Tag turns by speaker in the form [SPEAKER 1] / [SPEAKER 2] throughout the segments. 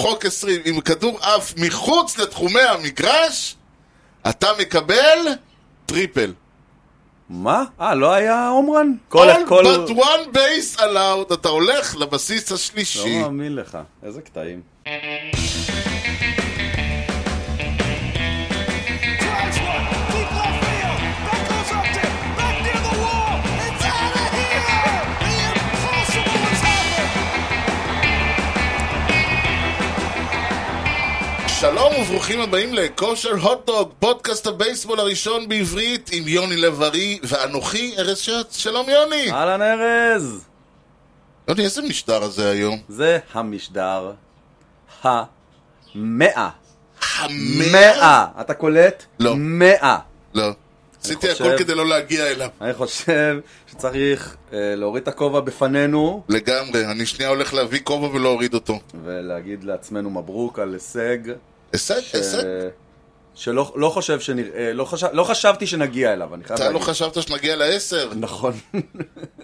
[SPEAKER 1] חוק 20 עם כדור עף מחוץ לתחומי המגרש, אתה מקבל טריפל.
[SPEAKER 2] מה? אה, לא היה עומרן?
[SPEAKER 1] כל, כל... but one base allowed, אתה הולך לבסיס השלישי.
[SPEAKER 2] לא מאמין לך, איזה קטעים.
[SPEAKER 3] Drives one, deep left field. That goes up there, back near the wall. It's out of here. The impossible has happened.
[SPEAKER 1] שלום וברוכים הבאים לכושר הוטדוג, פודקאסט הבייסבול הראשון בעברית עם יוני לב-ארי ואנוכי ארז שץ. שלום יוני!
[SPEAKER 2] אהלן ארז!
[SPEAKER 1] יוני, איזה משדר זה היום?
[SPEAKER 2] זה המשדר המאה.
[SPEAKER 1] המאה?
[SPEAKER 2] מאה. אתה קולט?
[SPEAKER 1] לא.
[SPEAKER 2] מאה.
[SPEAKER 1] לא. עשיתי
[SPEAKER 2] חושב-
[SPEAKER 1] הכל כדי לא להגיע אליו.
[SPEAKER 2] אני חושב שצריך אה, להוריד את הכובע בפנינו
[SPEAKER 1] לגמרי, אני שנייה הולך להביא כובע ולהוריד אותו.
[SPEAKER 2] ולהגיד לעצמנו מברוק על הישג
[SPEAKER 1] הישג,
[SPEAKER 2] אה,
[SPEAKER 1] הישג.
[SPEAKER 2] שלא לא חושב שנראה, לא, חשב, לא חשבתי שנגיע אליו, אני חייב
[SPEAKER 1] אתה
[SPEAKER 2] להגיד.
[SPEAKER 1] לא חשבת שנגיע לעשר?
[SPEAKER 2] נכון.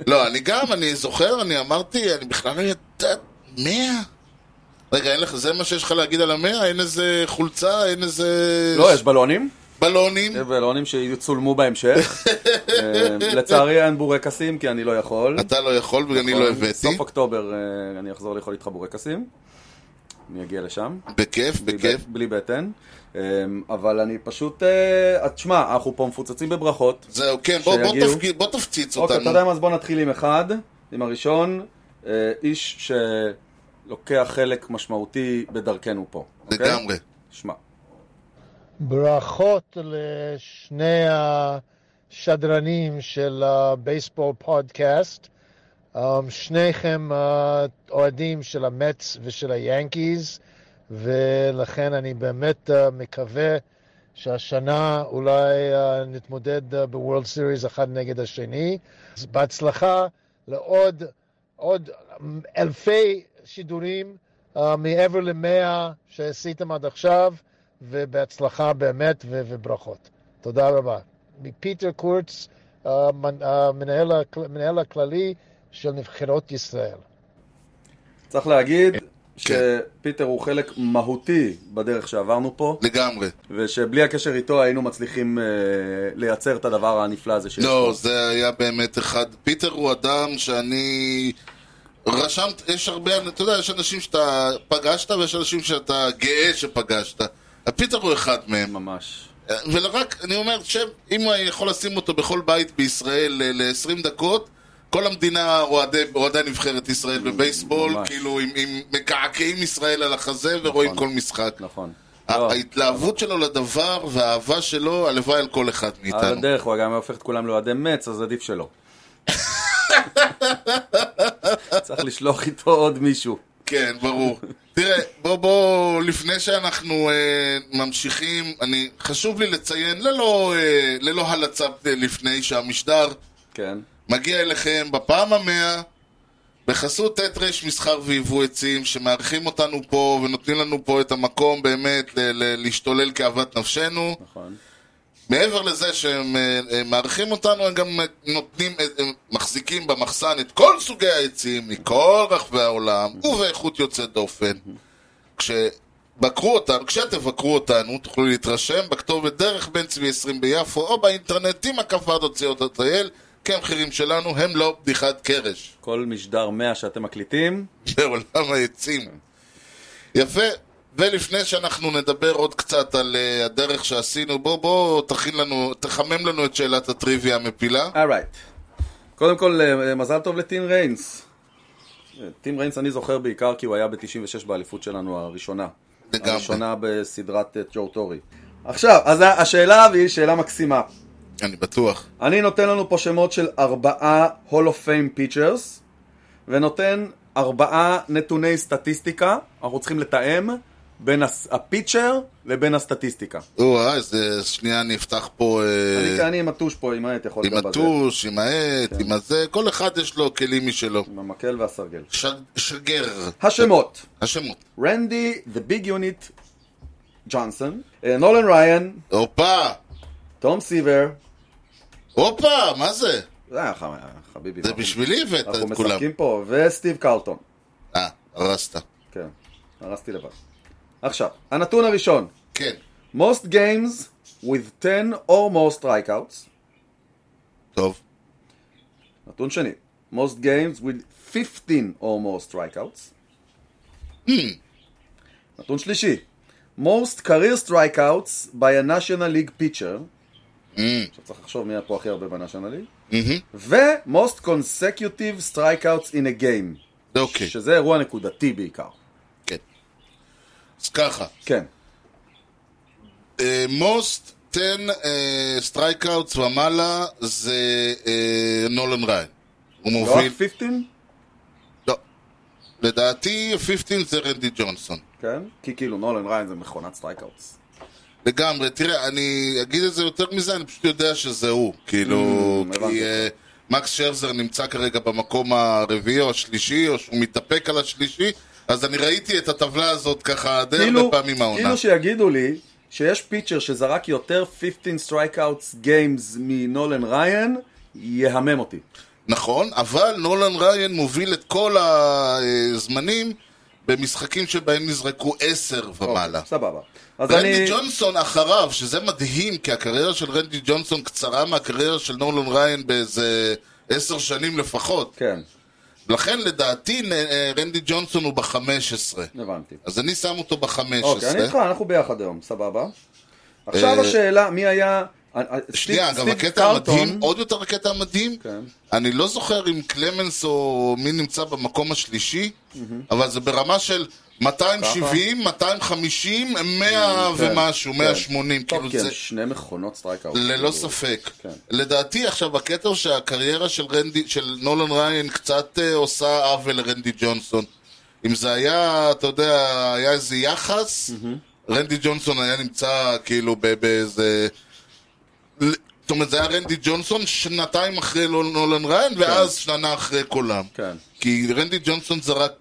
[SPEAKER 1] לא, אני גם, אני זוכר, אני אמרתי, אני בכלל לא יודע... מאה? רגע, אין לך, זה מה שיש לך להגיד על המאה? אין איזה חולצה? אין איזה...
[SPEAKER 2] לא, יש אה, בלונים?
[SPEAKER 1] בלונים?
[SPEAKER 2] יש בלונים שיצולמו בהמשך. אה, לצערי אין בורקסים, כי אני לא יכול.
[SPEAKER 1] אתה לא יכול ואני לא הבאתי.
[SPEAKER 2] נכון, סוף אוקטובר אה, אני אחזור לאכול איתך בורקסים. אני אגיע לשם.
[SPEAKER 1] בכיף,
[SPEAKER 2] בלי
[SPEAKER 1] בכיף.
[SPEAKER 2] ב- בלי בטן. אה, אבל אני פשוט... אה, תשמע, אנחנו פה מפוצצים בברכות.
[SPEAKER 1] זהו, כן, בוא- בוא
[SPEAKER 2] שיגיעו.
[SPEAKER 1] תפגי- בוא תפציץ
[SPEAKER 2] אוקיי, אתה יודע
[SPEAKER 1] אותנו.
[SPEAKER 2] מה? אז בוא נתחיל עם אחד, עם הראשון. אה, איש שלוקח חלק משמעותי בדרכנו פה. אוקיי?
[SPEAKER 1] לגמרי.
[SPEAKER 2] שמע.
[SPEAKER 4] ברכות לשני השדרנים של הבייסבול פודקאסט. Um, שניכם אה, אוהדים של המץ ושל היאנקיז, ולכן אני באמת אה, מקווה שהשנה אולי אה, נתמודד אה, בוורלד סיריס אחד נגד השני. אז בהצלחה לעוד עוד אלפי שידורים אה, מעבר למאה שעשיתם עד עכשיו, ובהצלחה באמת ו- וברכות. תודה רבה. מפיטר קורץ, אה, מנ- אה, מנהל הכל- מנהל הכללי של נבחרות ישראל.
[SPEAKER 2] צריך
[SPEAKER 1] כן.
[SPEAKER 2] להגיד שפיטר הוא חלק מהותי בדרך שעברנו פה,
[SPEAKER 1] לגמרי.
[SPEAKER 2] ושבלי הקשר איתו היינו מצליחים אה, לייצר את הדבר הנפלא הזה שיש
[SPEAKER 1] לא,
[SPEAKER 2] פה.
[SPEAKER 1] זה היה באמת אחד. פיטר הוא אדם שאני... רשמת, יש הרבה, אתה יודע, יש אנשים שאתה פגשת ויש אנשים שאתה גאה שפגשת. פיטר הוא אחד מהם.
[SPEAKER 2] ממש.
[SPEAKER 1] ורק, אני אומר, שאם הוא היה יכול לשים אותו בכל בית בישראל ל-20 דקות, כל המדינה אוהדי אוהדי נבחרת ישראל בבייסבול,
[SPEAKER 2] ממש.
[SPEAKER 1] כאילו, עם, עם מקעקעים ישראל על החזה ורואים כל משחק.
[SPEAKER 2] נכון.
[SPEAKER 1] ה-
[SPEAKER 2] לא,
[SPEAKER 1] ההתלהבות שלו לדבר והאהבה שלו, הלוואי על כל אחד
[SPEAKER 2] על
[SPEAKER 1] מאיתנו.
[SPEAKER 2] הדרך הוא גם הופך את כולם לאוהדי מצ, אז עדיף שלא. צריך לשלוח איתו עוד מישהו.
[SPEAKER 1] כן, ברור. תראה, בוא בוא, לפני שאנחנו אה, ממשיכים, אני, חשוב לי לציין, ללא, אה, ללא הלצה אה, לפני שהמשדר
[SPEAKER 2] כן.
[SPEAKER 1] מגיע אליכם בפעם המאה, בחסות ט' ר' מסחר ויבוא עצים, שמארחים אותנו פה ונותנים לנו פה את המקום באמת ל- ל- להשתולל כאוות נפשנו.
[SPEAKER 2] נכון.
[SPEAKER 1] מעבר לזה שהם אה, אה, מארחים אותנו, הם גם אה, נותנים, אה, הם מחזיקים במחסן את כל סוגי העצים מכל רחבי העולם, ובאיכות יוצאת דופן. כשבקרו אותנו, כשתבקרו אותנו, תוכלו להתרשם בכתובת דרך בן צבי 20 ביפו, או באינטרנט עם הכפרד הוציאות הטייל, כי המחירים שלנו הם לא בדיחת קרש.
[SPEAKER 2] כל משדר 100 שאתם מקליטים,
[SPEAKER 1] בעולם העצים. יפה. ולפני שאנחנו נדבר עוד קצת על אה, הדרך שעשינו, בוא בוא תכין לנו, תחמם לנו את שאלת הטריוויה המפילה.
[SPEAKER 2] אורייט. קודם כל, אה, מזל טוב לטים ריינס. אה, טים ריינס אני זוכר בעיקר כי הוא היה ב-96 באליפות שלנו הראשונה.
[SPEAKER 1] לגמרי.
[SPEAKER 2] הראשונה בסדרת אה, ג'ו טורי. עכשיו, אז ה- השאלה היא שאלה מקסימה.
[SPEAKER 1] אני בטוח.
[SPEAKER 2] אני נותן לנו פה שמות של ארבעה הול אוף פיים פיצ'רס, ונותן ארבעה נתוני סטטיסטיקה, אנחנו צריכים לתאם בין הס- הפיצ'ר לבין הסטטיסטיקה.
[SPEAKER 1] או, אה, איזה שנייה אני אפתח פה אה,
[SPEAKER 2] אני, אני עם הטוש פה, עם העט יכול
[SPEAKER 1] עם
[SPEAKER 2] גם כן. בזה.
[SPEAKER 1] הטוש, עם העט, עם הזה, כל אחד יש לו כלים משלו.
[SPEAKER 2] עם המקל והסרגל.
[SPEAKER 1] ש- שגר,
[SPEAKER 2] השמות,
[SPEAKER 1] השמות.
[SPEAKER 2] רנדי, The Big Unit, ג'ונסון, אה, נולן ריין,
[SPEAKER 1] הופה!
[SPEAKER 2] תום סיבר,
[SPEAKER 1] הופה! מה זה?
[SPEAKER 2] זה היה אה, ח- חביבי,
[SPEAKER 1] זה
[SPEAKER 2] אנחנו-
[SPEAKER 1] בשבילי הבאת
[SPEAKER 2] אנחנו
[SPEAKER 1] את כולם.
[SPEAKER 2] משחקים פה, וסטיב קרלטון.
[SPEAKER 1] אה, הרסת.
[SPEAKER 2] כן. הרסתי לבד. עכשיו, הנתון הראשון,
[SPEAKER 1] כן,
[SPEAKER 2] most games with 10 or more strikeouts.
[SPEAKER 1] טוב.
[SPEAKER 2] נתון שני, most games with 15 or more strikeouts.
[SPEAKER 1] Hmm.
[SPEAKER 2] נתון שלישי, most career strikeouts by a national league pitcher.
[SPEAKER 1] Hmm.
[SPEAKER 2] עכשיו צריך לחשוב מי היה פה הכי הרבה בנשיונל ליג.
[SPEAKER 1] מהמם.
[SPEAKER 2] ו-most consecutive strikeouts in a game.
[SPEAKER 1] אוקיי,
[SPEAKER 2] שזה אירוע נקודתי בעיקר.
[SPEAKER 1] כן. אז ככה,
[SPEAKER 2] כן.
[SPEAKER 1] אה, most 10 סטרייקאוטס ומעלה זה אה, נולן ריין. הוא
[SPEAKER 2] לא רק
[SPEAKER 1] מוביל,
[SPEAKER 2] 15?
[SPEAKER 1] לא. לדעתי 15 זה רנדי ג'ונסון.
[SPEAKER 2] כן. כי כאילו נולן ריין זה מכונת סטרייקאוטס.
[SPEAKER 1] לגמרי, תראה, אני אגיד את זה יותר מזה, אני פשוט יודע שזה הוא. כאילו,
[SPEAKER 2] Mm, הבנתי.
[SPEAKER 1] כי אה, מקס שרזר נמצא כרגע במקום הרביעי או השלישי, או שהוא מתאפק על השלישי, אז אני ראיתי את הטבלה הזאת ככה די הרבה
[SPEAKER 2] כאילו,
[SPEAKER 1] פעמים העונה.
[SPEAKER 2] כאילו שיגידו לי שיש פיצ'ר שזרק יותר 15 סטרייקאוטס גיימס מנולן ריין, יהמם אותי.
[SPEAKER 1] נכון, אבל נולן ריין מוביל את כל הזמנים במשחקים שבהם נזרקו עשר ומעלה.
[SPEAKER 2] אוקיי, סבבה. אז
[SPEAKER 1] רנדי
[SPEAKER 2] אני...
[SPEAKER 1] ג'ונסון אחריו, שזה מדהים, כי הקריירה של רנדי ג'ונסון קצרה מהקריירה של נולן ריין באיזה עשר שנים לפחות.
[SPEAKER 2] כן,
[SPEAKER 1] לכן לדעתי נ- אה, רנדי ג'ונסון הוא בחמש עשרה.
[SPEAKER 2] הבנתי.
[SPEAKER 1] אז אני שם אותו בחמש
[SPEAKER 2] אוקיי, אני איתך,
[SPEAKER 1] עשרה.
[SPEAKER 2] אנחנו ביחד היום, סבבה. עכשיו
[SPEAKER 1] אה,
[SPEAKER 2] השאלה, מי היה... אה,
[SPEAKER 1] שנייה,
[SPEAKER 2] סטיב-
[SPEAKER 1] גם
[SPEAKER 2] סטיב
[SPEAKER 1] הקטע
[SPEAKER 2] קרלטון-
[SPEAKER 1] המדהים, עוד יותר הקטע המדהים,
[SPEAKER 2] כן.
[SPEAKER 1] אני לא זוכר אם קלמנס או מי נמצא במקום השלישי, אבל זה ברמה של 270, 250, 100
[SPEAKER 2] כן,
[SPEAKER 1] ומשהו,
[SPEAKER 2] כן.
[SPEAKER 1] 180,
[SPEAKER 2] טוב, כן.
[SPEAKER 1] כאילו
[SPEAKER 2] כי
[SPEAKER 1] זה
[SPEAKER 2] הם שני מכונות סטרייקאוט.
[SPEAKER 1] ללא ספק.
[SPEAKER 2] כן.
[SPEAKER 1] לדעתי עכשיו הקטע הוא שהקריירה של רנדי- של נולן ריין קצת אה, עושה עוול לרנדי ג'ונסון. אם זה היה, אתה יודע, היה איזה יחס, רנדי ג'ונסון היה נמצא כאילו ב- באיזה... ל- זאת אומרת, זה היה רנדי ג'ונסון שנתיים אחרי נול- נולן ריין, ואז שנה אחרי כולם.
[SPEAKER 2] כן.
[SPEAKER 1] כי רנדי ג'ונסון זרק,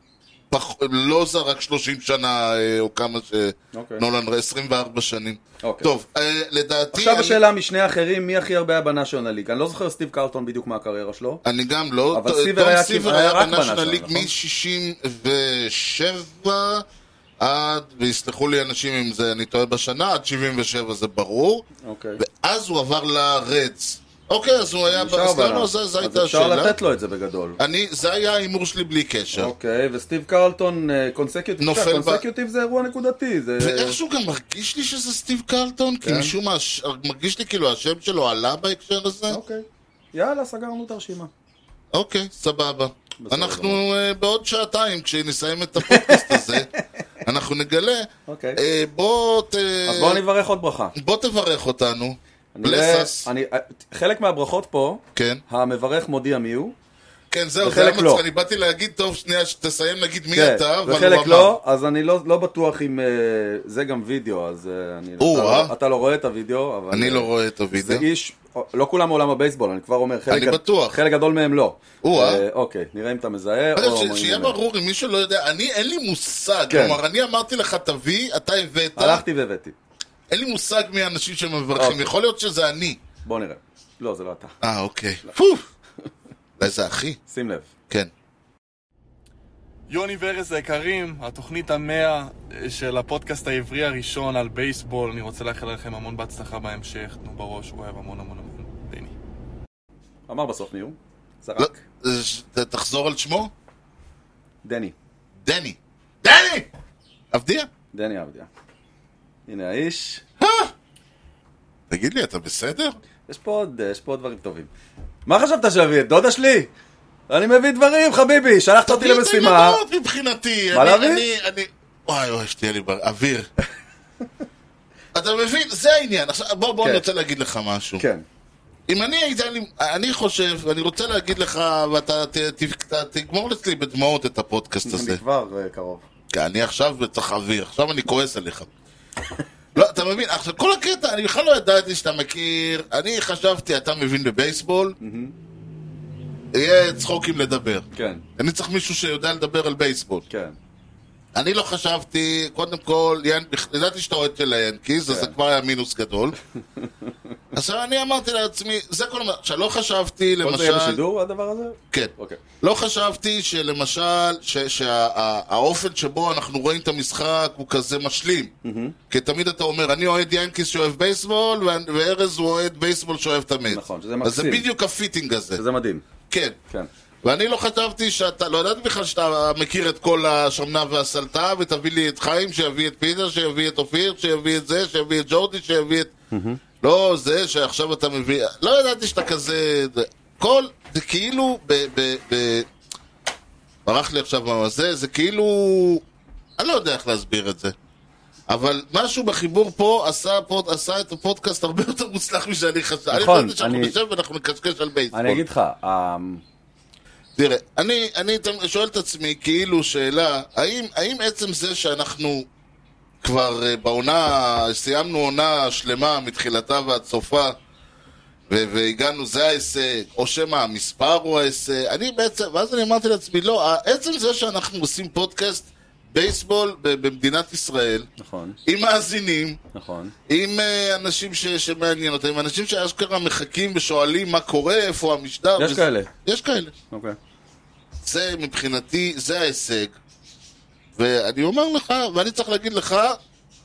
[SPEAKER 1] פח- לא זרק 30 שנה, אה, או כמה ש...
[SPEAKER 2] אוקיי.
[SPEAKER 1] נולן ריין, 24 שנים.
[SPEAKER 2] אוקיי.
[SPEAKER 1] טוב, אה, לדעתי...
[SPEAKER 2] עכשיו
[SPEAKER 1] אני-
[SPEAKER 2] השאלה משני האחרים, מי הכי הרבה היה בנאשונל ליג? אני לא זוכר סטיב קרלטון בדיוק מה הקריירה שלו.
[SPEAKER 1] אני גם לא.
[SPEAKER 2] אבל
[SPEAKER 1] ט-
[SPEAKER 2] סילבר
[SPEAKER 1] תום
[SPEAKER 2] היה
[SPEAKER 1] סילבר
[SPEAKER 2] כמעט-
[SPEAKER 1] היה
[SPEAKER 2] רק
[SPEAKER 1] בנאשונל
[SPEAKER 2] בנאשונל,
[SPEAKER 1] ליג
[SPEAKER 2] נכון?
[SPEAKER 1] מ-67 עד, ויסלחו לי אנשים אם זה, אני טועה בשנה, עד 77 זה ברור,
[SPEAKER 2] אוקיי.
[SPEAKER 1] ואז הוא עבר לרדס. אוקיי, אז הוא היה,
[SPEAKER 2] נשאר
[SPEAKER 1] אז לא,
[SPEAKER 2] בנה.
[SPEAKER 1] לא, זה- זו הייתה
[SPEAKER 2] אז אפשר
[SPEAKER 1] השאלה.
[SPEAKER 2] לתת לו את זה בגדול.
[SPEAKER 1] אני, זה היה ההימור שלי בלי קשר.
[SPEAKER 2] אוקיי, וסטיב קרלטון אה, קונסקיוטיב.
[SPEAKER 1] נופל ב-
[SPEAKER 2] קונסקיוטיב זה אירוע נקודתי. זה-
[SPEAKER 1] ואיכשהו גם מרגיש לי שזה סטיב קרלטון, כי
[SPEAKER 2] כן.
[SPEAKER 1] משום מה, הש- מרגיש לי כאילו השם שלו עלה בהקשר הזה.
[SPEAKER 2] אוקיי. יאללה, סגרנו את הרשימה.
[SPEAKER 1] אוקיי, סבבה.
[SPEAKER 2] בסדר
[SPEAKER 1] אנחנו אה, בעוד שעתיים, כשנסיים את הפודקאסט הזה, אנחנו נגלה.
[SPEAKER 2] אוקיי.
[SPEAKER 1] אה, בוא ת...
[SPEAKER 2] אז בואו אני אברך עוד ברכה.
[SPEAKER 1] בוא תברך אותנו.
[SPEAKER 2] אני-
[SPEAKER 1] בלסס.
[SPEAKER 2] אני- אה, חלק מהברכות פה,
[SPEAKER 1] כן.
[SPEAKER 2] המברך מודיע מי הוא.
[SPEAKER 1] כן, זהו, זה
[SPEAKER 2] וחלק
[SPEAKER 1] היה מצחיק.
[SPEAKER 2] לא.
[SPEAKER 1] אני באתי להגיד, טוב, שנייה, שתסיים, נגיד מי
[SPEAKER 2] כן,
[SPEAKER 1] אתה, אבל הוא
[SPEAKER 2] וחלק
[SPEAKER 1] אמר.
[SPEAKER 2] לא, אז אני לא לא בטוח אם... אה, זה גם וידאו, אז אה, אני...
[SPEAKER 1] או,
[SPEAKER 2] אתה לא-
[SPEAKER 1] אה?
[SPEAKER 2] אתה לא רואה את הוידאו, אבל...
[SPEAKER 1] אני
[SPEAKER 2] אה,
[SPEAKER 1] לא רואה את
[SPEAKER 2] זה
[SPEAKER 1] הוידאו.
[SPEAKER 2] איש, לא כולם מעולם הבייסבול, אני כבר אומר, חלק,
[SPEAKER 1] אני בטוח.
[SPEAKER 2] חלק גדול מהם לא.
[SPEAKER 1] או-אה.
[SPEAKER 2] אה, אוקיי, נראה אם אתה מזהה.
[SPEAKER 1] רגע,
[SPEAKER 2] או
[SPEAKER 1] ש-
[SPEAKER 2] אומרים
[SPEAKER 1] שיהיה
[SPEAKER 2] לי לא.
[SPEAKER 1] ברור, אם מישהו לא יודע, אני אין לי מושג.
[SPEAKER 2] כן.
[SPEAKER 1] כלומר, אני אמרתי לך, תביא, אתה הבאת.
[SPEAKER 2] הלכתי והבאתי,
[SPEAKER 1] אין לי מושג מי האנשים שמברכים.
[SPEAKER 2] אוקיי.
[SPEAKER 1] יכול להיות שזה אני.
[SPEAKER 2] בוא נראה. לא, זה לא אתה.
[SPEAKER 1] אה, אוקיי. פוף. אולי זה אחי.
[SPEAKER 2] שים לב.
[SPEAKER 1] כן.
[SPEAKER 5] יוני וארז היקרים, התוכנית המאה אה, של הפודקאסט העברי הראשון על בייסבול, אני רוצה לאחל לכם המון בהצלחה בהמשך, תנו בראש, אוהב המון המון המון, דני.
[SPEAKER 2] אמר בסוף מי הוא?
[SPEAKER 1] לא,
[SPEAKER 2] זרק.
[SPEAKER 1] אה, ש- ת- תחזור על שמו?
[SPEAKER 2] דני.
[SPEAKER 1] דני. דני! עבדיה?
[SPEAKER 2] דני עבדיה. הנה האיש.
[SPEAKER 1] תגיד לי, אתה בסדר?
[SPEAKER 2] יש פה עוד, יש פה עוד דברים טובים. מה חשבת שאביא את דודה שלי? אני מביא דברים, חביבי. שלחת אותי למשימה.
[SPEAKER 1] התעלמות מבחינתי.
[SPEAKER 2] מה
[SPEAKER 1] אני-
[SPEAKER 2] להביא?
[SPEAKER 1] אני- אני... וואי, וואי, שתהיה לי בר... אוויר. אתה מבין? זה העניין. עכשיו, בוא, בוא,
[SPEAKER 2] כן.
[SPEAKER 1] אני רוצה להגיד לך משהו.
[SPEAKER 2] כן.
[SPEAKER 1] אם אני הייתי... אני- אני חושב, אני רוצה להגיד לך, ואתה ת- ת- ת- תגמור אצלי בדמעות את הפודקאסט הזה.
[SPEAKER 2] אני כבר אה, קרוב.
[SPEAKER 1] כי אני עכשיו צריך אוויר, עכשיו אני כועס עליך. לא, אתה מבין? עכשיו, כל הקטע, אני בכלל לא ידעתי שאתה מכיר, אני חשבתי, אתה מבין בבייסבול, יהיה צחוקים לדבר.
[SPEAKER 2] כן.
[SPEAKER 1] אני צריך מישהו שיודע לדבר על בייסבול.
[SPEAKER 2] כן.
[SPEAKER 1] אני לא
[SPEAKER 2] כן.
[SPEAKER 1] חשבתי, קודם כל, ין- ידעתי שאתה אוהד של היאנקיז, אז זה כבר היה מינוס גדול. אז אני אמרתי לעצמי, זה כל מה... עכשיו, לא חשבתי,
[SPEAKER 2] כל זה יהיה
[SPEAKER 1] למשל...
[SPEAKER 2] בשידור, הדבר הזה?
[SPEAKER 1] כן.
[SPEAKER 2] אוקיי.
[SPEAKER 1] לא חשבתי שלמשל, שהאופן שבו אנחנו רואים את המשחק הוא כזה משלים. כי תמיד אתה אומר, אני אוהד ינקיס שאוהב בייסבול, ואנ- וארז הוא אוהד בייסבול שאוהב את המץ.
[SPEAKER 2] נכון, שזה
[SPEAKER 1] אז זה
[SPEAKER 2] מקסים.
[SPEAKER 1] בדיוק הפיטינג הזה.
[SPEAKER 2] שזה מדהים.
[SPEAKER 1] כן.
[SPEAKER 2] כן.
[SPEAKER 1] ואני לא חשבתי שאתה, לא ידעתי בכלל שאתה מכיר את כל השמנה והסלטה, ותביא לי את חיים, שיביא את פיטר, שיביא את אופיר, שיביא את זה, שיביא את ג'ורדי, שיביא את... לא, זה שעכשיו אתה מביא... לא ידעתי שאתה כזה... זה- כל... זה כאילו... ב... ב... ב... ברח לי עכשיו מה זה, זה כאילו... אני לא יודע איך להסביר את זה. אבל משהו בחיבור פה עשה, פה, עשה את הפודקאסט הרבה יותר מוצלח משאני חשבתי. אני
[SPEAKER 2] נכון,
[SPEAKER 1] חשבתי שאנחנו
[SPEAKER 2] אני-
[SPEAKER 1] נשב ואנחנו נקשקש על בייסבול.
[SPEAKER 2] אני אגיד לך, אמ, ה-
[SPEAKER 1] תראה, אני, אני תמ- שואל את עצמי כאילו שאלה, האם, האם עצם זה שאנחנו כבר אה, בעונה, סיימנו עונה שלמה מתחילתה ועד סופה, ו- והגענו, זה ההישג, או שמא המספר הוא ההישג, אני בעצם, ואז אני אמרתי לעצמי, לא, עצם זה שאנחנו עושים פודקאסט בייסבול ב- במדינת ישראל,
[SPEAKER 2] נכון,
[SPEAKER 1] עם מאזינים,
[SPEAKER 2] נכון.
[SPEAKER 1] עם אה, אנשים ש- שמעניין אותם, עם אנשים שאשכרה מחכים ושואלים מה קורה, איפה המשדר.
[SPEAKER 2] יש
[SPEAKER 1] וזה-
[SPEAKER 2] כאלה.
[SPEAKER 1] יש כאלה.
[SPEAKER 2] אוקיי.
[SPEAKER 1] זה מבחינתי, זה ההישג. ואני אומר לך, ואני צריך להגיד לך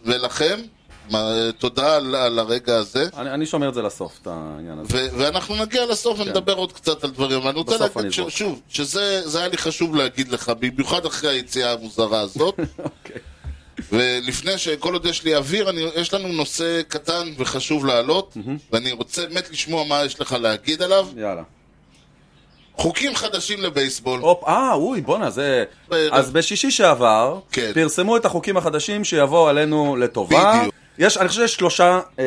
[SPEAKER 1] ולכם, מה, תודה על, על הרגע הזה.
[SPEAKER 2] אני אני שומר את זה לסוף, את העניין הזה.
[SPEAKER 1] ו- ואנחנו נגיע לסוף ונדבר עוד קצת על דברים. ואני רוצה
[SPEAKER 2] כן. בסוף
[SPEAKER 1] להגיד
[SPEAKER 2] אני
[SPEAKER 1] ש-
[SPEAKER 2] אזרוק.
[SPEAKER 1] שוב, שזה זה היה לי חשוב להגיד לך, במיוחד אחרי היציאה המוזרה הזאת.
[SPEAKER 2] אוקיי.
[SPEAKER 1] ולפני שכל עוד יש לי אוויר, אני, יש לנו נושא קטן וחשוב להעלות, ואני רוצה באמת לשמוע מה יש לך להגיד עליו.
[SPEAKER 2] יאללה.
[SPEAKER 1] חוקים חדשים לבייסבול.
[SPEAKER 2] הופ, אה, אוי, בואנה, זה...
[SPEAKER 1] בערך.
[SPEAKER 2] אז בשישי שעבר,
[SPEAKER 1] כן.
[SPEAKER 2] פרסמו את החוקים החדשים שיבואו עלינו לטובה.
[SPEAKER 1] בדיוק.
[SPEAKER 2] יש, אני חושב שיש שלושה אה,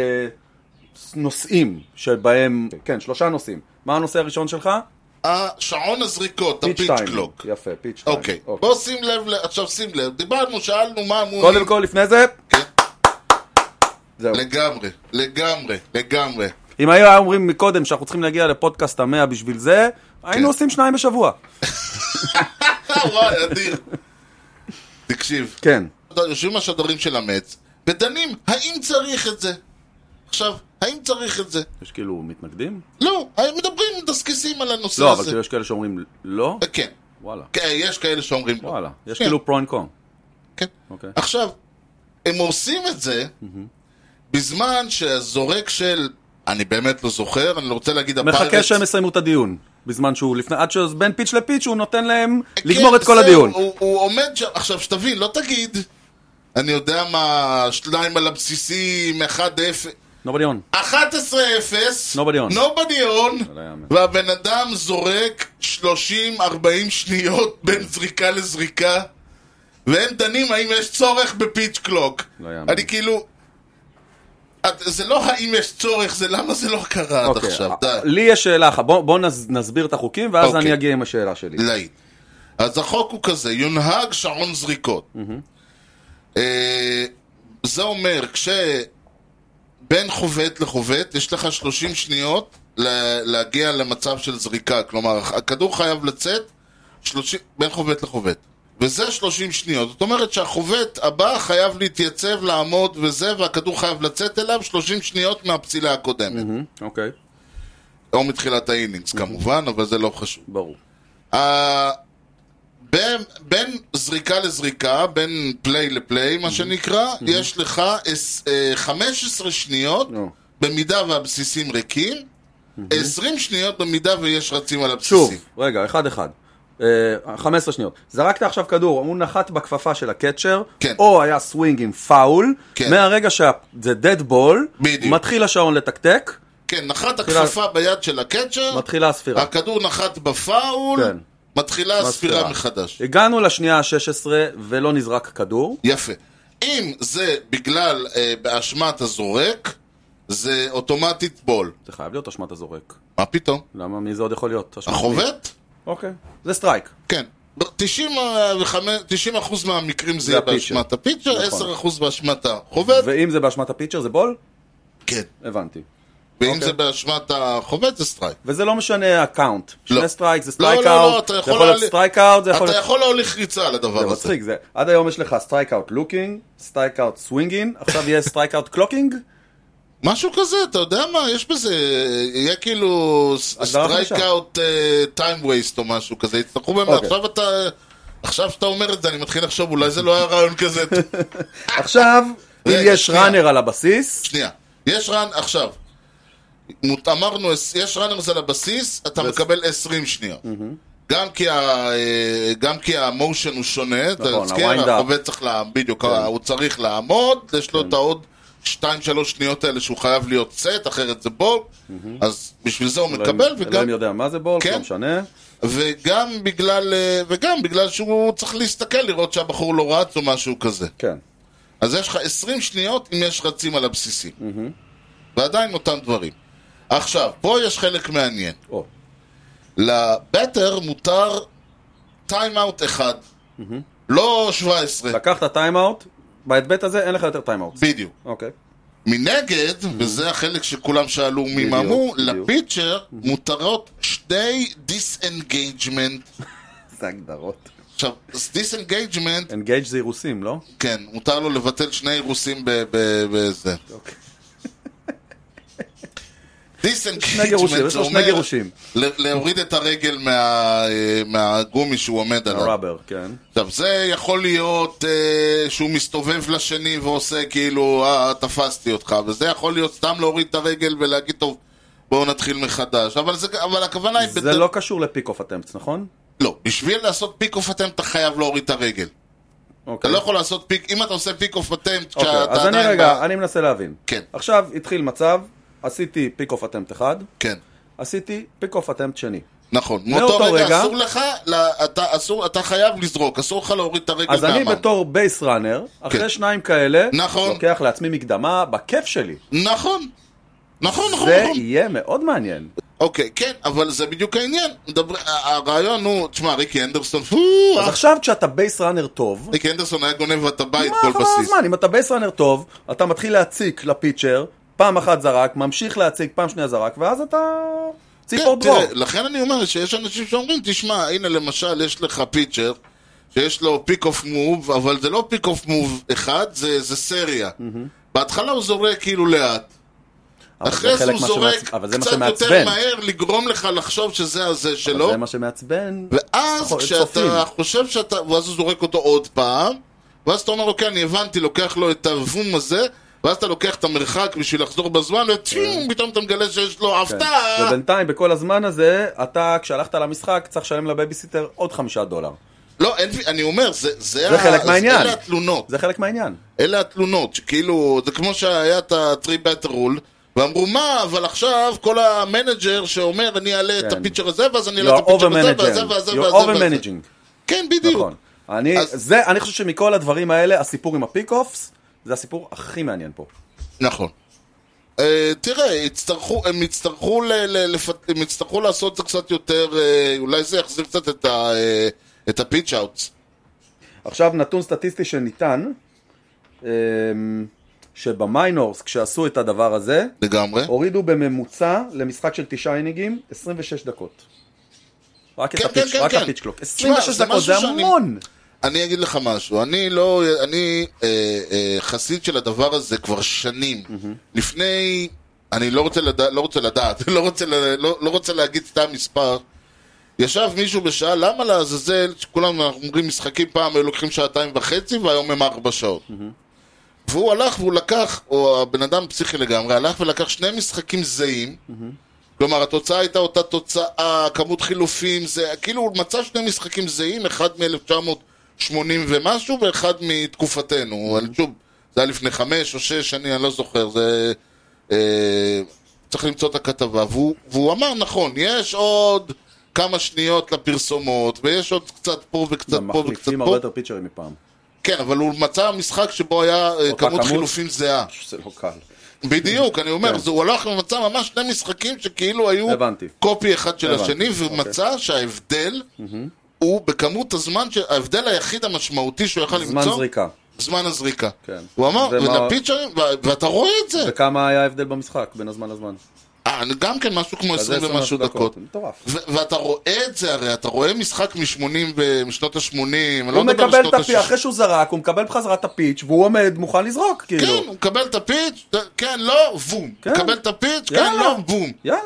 [SPEAKER 2] נושאים שבהם... כן, שלושה נושאים. מה הנושא הראשון שלך?
[SPEAKER 1] השעון הזריקות, הפיץ'
[SPEAKER 2] טיים.
[SPEAKER 1] קלוק.
[SPEAKER 2] יפה, פיץ' טיים.
[SPEAKER 1] אוקיי, בוא שים לב, ל- עכשיו שים לב, דיברנו, שאלנו מה אמרו...
[SPEAKER 2] קודם כל, לפני זה... זהו.
[SPEAKER 1] לגמרי, לגמרי, לגמרי. אה,
[SPEAKER 2] אם היו אומרים מקודם שאנחנו צריכים להגיע לפודקאסט המאה בשביל זה,
[SPEAKER 1] כן.
[SPEAKER 2] היינו עושים שניים בשבוע.
[SPEAKER 1] אה, וואי, אדיר. תקשיב,
[SPEAKER 2] כן.
[SPEAKER 1] יושבים השדרים של המץ, ודנים האם צריך את זה. עכשיו, האם צריך את זה?
[SPEAKER 2] יש כאילו מתנגדים?
[SPEAKER 1] לא, הם מדברים, מדסקסים על הנושא
[SPEAKER 2] לא, אבל
[SPEAKER 1] הזה.
[SPEAKER 2] כאילו יש כאלה שאומרים לא?
[SPEAKER 1] אה, כן,
[SPEAKER 2] וואלה.
[SPEAKER 1] כן, יש כאלה שאומרים לא.
[SPEAKER 2] וואלה. יש
[SPEAKER 1] כן.
[SPEAKER 2] כאילו פרון קום.
[SPEAKER 1] כן.
[SPEAKER 2] אוקיי.
[SPEAKER 1] עכשיו, הם עושים את זה בזמן שהזורק של... אני באמת לא זוכר, אני לא רוצה להגיד הפרץ.
[SPEAKER 2] מחכה שהם יסיימו את הדיון. בזמן שהוא לפני, עד שבין פיץ' לפיץ' הוא נותן להם
[SPEAKER 1] כן,
[SPEAKER 2] לגמור את כל
[SPEAKER 1] בסדר,
[SPEAKER 2] הדיון.
[SPEAKER 1] הוא, הוא עומד שם, עכשיו שתבין, לא תגיד, אני יודע מה, שניים על הבסיסים, 1-0,
[SPEAKER 2] נובדי און.
[SPEAKER 1] 11-0,
[SPEAKER 2] Nobody on.
[SPEAKER 1] nobody on,
[SPEAKER 2] לא יאמן.
[SPEAKER 1] והבן אדם זורק 30-40 שניות בין זריקה לזריקה, והם דנים האם יש צורך בפיץ' קלוק.
[SPEAKER 2] לא יאמן.
[SPEAKER 1] אני כאילו... את- זה לא האם יש צורך, זה למה זה לא קרה עד
[SPEAKER 2] אוקיי,
[SPEAKER 1] עכשיו,
[SPEAKER 2] א-
[SPEAKER 1] די.
[SPEAKER 2] לי יש שאלה אחת, בואו נסביר את החוקים ואז
[SPEAKER 1] אוקיי.
[SPEAKER 2] אני אגיע עם השאלה שלי.
[SPEAKER 1] להיט. אז החוק הוא כזה, יונהג שעון זריקות. אה, זה אומר, כשבין חובט לחובט, יש לך 30 שניות ל- להגיע למצב של זריקה. כלומר, הכדור חייב לצאת 30 בין חובט לחובט. וזה 30 שניות. זאת אומרת שהחובט הבא חייב להתייצב, לעמוד וזה, והכדור חייב לצאת אליו 30 שניות מהפצילה הקודמת.
[SPEAKER 2] מהמם, אוקיי,
[SPEAKER 1] או מתחילת האינינגס כמובן, אבל זה לא חשוב.
[SPEAKER 2] ברור.
[SPEAKER 1] ה- בין, בין זריקה לזריקה, בין פליי לפליי,
[SPEAKER 2] Mm-hmm.
[SPEAKER 1] מה שנקרא, יש לך עש- אה, 15 שניות,
[SPEAKER 2] נו. Mm-hmm.
[SPEAKER 1] במידה והבסיסים ריקים, 20 שניות במידה ויש רצים על
[SPEAKER 2] שוב,
[SPEAKER 1] הבסיסים.
[SPEAKER 2] רגע, אחד אחד. אה, 15 שניות. זרקת עכשיו כדור, הוא נחת בכפפה של הקצ'ר,
[SPEAKER 1] כן.
[SPEAKER 2] או היה סווינג עם פאול,
[SPEAKER 1] כן.
[SPEAKER 2] מהרגע שזה דד בול,
[SPEAKER 1] בדיוק.
[SPEAKER 2] מתחיל השעון לתקתק,
[SPEAKER 1] כן, נחת הכפפה ביד של הקצ'ר,
[SPEAKER 2] מתחילה הספירה.
[SPEAKER 1] הכדור נחת בפאול,
[SPEAKER 2] כן.
[SPEAKER 1] מתחילה הספירה מחדש.
[SPEAKER 2] הגענו לשנייה ה-16 ולא נזרק כדור,
[SPEAKER 1] יפה. אם זה בגלל, אה, באשמת הזורק, זה אוטומטית בול.
[SPEAKER 2] זה חייב להיות אשמת הזורק.
[SPEAKER 1] מה פתאום?
[SPEAKER 2] למה, מי זה עוד יכול להיות? אשמת מי?
[SPEAKER 1] החובט?
[SPEAKER 2] אוקיי. זה סטרייק.
[SPEAKER 1] כן. אה, 95 90% מהמקרים זה
[SPEAKER 2] זה
[SPEAKER 1] יהיה
[SPEAKER 2] הפיצ'ר.
[SPEAKER 1] באשמת הפיצ'ר,
[SPEAKER 2] נכון.
[SPEAKER 1] 10% באשמת החובט,
[SPEAKER 2] ואם זה באשמת הפיצ'ר זה בול?
[SPEAKER 1] כן.
[SPEAKER 2] הבנתי.
[SPEAKER 1] ואם
[SPEAKER 2] אוקיי.
[SPEAKER 1] זה באשמת החובט זה סטרייק.
[SPEAKER 2] וזה לא משנה הקאונט.
[SPEAKER 1] לא.
[SPEAKER 2] שני סטרייק זה
[SPEAKER 1] לא, לא,
[SPEAKER 2] סטרייק
[SPEAKER 1] לא,
[SPEAKER 2] אאוט,
[SPEAKER 1] אתה
[SPEAKER 2] זה
[SPEAKER 1] יכול
[SPEAKER 2] יכול להיות
[SPEAKER 1] להעלי-
[SPEAKER 2] סטרייק אאוט, זה יכול
[SPEAKER 1] אתה
[SPEAKER 2] להיות...
[SPEAKER 1] יכול להוליך ריצה על
[SPEAKER 2] זה
[SPEAKER 1] הדבר הזה.
[SPEAKER 2] מצחיק, זה... עד היום יש לך סטרייק אאוט לוקינג, סטרייק אאוט סווינגינג, עכשיו יהיה סטרייק אאוט קלוקינג,
[SPEAKER 1] משהו כזה, אתה יודע מה, יש בזה, יהיה כאילו
[SPEAKER 2] הגדרה
[SPEAKER 1] סטרייק
[SPEAKER 2] חדשה.
[SPEAKER 1] אאוט טיים וייסט או משהו כזה, יצטרכו באמת,
[SPEAKER 2] אוקיי.
[SPEAKER 1] עכשיו אתה, עכשיו שאתה אומר את זה, אני מתחיל לחשוב, אולי זה לא היה רעיון כזה,
[SPEAKER 2] עכשיו, אם
[SPEAKER 1] רגע,
[SPEAKER 2] יש
[SPEAKER 1] שנייה.
[SPEAKER 2] ראנר על הבסיס,
[SPEAKER 1] שנייה, יש רן, עכשיו, מות- אמרנו, יש ראנרס על הבסיס, אתה מקבל 20 שניות. גם כי, ה, אה, גם כי המושן הוא שונה, אתה
[SPEAKER 2] נכון, כן.
[SPEAKER 1] מזכיר,
[SPEAKER 2] הווינדאפ.
[SPEAKER 1] החובד צריך לעמוד, בדיוק, הוא צריך לעמוד, יש
[SPEAKER 2] כן.
[SPEAKER 1] לו את העוד 2-3 שניות האלה שהוא חייב להיות סט, אחרת זה בול, אז בשביל זה הוא מקבל,
[SPEAKER 2] אלוהים-
[SPEAKER 1] וגם,
[SPEAKER 2] אלוהים יודע מה זה בולט,
[SPEAKER 1] כן.
[SPEAKER 2] לא משנה.
[SPEAKER 1] וגם, בגלל, אה, וגם בגלל שהוא צריך להסתכל לראות שהבחור לא רץ או משהו כזה.
[SPEAKER 2] כן.
[SPEAKER 1] אז יש לך 20 שניות אם יש רצים על הבסיסים. ועדיין אותם דברים. עכשיו, פה יש חלק מעניין.
[SPEAKER 2] או,
[SPEAKER 1] לבטר מותר טיימאוט אחד. לא 17.
[SPEAKER 2] לקחת טיימאוט, בהיבט הזה אין לך יותר טיימאוט.
[SPEAKER 1] בדיוק.
[SPEAKER 2] אוקיי.
[SPEAKER 1] מנגד, וזה החלק שכולם שאלו מי
[SPEAKER 2] בדיוק,
[SPEAKER 1] מאמו,
[SPEAKER 2] בדיוק.
[SPEAKER 1] לפיצ'ר מותרות שתי דיסאנגייג'מנט.
[SPEAKER 2] זה הגדרות.
[SPEAKER 1] עכשיו, דיסאנגייג'מנט,
[SPEAKER 2] אנגייג' זה אירוסים, לא?
[SPEAKER 1] כן, מותר לו לבטל שני אירוסים ב- ב- בזה.
[SPEAKER 2] אוקיי. שני גירושים,
[SPEAKER 1] דיסאנגייג'מנט
[SPEAKER 2] יש
[SPEAKER 1] זה
[SPEAKER 2] לו שני
[SPEAKER 1] אומר
[SPEAKER 2] גירושים.
[SPEAKER 1] ל- להוריד את הרגל מה- אה, מהגומי שהוא עומד עליו.
[SPEAKER 2] הראבר, כן.
[SPEAKER 1] עכשיו, זה יכול להיות אה, שהוא מסתובב לשני ועושה כאילו, אה, תפסתי אותך, וזה יכול להיות סתם להוריד את הרגל ולהגיד, טוב, בואו נתחיל מחדש. אבל, זה, אבל הכוונה היא...
[SPEAKER 2] זה לא קשור לפיק אוף אטמפט, נכון?
[SPEAKER 1] לא, בשביל לעשות פיק אוף אטמפט אתה חייב להוריד את הרגל. אתה
[SPEAKER 2] אוקיי.
[SPEAKER 1] לא יכול לעשות פיק, אם אתה עושה פיק אוף אטמפט
[SPEAKER 2] אוקיי,
[SPEAKER 1] כשאתה
[SPEAKER 2] אז אני
[SPEAKER 1] עדיין...
[SPEAKER 2] רגע,
[SPEAKER 1] ב-
[SPEAKER 2] אני מנסה להבין.
[SPEAKER 1] כן.
[SPEAKER 2] עכשיו התחיל מצב, עשיתי פיק אוף אטמפט אחד,
[SPEAKER 1] כן.
[SPEAKER 2] עשיתי פיק אוף אטמפט שני.
[SPEAKER 1] נכון,
[SPEAKER 2] מאותו
[SPEAKER 1] מאותו רגע,
[SPEAKER 2] רגע-
[SPEAKER 1] אסור לך, לה, אתה, אסור, אתה חייב לזרוק, אסור לך להוריד את הרגל
[SPEAKER 2] אז אני
[SPEAKER 1] מהמם.
[SPEAKER 2] בתור בייס ראנר, אחרי
[SPEAKER 1] כן.
[SPEAKER 2] שניים כאלה,
[SPEAKER 1] נכון.
[SPEAKER 2] לוקח לעצמי מקדמה בכיף שלי.
[SPEAKER 1] נכון, נכון, נכון,
[SPEAKER 2] זה
[SPEAKER 1] נכון.
[SPEAKER 2] יהיה מאוד מעניין.
[SPEAKER 1] אוקיי, כן, אבל זה בדיוק העניין. מדבר... ה- הרעיון הוא, תשמע, ריקי אנדרסון, פו,
[SPEAKER 2] אז
[SPEAKER 1] אח,
[SPEAKER 2] עכשיו כשאתה בייס ראנר טוב,
[SPEAKER 1] ריקי אנדרסון היה גונב את הבית
[SPEAKER 2] מה
[SPEAKER 1] כל
[SPEAKER 2] חבל
[SPEAKER 1] בסיס.
[SPEAKER 2] הזמן, אם אתה בייס ראנר טוב, אתה מתחיל להציק לפיצ'ר, פעם אחת זרק, ממשיך להציק, פעם שנייה זרק, ואז אתה ציפור
[SPEAKER 1] כן,
[SPEAKER 2] דרור.
[SPEAKER 1] תראה, לכן אני אומר שיש אנשים שאומרים, תשמע, הנה למשל יש לך פיצ'ר שיש לו פיק אוף מוב, אבל זה לא פיק אוף מוב אחד, זה, זה סריה. בהתחלה הוא זורק כאילו לאט.
[SPEAKER 2] אבל
[SPEAKER 1] אחרי זה
[SPEAKER 2] חלק
[SPEAKER 1] הוא
[SPEAKER 2] מה
[SPEAKER 1] זורק
[SPEAKER 2] שמעצ- אבל זה מה
[SPEAKER 1] קצת יותר
[SPEAKER 2] שמעצבן.
[SPEAKER 1] מהר לגרום לך לחשוב שזה הזה
[SPEAKER 2] אבל
[SPEAKER 1] שלו,
[SPEAKER 2] זה לא? מה שמעצבן.
[SPEAKER 1] ואז
[SPEAKER 2] נכון, צופים.
[SPEAKER 1] כשאתה חושב שאתה, ואז הוא זורק אותו עוד פעם, ואז אתה אומר, אוקיי, אני הבנתי, לוקח לו את הוום הזה, ואז אתה לוקח את המרחק בשביל לחזור בזמן, וטיום, פתאום אתה מגלה שיש לו
[SPEAKER 2] כן.
[SPEAKER 1] הפתעה.
[SPEAKER 2] ובינתיים, בכל הזמן הזה, אתה, כשהלכת למשחק, צריך לשלם לבייביסיטר עוד חמישה דולר.
[SPEAKER 1] לא, אין, אני אומר, זה, זה,
[SPEAKER 2] זה
[SPEAKER 1] ה-
[SPEAKER 2] חלק
[SPEAKER 1] אז
[SPEAKER 2] מהעניין.
[SPEAKER 1] אלה התלונות.
[SPEAKER 2] זה חלק מהעניין.
[SPEAKER 1] אלה התלונות, שכאילו, זה כמו שהיה את ה-3 better rule, ואמרו, מה, אבל עכשיו כל המנג'ר שאומר, אני אעלה את
[SPEAKER 2] כן.
[SPEAKER 1] הפיצ'ר הזה, ואז אני אעלה
[SPEAKER 2] You're
[SPEAKER 1] את הפיצ'ר הזה,
[SPEAKER 2] over-managing.
[SPEAKER 1] וזה, וזה,
[SPEAKER 2] You're
[SPEAKER 1] וזה, וזה.
[SPEAKER 2] over-managing.
[SPEAKER 1] כן, בדיוק.
[SPEAKER 2] נכון. אני,
[SPEAKER 1] אז-
[SPEAKER 2] זה, אני חושב שמכל הדברים האלה, הסיפור עם הפיק-אופס, זה הסיפור הכי מעניין פה.
[SPEAKER 1] נכון. אה, תראה, יצטרכו, הם, יצטרכו ל, ל, לפת, הם יצטרכו לעשות את זה קצת יותר, אה, אולי זה יחזיר קצת את, ה, אה, את הפיץ' אאוטס.
[SPEAKER 2] עכשיו נתון סטטיסטי שניתן, אמ, שבמיינורס, כשעשו את הדבר הזה,
[SPEAKER 1] לגמרי.
[SPEAKER 2] הורידו בממוצע למשחק של תשעה אינינגים 26 דקות. רק את
[SPEAKER 1] כן,
[SPEAKER 2] הפיץ'
[SPEAKER 1] כן,
[SPEAKER 2] רק
[SPEAKER 1] כן.
[SPEAKER 2] הפיץ' קלוק.
[SPEAKER 1] תשמע,
[SPEAKER 2] 26
[SPEAKER 1] זה
[SPEAKER 2] דקות, זה
[SPEAKER 1] משהו שאני-
[SPEAKER 2] המון!
[SPEAKER 1] אני אגיד לך משהו, אני לא, אני אה, אה, חסיד של הדבר הזה כבר שנים. לפני, אני לא רוצה, לדע, לא רוצה לדעת, לא רוצה, ל, לא, לא רוצה להגיד סתם מספר. ישב מישהו בשעה, למה לעזאזל, שכולם אומרים משחקים פעם, היו לוקחים שעתיים וחצי והיום הם ארבע שעות. והוא הלך והוא לקח, או הבן אדם פסיכי לגמרי, הלך ולקח שני משחקים זהים. כלומר, התוצאה הייתה אותה תוצאה, כמות חילופים, זה כאילו הוא מצא שני משחקים זהים, אחד מ-1980 ומשהו ואחד מתקופתנו. אבל שוב, זה היה לפני חמש או שש שנים, אני לא זוכר, זה... אה, צריך למצוא את הכתבה. והוא, והוא אמר, נכון, יש עוד כמה שניות לפרסומות, ויש עוד קצת פה וקצת פה וקצת
[SPEAKER 2] מחליפים הרבה
[SPEAKER 1] פה.
[SPEAKER 2] יותר פיצ'רים מפעם.
[SPEAKER 1] כן, אבל הוא מצא משחק שבו היה אה,
[SPEAKER 2] אותה
[SPEAKER 1] כמות
[SPEAKER 2] כמות?
[SPEAKER 1] חילופים זהה.
[SPEAKER 2] זה לא קל.
[SPEAKER 1] בדיוק, אני אומר, זה, הוא הלך ומצא ממש שני משחקים שכאילו היו
[SPEAKER 2] הבנתי.
[SPEAKER 1] קופי אחד של
[SPEAKER 2] הבנתי,
[SPEAKER 1] השני, והוא
[SPEAKER 2] אוקיי.
[SPEAKER 1] מצא שההבדל הוא בכמות הזמן, ש- ההבדל היחיד המשמעותי שהוא יכל
[SPEAKER 2] זמן
[SPEAKER 1] למצוא,
[SPEAKER 2] זריקה.
[SPEAKER 1] זמן הזריקה.
[SPEAKER 2] כן.
[SPEAKER 1] הוא אמר,
[SPEAKER 2] ומה-
[SPEAKER 1] ולפיצ'רים, ו- ואתה רואה את זה.
[SPEAKER 2] וכמה היה ההבדל במשחק בין הזמן לזמן?
[SPEAKER 1] אה, מה, גם כן משהו כמו 20 ומשהו דקות.
[SPEAKER 2] מטורף.
[SPEAKER 1] ו- ואתה רואה את זה הרי, אתה רואה משחק משמונים, אה, משנות לא ה-80,
[SPEAKER 2] הוא מקבל את הפיץ', אחרי שהוא זרק, הוא מקבל בחזרה את הפיץ', והוא עומד מוכן לזרוק, כאילו.
[SPEAKER 1] כן, הוא מקבל את הפיץ', כן, לא, בום.
[SPEAKER 2] כן.
[SPEAKER 1] מקבל את הפיץ', כן,
[SPEAKER 2] יאללה.
[SPEAKER 1] לא, בום.
[SPEAKER 2] יאללה.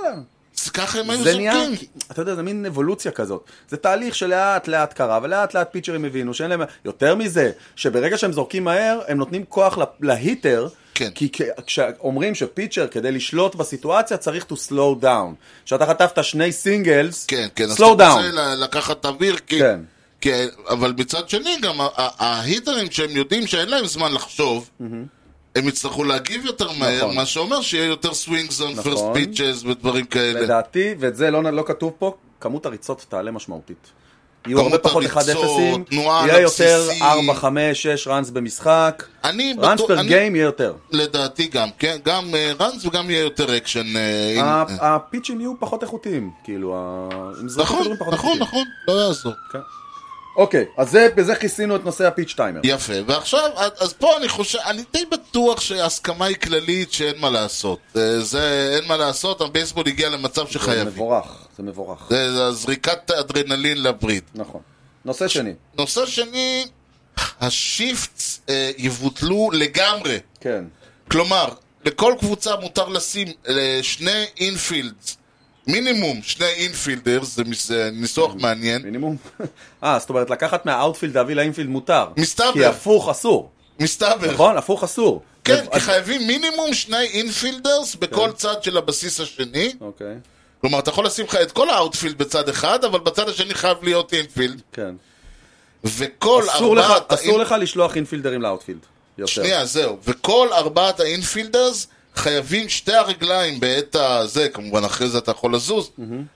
[SPEAKER 1] אז ככה הם היו
[SPEAKER 2] זה נהיה,
[SPEAKER 1] זורקים.
[SPEAKER 2] אתה יודע, זה מין אבולוציה כזאת. זה תהליך שלאט לאט קרה, ולאט לאט פיצ'רים הבינו שאין להם... יותר מזה, שברגע שהם זורקים מהר, הם נותנים כוח לה- להיטר.
[SPEAKER 1] כן.
[SPEAKER 2] כי כ- כשאומרים שפיצ'ר, כדי לשלוט בסיטואציה, צריך to slow down. כשאתה חטפת שני סינגלס,
[SPEAKER 1] כן, כן, אז אתה
[SPEAKER 2] slow down.
[SPEAKER 1] רוצה ל- לקחת אוויר, כי...
[SPEAKER 2] כן.
[SPEAKER 1] כן, אבל מצד שני, גם ה- ה- ההיטרים שהם יודעים שאין להם זמן לחשוב, הם יצטרכו להגיב יותר מהר,
[SPEAKER 2] נכון.
[SPEAKER 1] מה שאומר שיהיה יותר סווינגס on
[SPEAKER 2] נכון.
[SPEAKER 1] first pitches ודברים כאלה.
[SPEAKER 2] לדעתי, ואת זה לא, לא כתוב פה, כמות הריצות תעלה משמעותית. יהיו הרבה
[SPEAKER 1] כמות
[SPEAKER 2] פחות 1-0,
[SPEAKER 1] הריצות, תנועה
[SPEAKER 2] יהיה
[SPEAKER 1] על
[SPEAKER 2] יותר
[SPEAKER 1] הבסיסי.
[SPEAKER 2] 4, 5, 6 ראנס במשחק,
[SPEAKER 1] אני
[SPEAKER 2] ראנס
[SPEAKER 1] בטוח-
[SPEAKER 2] פר
[SPEAKER 1] אני-
[SPEAKER 2] גיים יהיה יותר.
[SPEAKER 1] לדעתי גם, כן, גם אה, ראנס וגם יהיה יותר אקשן. אה, עם-
[SPEAKER 2] ה-
[SPEAKER 1] אה,
[SPEAKER 2] הפיצ'ים יהיו פחות איכותיים, כאילו, ה- הם יזרקו
[SPEAKER 1] נכון,
[SPEAKER 2] כדורים פחות
[SPEAKER 1] נכון,
[SPEAKER 2] איכותיים.
[SPEAKER 1] נכון, לא יעזור.
[SPEAKER 2] אוקיי, אז זה- בזה כיסינו את נושא הפיץ' טיימר.
[SPEAKER 1] יפה, ועכשיו, אז- אז פה אני חושב, אני די בטוח שההסכמה היא כללית שאין מה לעשות. אה, זה, אין מה לעשות, הבייסבול הגיע למצב
[SPEAKER 2] זה
[SPEAKER 1] שחייבים.
[SPEAKER 2] מבורך, זה מבורך,
[SPEAKER 1] זה זה הזריקת האדרנלין לברית.
[SPEAKER 2] נכון. נושא שני,
[SPEAKER 1] נושא שני, השיפטס אה, יבוטלו לגמרי.
[SPEAKER 2] כן.
[SPEAKER 1] כלומר, לכל קבוצה מותר לשים אה, שני אינפילדס, מינימום שני אינפילדרס, זה מס- אה, ניסוח מעניין.
[SPEAKER 2] מינימום. אה, זאת אומרת, לקחת מהאוטפילד להביא לאינפילד מותר.
[SPEAKER 1] מסתבר.
[SPEAKER 2] כי הפוך אסור,
[SPEAKER 1] מסתבר.
[SPEAKER 2] נכון? הפוך אסור.
[SPEAKER 1] כן,
[SPEAKER 2] אז-
[SPEAKER 1] כי חייבים מינימום שני אינפילדרס בכל צד של הבסיס השני.
[SPEAKER 2] אוקיי,
[SPEAKER 1] כלומר, אתה יכול לשים לך את כל האאוטפילד בצד אחד, אבל בצד השני חייב להיות אינפילד.
[SPEAKER 2] כן.
[SPEAKER 1] וכל
[SPEAKER 2] אסור לך,
[SPEAKER 1] ארבעת...
[SPEAKER 2] אסור
[SPEAKER 1] האינ-
[SPEAKER 2] לך לשלוח אינפילדרים לאוטפילד. יותר.
[SPEAKER 1] שנייה, זהו. וכל ארבעת האינפילדרס חייבים שתי הרגליים בעת הזה, כמובן אחרי זה אתה יכול לזוז,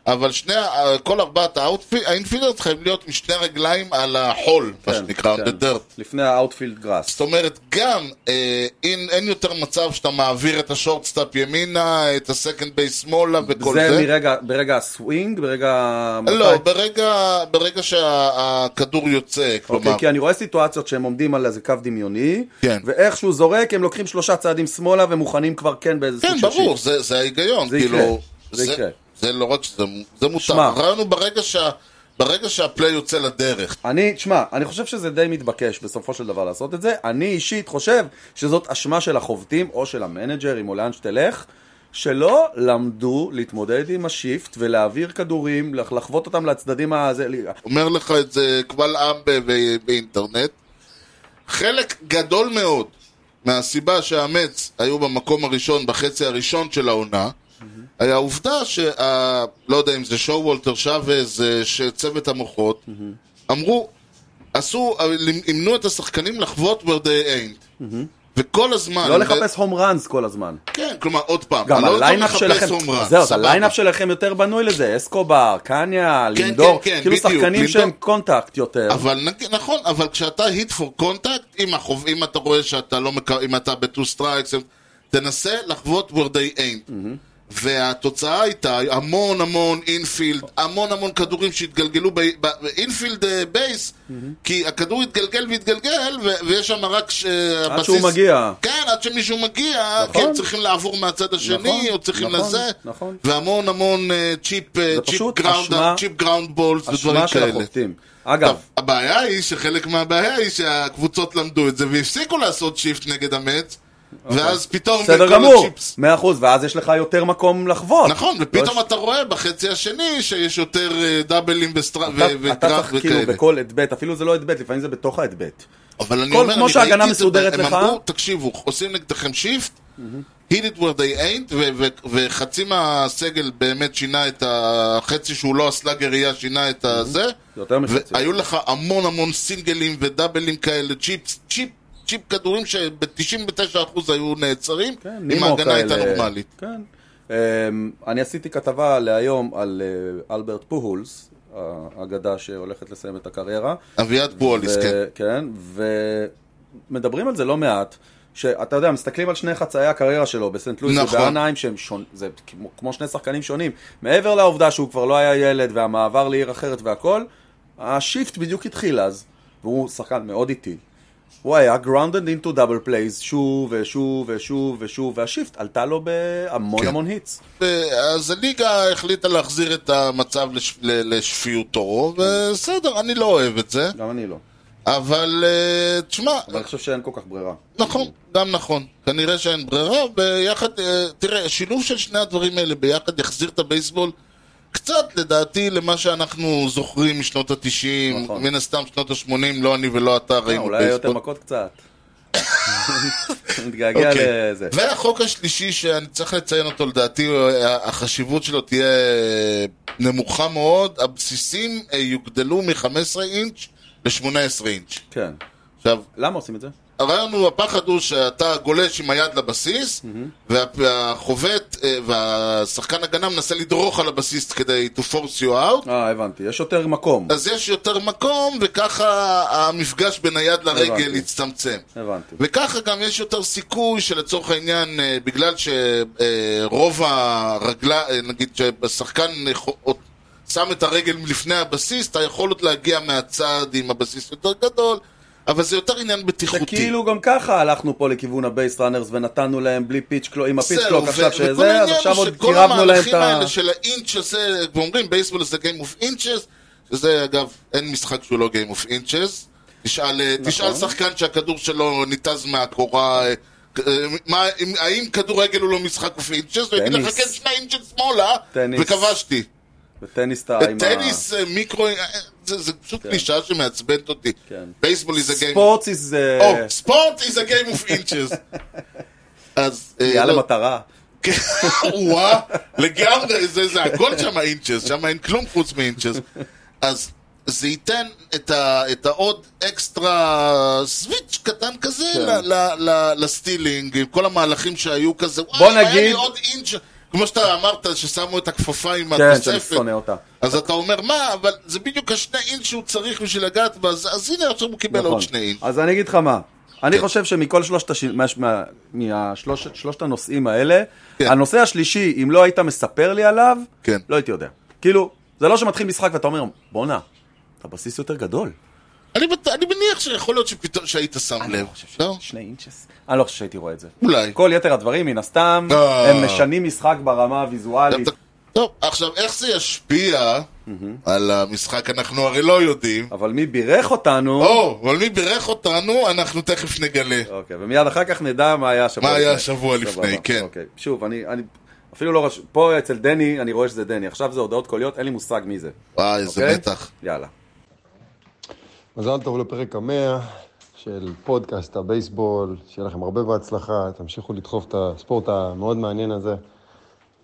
[SPEAKER 1] אבל שני, ה- כל ארבעת האאוטפיל- האינפילדרס חייבים להיות עם שני הרגליים על החול, מה
[SPEAKER 2] כן,
[SPEAKER 1] שנקרא, on
[SPEAKER 2] כן.
[SPEAKER 1] the dirt.
[SPEAKER 2] לפני האוטפילד גראס.
[SPEAKER 1] זאת אומרת, גם אה, אין, אין יותר מצב שאתה מעביר את השורטסטאפ ימינה, את הסקנד בייס שמאלה וכל זה.
[SPEAKER 2] זה מרגע, ברגע הסווינג, ברגע...
[SPEAKER 1] לא,
[SPEAKER 2] מתי-
[SPEAKER 1] ברגע, ברגע שהכדור יוצא, כלומר,
[SPEAKER 2] אוקיי, כי אני רואה סיטואציות שהם עומדים על איזה קו דמיוני,
[SPEAKER 1] כן.
[SPEAKER 2] ואיך שהוא זורק, הם לוקחים שלושה צעדים שמאלה ומוכנים כבר כן באיזה
[SPEAKER 1] כן,
[SPEAKER 2] סוג של
[SPEAKER 1] ברור,
[SPEAKER 2] שיט.
[SPEAKER 1] זה, זה ההיגיון,
[SPEAKER 2] זה
[SPEAKER 1] כאילו,
[SPEAKER 2] יקרה, זה
[SPEAKER 1] זה,
[SPEAKER 2] יקרה.
[SPEAKER 1] זה לא רק שזה, זה מותר,
[SPEAKER 2] שמע.
[SPEAKER 1] הרעיון הוא ברגע, שה, ברגע שהפליי יוצא לדרך,
[SPEAKER 2] אני, תשמע, אני חושב שזה די מתבקש בסופו של דבר לעשות את זה. אני אישית חושב שזאת אשמה של החובטים או של המנג'רים או לאן שתלך, שלא למדו להתמודד עם השיפט ולהעביר כדורים, לח- לחבוט אותם לצדדים לא הזה.
[SPEAKER 1] אומר לך את זה קבל עם ב- ב- באינטרנט, חלק גדול מאוד מהסיבה שהמץ היו במקום הראשון, בחצי הראשון של העונה, היה העובדה שה... לא יודע אם זה שואו וולטר שווז, אה, שצוות המוחות, אמרו, עשו, אה, ימנו את השחקנים לחוות where they ain't. וכל הזמן...
[SPEAKER 2] לא לחפש הום ראנס כל הזמן.
[SPEAKER 1] כן, כלומר, עוד פעם,
[SPEAKER 2] גם
[SPEAKER 1] אני לא רוצה
[SPEAKER 2] הליינאפ
[SPEAKER 1] לחפש
[SPEAKER 2] שלכם,
[SPEAKER 1] home run,
[SPEAKER 2] זהו, אז
[SPEAKER 1] סבבה.
[SPEAKER 2] הליינאפ שלכם יותר בנוי לזה, אסקובר, קניה,
[SPEAKER 1] כן,
[SPEAKER 2] לינדור,
[SPEAKER 1] כן, כן,
[SPEAKER 2] כאילו
[SPEAKER 1] בדיוק,
[SPEAKER 2] שחקנים
[SPEAKER 1] לינדור.
[SPEAKER 2] שהם קונטקט יותר.
[SPEAKER 1] אבל נג- נכון, אבל כשאתה hit for contact, אם, החוב, אם אתה רואה שאתה לא מקבל, אם אתה ב-two strikes, תנסה לחוות where they ain't.
[SPEAKER 2] Mm-hmm.
[SPEAKER 1] והתוצאה הייתה המון המון אינפילד, המון המון כדורים שהתגלגלו באינפילד בייס, אה,
[SPEAKER 2] Mm-hmm.
[SPEAKER 1] כי הכדור התגלגל והתגלגל, ו- ויש שם רק ש...
[SPEAKER 2] עד שהוא מגיע.
[SPEAKER 1] כן, עד שמישהו מגיע,
[SPEAKER 2] נכון.
[SPEAKER 1] כי הם צריכים לעבור מהצד השני,
[SPEAKER 2] נכון,
[SPEAKER 1] או צריכים
[SPEAKER 2] נכון,
[SPEAKER 1] לזה,
[SPEAKER 2] נכון.
[SPEAKER 1] והמון המון אה, צ'יפ, אה,
[SPEAKER 2] זה
[SPEAKER 1] צ'יפ
[SPEAKER 2] פשוט
[SPEAKER 1] גראונד-
[SPEAKER 2] אשמה-
[SPEAKER 1] צ'יפ גראונד בולס ודברים
[SPEAKER 2] אשמה של
[SPEAKER 1] כאלה.
[SPEAKER 2] החובטים.
[SPEAKER 1] טוב,
[SPEAKER 2] אגב,
[SPEAKER 1] הבעיה היא שחלק מהבעיה היא שהקבוצות למדו את זה והפסיקו לעשות שיפט נגד המץ ואז פתאום
[SPEAKER 2] אוקיי. בסדר
[SPEAKER 1] בכל
[SPEAKER 2] גמור,
[SPEAKER 1] הצ'יפס-
[SPEAKER 2] 100%, ואז יש לך יותר מקום לחבוט.
[SPEAKER 1] נכון, ופתאום
[SPEAKER 2] לא,
[SPEAKER 1] אתה רואה בחצי השני שיש יותר אה, דאבלים וסטרא-
[SPEAKER 2] אתה-
[SPEAKER 1] ו-
[SPEAKER 2] אתה
[SPEAKER 1] וקראח
[SPEAKER 2] צריך כאילו
[SPEAKER 1] וכאלה.
[SPEAKER 2] בכל אדבט, אפילו זה לא אדבט, לפעמים זה בתוך האדבט.
[SPEAKER 1] אבל אני
[SPEAKER 2] כל-
[SPEAKER 1] אומר,
[SPEAKER 2] כמו
[SPEAKER 1] אני
[SPEAKER 2] שההגנה
[SPEAKER 1] ראיתי את זה,
[SPEAKER 2] מסודרת
[SPEAKER 1] הם
[SPEAKER 2] לך-
[SPEAKER 1] אמרו, תקשיבו, עושים נגדכם שיפט, hit it where they ain't, ו- ו- וחצי מהסגל באמת שינה את החצי שהוא לא הסלאגריה, שינה את הזה.
[SPEAKER 2] יותר מחצי.
[SPEAKER 1] והיו לך המון המון סינגלים ודאבלים כאלה, צ'יפ, צ'יפ, צ'יפ כדורים שב-99% היו נעצרים,
[SPEAKER 2] כן,
[SPEAKER 1] אם
[SPEAKER 2] נימו
[SPEAKER 1] ההגנה הייתה
[SPEAKER 2] כאלה.
[SPEAKER 1] נורמלית.
[SPEAKER 2] כן. Um, אני עשיתי כתבה להיום על אה, אלברט פוהולס, האגדה שהולכת לסיים את הקריירה.
[SPEAKER 1] אביעד פואליס, כן.
[SPEAKER 2] כן, ומדברים על זה לא מעט, שאתה יודע, מסתכלים על שני חצאי הקריירה שלו בסנט לואיס
[SPEAKER 1] נכון.
[SPEAKER 2] ובאנהיים, שהם שון... זה כמו- כמו שני שחקנים שונים. מעבר לעובדה שהוא כבר לא היה ילד והמעבר לעיר אחרת והכל, השיפט בדיוק התחיל אז, והוא שחקן מאוד איטי. הוא היה grounded into double plays שוב ושוב ושוב ושוב, והשיפט עלתה לו בהמון
[SPEAKER 1] כן.
[SPEAKER 2] המון היטס.
[SPEAKER 1] אז הליגה החליטה להחזיר את המצב לש- ל- לשפיותו,
[SPEAKER 2] כן.
[SPEAKER 1] ובסדר, אני לא אוהב את זה,
[SPEAKER 2] גם אני לא.
[SPEAKER 1] אבל אה, תשמע,
[SPEAKER 2] אבל אני חושב שאין כל כך ברירה.
[SPEAKER 1] נכון, גם נכון. כנראה שאין ברירה, ביחד, אה, תראה, שילוב של שני הדברים האלה ביחד יחזיר את הבייסבול קצת, לדעתי, למה שאנחנו זוכרים משנות התשעים,
[SPEAKER 2] נכון.
[SPEAKER 1] מן הסתם שנות השמונים, לא אני ולא אתה
[SPEAKER 2] אה,
[SPEAKER 1] ראינו
[SPEAKER 2] אולי היה יותר
[SPEAKER 1] בייסבול.
[SPEAKER 2] מכות קצת. מתגעגע
[SPEAKER 1] אוקיי.
[SPEAKER 2] לזה.
[SPEAKER 1] והחוק השלישי שאני צריך לציין אותו, לדעתי ה- החשיבות שלו תהיה אה, נמוכה מאוד, הבסיסים אה, יוגדלו מ-15 אינץ' ל-18 אינץ'.
[SPEAKER 2] כן.
[SPEAKER 1] עכשיו,
[SPEAKER 2] למה עושים את זה?
[SPEAKER 1] הרעיון הוא, הפחד הוא שאתה גולש עם היד לבסיס, וה- והחובט אה, והשחקן הגנה מנסה לדרוך על הבסיס כדי to force you out,
[SPEAKER 2] אה, הבנתי. יש יותר מקום.
[SPEAKER 1] אז יש יותר מקום, וככה המפגש בין היד לרגל
[SPEAKER 2] הבנתי.
[SPEAKER 1] יצטמצם.
[SPEAKER 2] הבנתי.
[SPEAKER 1] וככה גם יש יותר סיכוי שלצורך העניין, אה, בגלל שרוב הרגלה, אה, נגיד שהשחקן אה, חו- אות- שם את הרגל מלפני הבסיס, אתה יכול עוד להגיע מהצד עם הבסיס יותר גדול, אבל זה יותר עניין בטיחותי.
[SPEAKER 2] כאילו גם ככה הלכנו פה לכיוון הבייס ראנרס ונתנו להם בלי פיץ' קלוק, עם הפיץ' קלוק
[SPEAKER 1] ו-
[SPEAKER 2] עכשיו
[SPEAKER 1] וכל
[SPEAKER 2] שזה, אז
[SPEAKER 1] העניין
[SPEAKER 2] עכשיו
[SPEAKER 1] הוא
[SPEAKER 2] עוד
[SPEAKER 1] שכל
[SPEAKER 2] קירבנו להם את
[SPEAKER 1] המהלכים
[SPEAKER 2] ה...
[SPEAKER 1] האלה של האינץ' הזה, ואומרים בייסבול זה Game of Inches, שזה אגב, אין משחק שהוא לא Game of Inches. תשאל, אה, תשאל
[SPEAKER 2] נכון.
[SPEAKER 1] שחקן שהכדור שלו ניתז מהקורה, אה, אה, מה, אם- האם כדורגל הוא לא משחק of Inches? הוא יגיד לך
[SPEAKER 2] טניס.
[SPEAKER 1] כן שני אינצ'ס שמאלה,
[SPEAKER 2] טניס.
[SPEAKER 1] וכבשתי.
[SPEAKER 2] וטניס אתה עם ה...
[SPEAKER 1] טניס, אה, מיקרו, אה, זה זה פשוט קלישה שמעצבנת אותי.
[SPEAKER 2] כן.
[SPEAKER 1] בייסבול is a game.
[SPEAKER 2] ספורט זה...
[SPEAKER 1] או, ספורט is a game of inches. אז... אה,
[SPEAKER 2] יאללה
[SPEAKER 1] לא,
[SPEAKER 2] מטרה.
[SPEAKER 1] כן, וואה, לגמרי, זה, זה הכל שם אינצ'ס, שם אין כלום חוץ מאינצ'ס. אז זה ייתן את, ה, את העוד אקסטרה סוויץ' קטן כזה
[SPEAKER 2] כן.
[SPEAKER 1] ל, ל, ל, לסטילינג, עם כל המהלכים שהיו כזה,
[SPEAKER 2] בוא
[SPEAKER 1] וואי, אם היה לי
[SPEAKER 2] נגיד-
[SPEAKER 1] עוד אינץ', כמו שאתה אמרת, ששמו את הכפפה עם
[SPEAKER 2] כן, שאני
[SPEAKER 1] התוספת.
[SPEAKER 2] שונא אותה.
[SPEAKER 1] אז אתה אומר, מה, אבל זה בדיוק השני אינץ' שהוא צריך בשביל לגעת בה, אז, אז הנה עכשיו הוא קיבל עוד שני אינץ'.
[SPEAKER 2] נכון. אז אני אגיד לך מה. אני
[SPEAKER 1] כן.
[SPEAKER 2] חושב שמכל שלושת הש- מה- מה- מהשלוש- שלושת הנושאים האלה,
[SPEAKER 1] כן.
[SPEAKER 2] הנושא השלישי, אם לא היית מספר לי עליו,
[SPEAKER 1] כן.
[SPEAKER 2] לא הייתי יודע. כאילו, זה לא שמתחיל משחק ואתה אומר, בואנה, הבסיס יותר גדול.
[SPEAKER 1] אני, בט- אני מניח שיכול להיות שפתאום, שהיית שם לב. לא?
[SPEAKER 2] שני אינצ'ס. אני לא חושב שהייתי רואה את זה.
[SPEAKER 1] אולי.
[SPEAKER 2] כל יתר הדברים, מן הסתם,
[SPEAKER 1] אה.
[SPEAKER 2] הם משנים משחק ברמה הוויזואלית,
[SPEAKER 1] טוב, עכשיו, איך זה ישפיע על המשחק אנחנו הרי לא יודעים.
[SPEAKER 2] אבל מי בירך אותנו...
[SPEAKER 1] או, אבל מי בירך אותנו, אנחנו תכף נגלה.
[SPEAKER 2] אוקיי, ומיד אחר כך נדע מה היה השבוע
[SPEAKER 1] מה
[SPEAKER 2] לפני.
[SPEAKER 1] היה השבוע
[SPEAKER 2] סבבה,
[SPEAKER 1] לפני, כן.
[SPEAKER 2] אוקיי, שוב, אני... אני- אפילו לא רשום, פה אצל דני, אני רואה שזה דני, עכשיו זה הודעות קוליות, אין לי מושג מי זה.
[SPEAKER 1] וואי, איזה
[SPEAKER 2] אוקיי?
[SPEAKER 1] מתח.
[SPEAKER 2] יאללה.
[SPEAKER 6] מזל טוב לפרק המאה של פודקאסט הבייסבול, שיהיה לכם הרבה בהצלחה, תמשיכו לדחוף את הספורט המאוד מעניין הזה,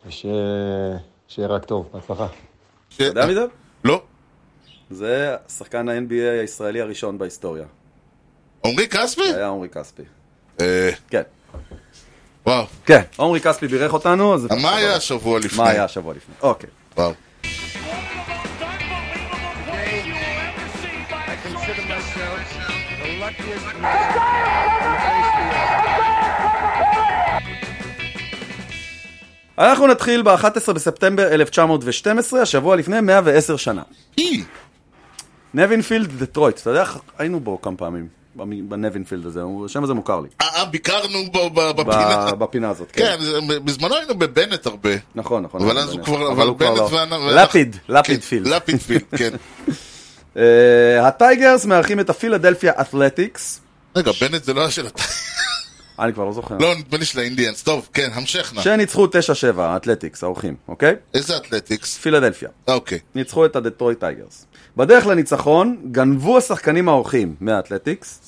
[SPEAKER 6] ושיהיה רק טוב, בהצלחה.
[SPEAKER 1] ש-
[SPEAKER 2] אתה יודע מי זה?
[SPEAKER 1] לא.
[SPEAKER 2] זה שחקן ה-NBA הישראלי הראשון בהיסטוריה.
[SPEAKER 1] עמרי כספי?
[SPEAKER 2] זה היה עומרי כספי.
[SPEAKER 1] אה,
[SPEAKER 2] כן.
[SPEAKER 1] וואו.
[SPEAKER 2] כן. עומרי כספי בירך אותנו, אז...
[SPEAKER 1] מה היה השבוע לפני?
[SPEAKER 2] אה, מה היה השבוע לפני? אוקיי.
[SPEAKER 1] וואו.
[SPEAKER 2] אנחנו נתחיל ב-11 בספטמבר 1912, השבוע לפני 110 שנה.
[SPEAKER 1] אי,
[SPEAKER 2] נבינפילד דטרויט, אתה יודע, איך- היינו בו כמה פעמים, במ- בנבינפילד הזה, הוא- השם הזה מוכר לי.
[SPEAKER 1] אה, אה, ביקרנו ב- ב- בפינה.
[SPEAKER 2] ב- בפינה הזאת, כן.
[SPEAKER 1] כן, זה- בזמנו היינו בבנט הרבה.
[SPEAKER 2] נכון, נכון.
[SPEAKER 1] אבל
[SPEAKER 2] נכון,
[SPEAKER 1] אז הוא
[SPEAKER 2] בנט.
[SPEAKER 1] כבר...
[SPEAKER 2] אבל הוא כבר
[SPEAKER 1] בנט
[SPEAKER 2] לא.
[SPEAKER 1] ואנ-
[SPEAKER 2] לפיד,
[SPEAKER 1] ואנחנו-
[SPEAKER 2] לפיד
[SPEAKER 1] כן,
[SPEAKER 2] פילד.
[SPEAKER 1] לפיד פילד, כן.
[SPEAKER 2] אה, הטייגרס מארחים את הפילדלפיה אתלטיקס,
[SPEAKER 1] רגע, בנט זה לא היה של... הת-
[SPEAKER 2] אני כבר לא זוכר,
[SPEAKER 1] לא, נדמה לי של האינדיאנס. טוב, כן, המשך נא.
[SPEAKER 2] שניצחו 9-7, האתלטיקס, האורחים, אוקיי?
[SPEAKER 1] איזה אתלטיקס?
[SPEAKER 2] פילדלפיה.
[SPEAKER 1] אה, אוקיי.
[SPEAKER 2] ניצחו את הדטרויט טייגרס. בדרך לניצחון, גנבו השחקנים האורחים מהאתלטיקס,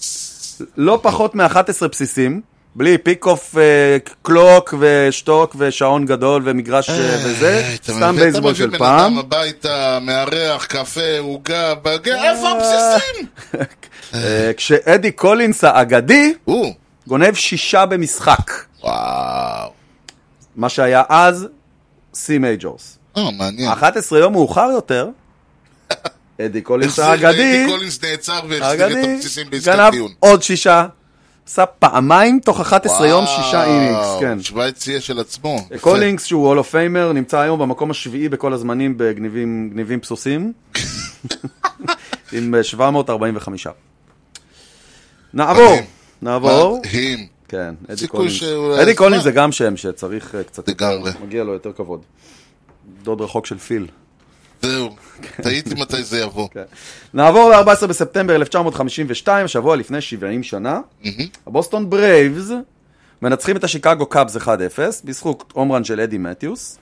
[SPEAKER 2] לא פחות מ-11 בסיסים, בלי פיק אוף אה, קלוק ושטוק ושעון גדול ומגרש אה, וזה,
[SPEAKER 1] איי, אתה
[SPEAKER 2] סתם
[SPEAKER 1] מבין?
[SPEAKER 2] בייסבול של
[SPEAKER 1] אתה מביא
[SPEAKER 2] פעם.
[SPEAKER 1] בן אדם הביתה, מארח, קפה, עוגה, בגר, איפה הבסיסים?
[SPEAKER 2] אה, כשאדי קולינס האגדי
[SPEAKER 1] או,
[SPEAKER 2] גונב שישה במשחק,
[SPEAKER 1] וואו.
[SPEAKER 2] מה שהיה אז סי מייג'ורס.
[SPEAKER 1] אה, מעניין.
[SPEAKER 2] 11 יום מאוחר יותר, אדי קולינס
[SPEAKER 1] החזיר-
[SPEAKER 2] האגדי,
[SPEAKER 1] אדי קולינס נעצר והחזיר את
[SPEAKER 2] האגדי,
[SPEAKER 1] הבסיסים בעסקת
[SPEAKER 2] גנב
[SPEAKER 1] טיעון.
[SPEAKER 2] עוד שישה, עשה פעמיים תוך 11 יום שישה אינינגס,
[SPEAKER 1] וואו,
[SPEAKER 2] כן. אה,
[SPEAKER 1] שווייץ יהיה של עצמו. יפה.
[SPEAKER 2] קולינגס שהוא הול אוף פיימר נמצא היום במקום השביעי בכל הזמנים בגניבים גניבים פסוסים עם אה, 745. נעבור,
[SPEAKER 1] מדהים.
[SPEAKER 2] נעבור.
[SPEAKER 1] מדהים.
[SPEAKER 2] כן, אדי
[SPEAKER 1] סיכוי
[SPEAKER 2] קולינס.
[SPEAKER 1] שהוא-
[SPEAKER 2] אדי קולינס
[SPEAKER 1] מה?
[SPEAKER 2] זה גם שם שצריך אה, קצת...
[SPEAKER 1] לגמרי.
[SPEAKER 2] מגיע לו יותר כבוד. דוד רחוק של פיל.
[SPEAKER 1] זהו, תהיתי מתי זה יבוא.
[SPEAKER 2] כן. נעבור ל-14 בספטמבר 1952, שבוע לפני 70 שנה. הבוסטון ברייבס מנצחים את השיקגו קאבס 1-0, בזכות עומרן של אדי מתיוס,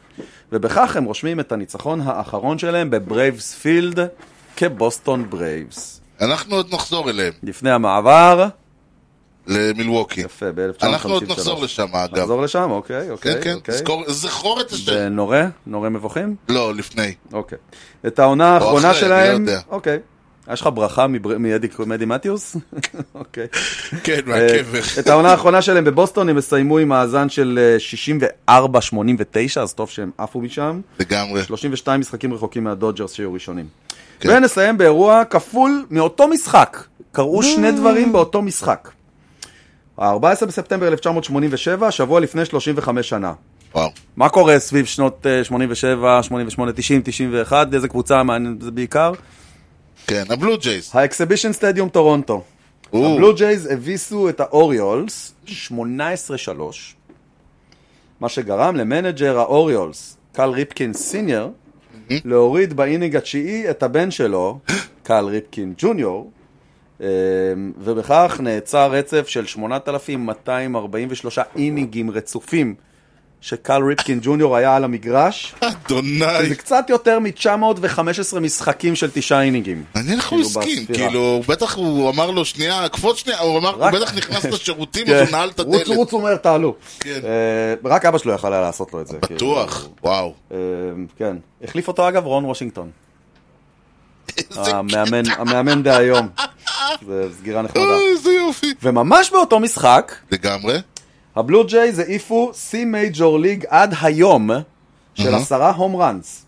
[SPEAKER 2] ובכך הם רושמים את הניצחון האחרון שלהם בברייבס פילד כבוסטון ברייבס.
[SPEAKER 1] אנחנו עוד נחזור אליהם,
[SPEAKER 2] לפני המעבר,
[SPEAKER 1] למילווקי.
[SPEAKER 2] יפה, ב-1953.
[SPEAKER 1] אנחנו עוד נחזור לשם, אגב.
[SPEAKER 2] נחזור לשם, אוקיי, אוקיי.
[SPEAKER 1] כן, כן,
[SPEAKER 2] אוקיי.
[SPEAKER 1] זכור- זכור את השם.
[SPEAKER 2] ונורה, נורה מבוכים?
[SPEAKER 1] לא, לפני.
[SPEAKER 2] אוקיי. את העונה האחרונה
[SPEAKER 1] אחרי,
[SPEAKER 2] שלהם?
[SPEAKER 1] אני לא יודע.
[SPEAKER 2] אוקיי. יש לך ברכה מבר- מאדי מאדי מתיוס? אוקיי.
[SPEAKER 1] כן,
[SPEAKER 2] אה, את
[SPEAKER 1] מהקבר.
[SPEAKER 2] העונה האחרונה שלהם בבוסטון הם יסיימו עם מאזן של אה, 64-89, אז טוב שהם עפו משם.
[SPEAKER 1] לגמרי.
[SPEAKER 2] 32 משחקים רחוקים מהדודג'רס שהיו ראשונים.
[SPEAKER 1] כן.
[SPEAKER 2] ונסיים באירוע כפול מאותו משחק. קרו שני דברים באותו משחק. ה-14 בספטמבר 1987, שבוע לפני 35 שנה.
[SPEAKER 1] וואו.
[SPEAKER 2] מה קורה סביב שנות אה, 87, 88, 90, 91, איזה קבוצה מעניינת זה בעיקר?
[SPEAKER 1] כן, הבלו ג'ייז.
[SPEAKER 2] האקסבישן סטדיום טורונטו.
[SPEAKER 1] או,
[SPEAKER 2] הבלו ג'ייז הביסו את האוריולס 18-3, מה שגרם למנג'ר האוריולס, קל ריפקין סיניור, להוריד באינינג התשיעי את הבן שלו, קל ריפקין ג'וניור, אמ, ובכך נעצר רצף של 8,243 אינינגים רצופים שקל ריפקין ג'וניור היה על המגרש,
[SPEAKER 1] אדוני.
[SPEAKER 2] זה קצת יותר מ-915 משחקים של תשעה אינינגים.
[SPEAKER 1] מעניין איך הוא
[SPEAKER 2] כאילו,
[SPEAKER 1] הסכים,
[SPEAKER 2] בספירה.
[SPEAKER 1] לא כאילו, הוא בטח הוא אמר לו שנייה, קפוץ שנייה, הוא אמר, הוא
[SPEAKER 2] רק- כן.
[SPEAKER 1] בטח נכנס לשירותים, אז הוא נעל את הדלת.
[SPEAKER 2] רוץ רוץ אומר תעלו.
[SPEAKER 1] כן.
[SPEAKER 2] אה, רק אבא שלו יכל היה לעשות לו את זה.
[SPEAKER 1] בטוח, וואו.
[SPEAKER 2] כאילו. אה, כן. החליף אותו אגב רון וושינגטון. אה,
[SPEAKER 1] איזה
[SPEAKER 2] המאמן המאמן דהיום. זה סגירה נחמדה.
[SPEAKER 1] אה, איזה יופי.
[SPEAKER 2] וממש באותו משחק,
[SPEAKER 1] לגמרי.
[SPEAKER 2] הבלו ג'ייז העיפו שיא מייג'ור ליג עד היום של
[SPEAKER 1] אהה.
[SPEAKER 2] עשרה הום ראנס.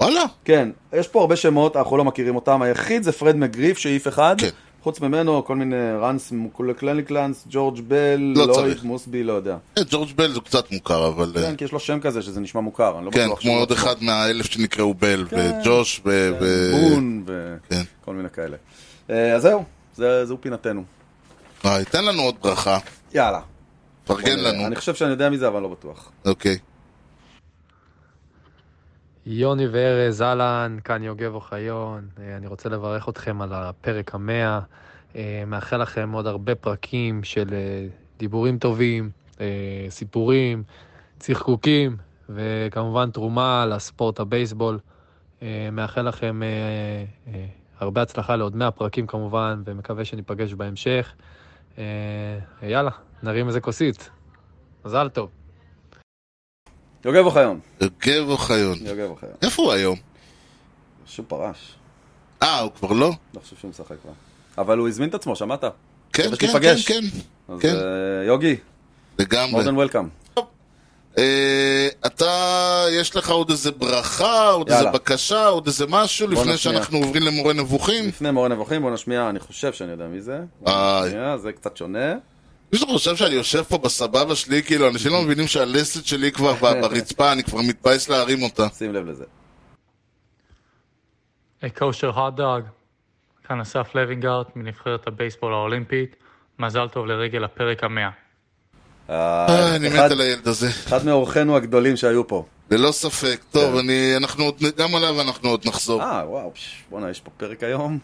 [SPEAKER 1] וואלה.
[SPEAKER 2] כן, יש פה הרבה שמות, אנחנו לא מכירים אותם. היחיד זה פרד מגריף שהעיף אחד.
[SPEAKER 1] כן.
[SPEAKER 2] חוץ ממנו, כל מיני ראנס, קלניקלנס, ג'ורג' בל,
[SPEAKER 1] לא
[SPEAKER 2] לויד,
[SPEAKER 1] צריך.
[SPEAKER 2] מוסבי, לא יודע.
[SPEAKER 1] אה, ג'ורג' בל זה קצת מוכר, אבל... אה,
[SPEAKER 2] כן, כי יש לו שם כזה שזה נשמע מוכר, אני לא כן.
[SPEAKER 1] כן,
[SPEAKER 2] בטוח
[SPEAKER 1] כמו
[SPEAKER 2] שהוא
[SPEAKER 1] עוד
[SPEAKER 2] עצמו.
[SPEAKER 1] אחד מהאלף שנקראו בל, וג'וש, ו... ו-
[SPEAKER 2] בון
[SPEAKER 1] כן.
[SPEAKER 2] וכל מיני כאלה. אה, אז זהו, זה- זהו פינתנו.
[SPEAKER 1] וואי, תן לנו עוד ברכה.
[SPEAKER 2] יאללה.
[SPEAKER 1] פרגן
[SPEAKER 2] בוא נראה.
[SPEAKER 1] כן לנו.
[SPEAKER 2] אני חושב שאני יודע מי זה, אבל לא בטוח.
[SPEAKER 1] אוקיי.
[SPEAKER 7] יוני וארז, אהלן, כאן יוגב אוחיון. אה, אני רוצה לברך אתכם על הפרק המאה. אה, מאחל לכם עוד הרבה פרקים של אה, דיבורים טובים, אה, סיפורים, צחקוקים, וכמובן תרומה לספורט הבייסבול. אה, מאחל לכם אה, אה, הרבה הצלחה לעוד 100 פרקים כמובן, ומקווה שניפגש בהמשך. אה, יאללה, נרים איזה כוסית. מזל טוב.
[SPEAKER 2] יוגב אוחיון.
[SPEAKER 1] יוגב אוחיון.
[SPEAKER 2] יוגב אוחיון.
[SPEAKER 1] איפה הוא היום?
[SPEAKER 2] שהוא פרש.
[SPEAKER 1] אה, הוא כבר לא?
[SPEAKER 2] לא חושב שהוא משחק כבר. אבל הוא הזמין את עצמו, שמעת?
[SPEAKER 1] כן,
[SPEAKER 2] אבל
[SPEAKER 1] כן, כן,
[SPEAKER 2] שניפגש.
[SPEAKER 1] כן.
[SPEAKER 2] אז
[SPEAKER 1] כן.
[SPEAKER 2] אה, יוגי,
[SPEAKER 1] לגמרי.
[SPEAKER 2] מורדן וולקאם.
[SPEAKER 1] אה, אתה, יש לך עוד איזה ברכה, עוד
[SPEAKER 2] יאללה.
[SPEAKER 1] איזה בקשה, עוד איזה משהו, לפני
[SPEAKER 2] נשמיע.
[SPEAKER 1] שאנחנו עוברים למורה נבוכים?
[SPEAKER 2] לפני מורה נבוכים, בוא נשמיע, אני חושב שאני יודע מי זה. בוא
[SPEAKER 1] איי.
[SPEAKER 2] נשמיע, זה קצת שונה.
[SPEAKER 1] מישהו חושב שאני יושב פה בסבבה שלי, כאילו, אנשים לא מבינים שהלסת שלי כבר ב- ברצפה, אני כבר מתבייש להרים אותה.
[SPEAKER 2] שים לב לזה.
[SPEAKER 8] היי כושר הוטדוג, כאן אסף לוינגארט מנבחרת הבייסבול האולימפית, מזל טוב לרגל הפרק המאה.
[SPEAKER 1] אה, אני
[SPEAKER 2] אחד-
[SPEAKER 1] מת על הילד הזה.
[SPEAKER 2] אחד מאורחינו הגדולים שהיו פה.
[SPEAKER 1] ללא ספק. טוב, אני, אנחנו עוד, גם עליו אנחנו עוד נחזור.
[SPEAKER 2] כן. אה, וואו, פש, בואנה, יש פה פרק היום.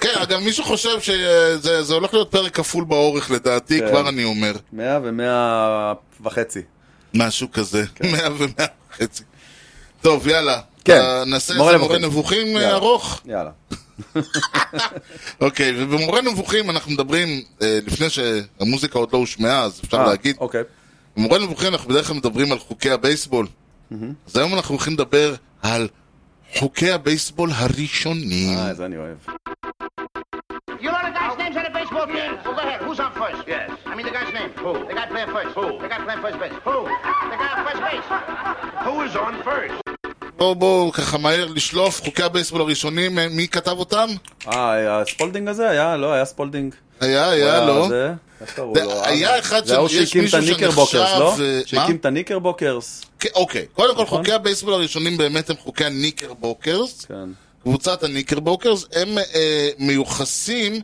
[SPEAKER 1] כן, אגב, מישהו חושב שזה זה הולך להיות פרק כפול באורך, לדעתי,
[SPEAKER 2] כן.
[SPEAKER 1] כבר אני אומר.
[SPEAKER 2] 100 ו-100 וחצי.
[SPEAKER 1] משהו כזה. מאה ומאה וחצי. טוב, יאללה.
[SPEAKER 2] כן.
[SPEAKER 1] אה, נעשה
[SPEAKER 2] מורה
[SPEAKER 1] איזה מורה
[SPEAKER 2] נבוכים.
[SPEAKER 1] נבוכים אה,
[SPEAKER 2] יאללה.
[SPEAKER 1] ארוך.
[SPEAKER 2] יאללה.
[SPEAKER 1] אוקיי, ובמורה נבוכים אנחנו מדברים, אה, לפני שהמוזיקה עוד לא הושמעה, אז אפשר
[SPEAKER 2] אה,
[SPEAKER 1] להגיד,
[SPEAKER 2] אוקיי.
[SPEAKER 1] במורה נבוכים אנחנו בדרך כלל מדברים על חוקי הבייסבול. אז היום אנחנו הולכים לדבר על חוקי הבייסבול הראשונים.
[SPEAKER 2] אה, זה אני אוהב.
[SPEAKER 9] You know the guy's names on the baseball team? Well, go ahead. Who's on first? Yes. I mean the guy's name. Who? The guy playing first. Who? The guy playing first base. Who? The guy on first base. Who is on first?
[SPEAKER 1] בואו בואו ככה מהר לשלוף, חוקי הבייסבול הראשונים, אה, מי כתב אותם?
[SPEAKER 2] אה, היה הספולדינג הזה? היה, לא, היה ספולדינג.
[SPEAKER 1] היה, היה, לא.
[SPEAKER 2] זה, איך קראו
[SPEAKER 1] זה-
[SPEAKER 2] לו?
[SPEAKER 1] היה
[SPEAKER 2] אה,
[SPEAKER 1] אחד
[SPEAKER 2] זה ההוא
[SPEAKER 1] של- יש
[SPEAKER 2] שהקים את
[SPEAKER 1] מישהו שנחשב,
[SPEAKER 2] הניקרבוקרס, לא?
[SPEAKER 1] אה,
[SPEAKER 2] שהקים
[SPEAKER 1] מה?
[SPEAKER 2] את הניקרבוקרס.
[SPEAKER 1] כן, אוקיי, קודם כל
[SPEAKER 2] נכון.
[SPEAKER 1] חוקי הבייסבול הראשונים באמת הם חוקי הניקרבוקרס.
[SPEAKER 2] כן.
[SPEAKER 1] קבוצת הניקרבוקרס, הם אה, מיוחסים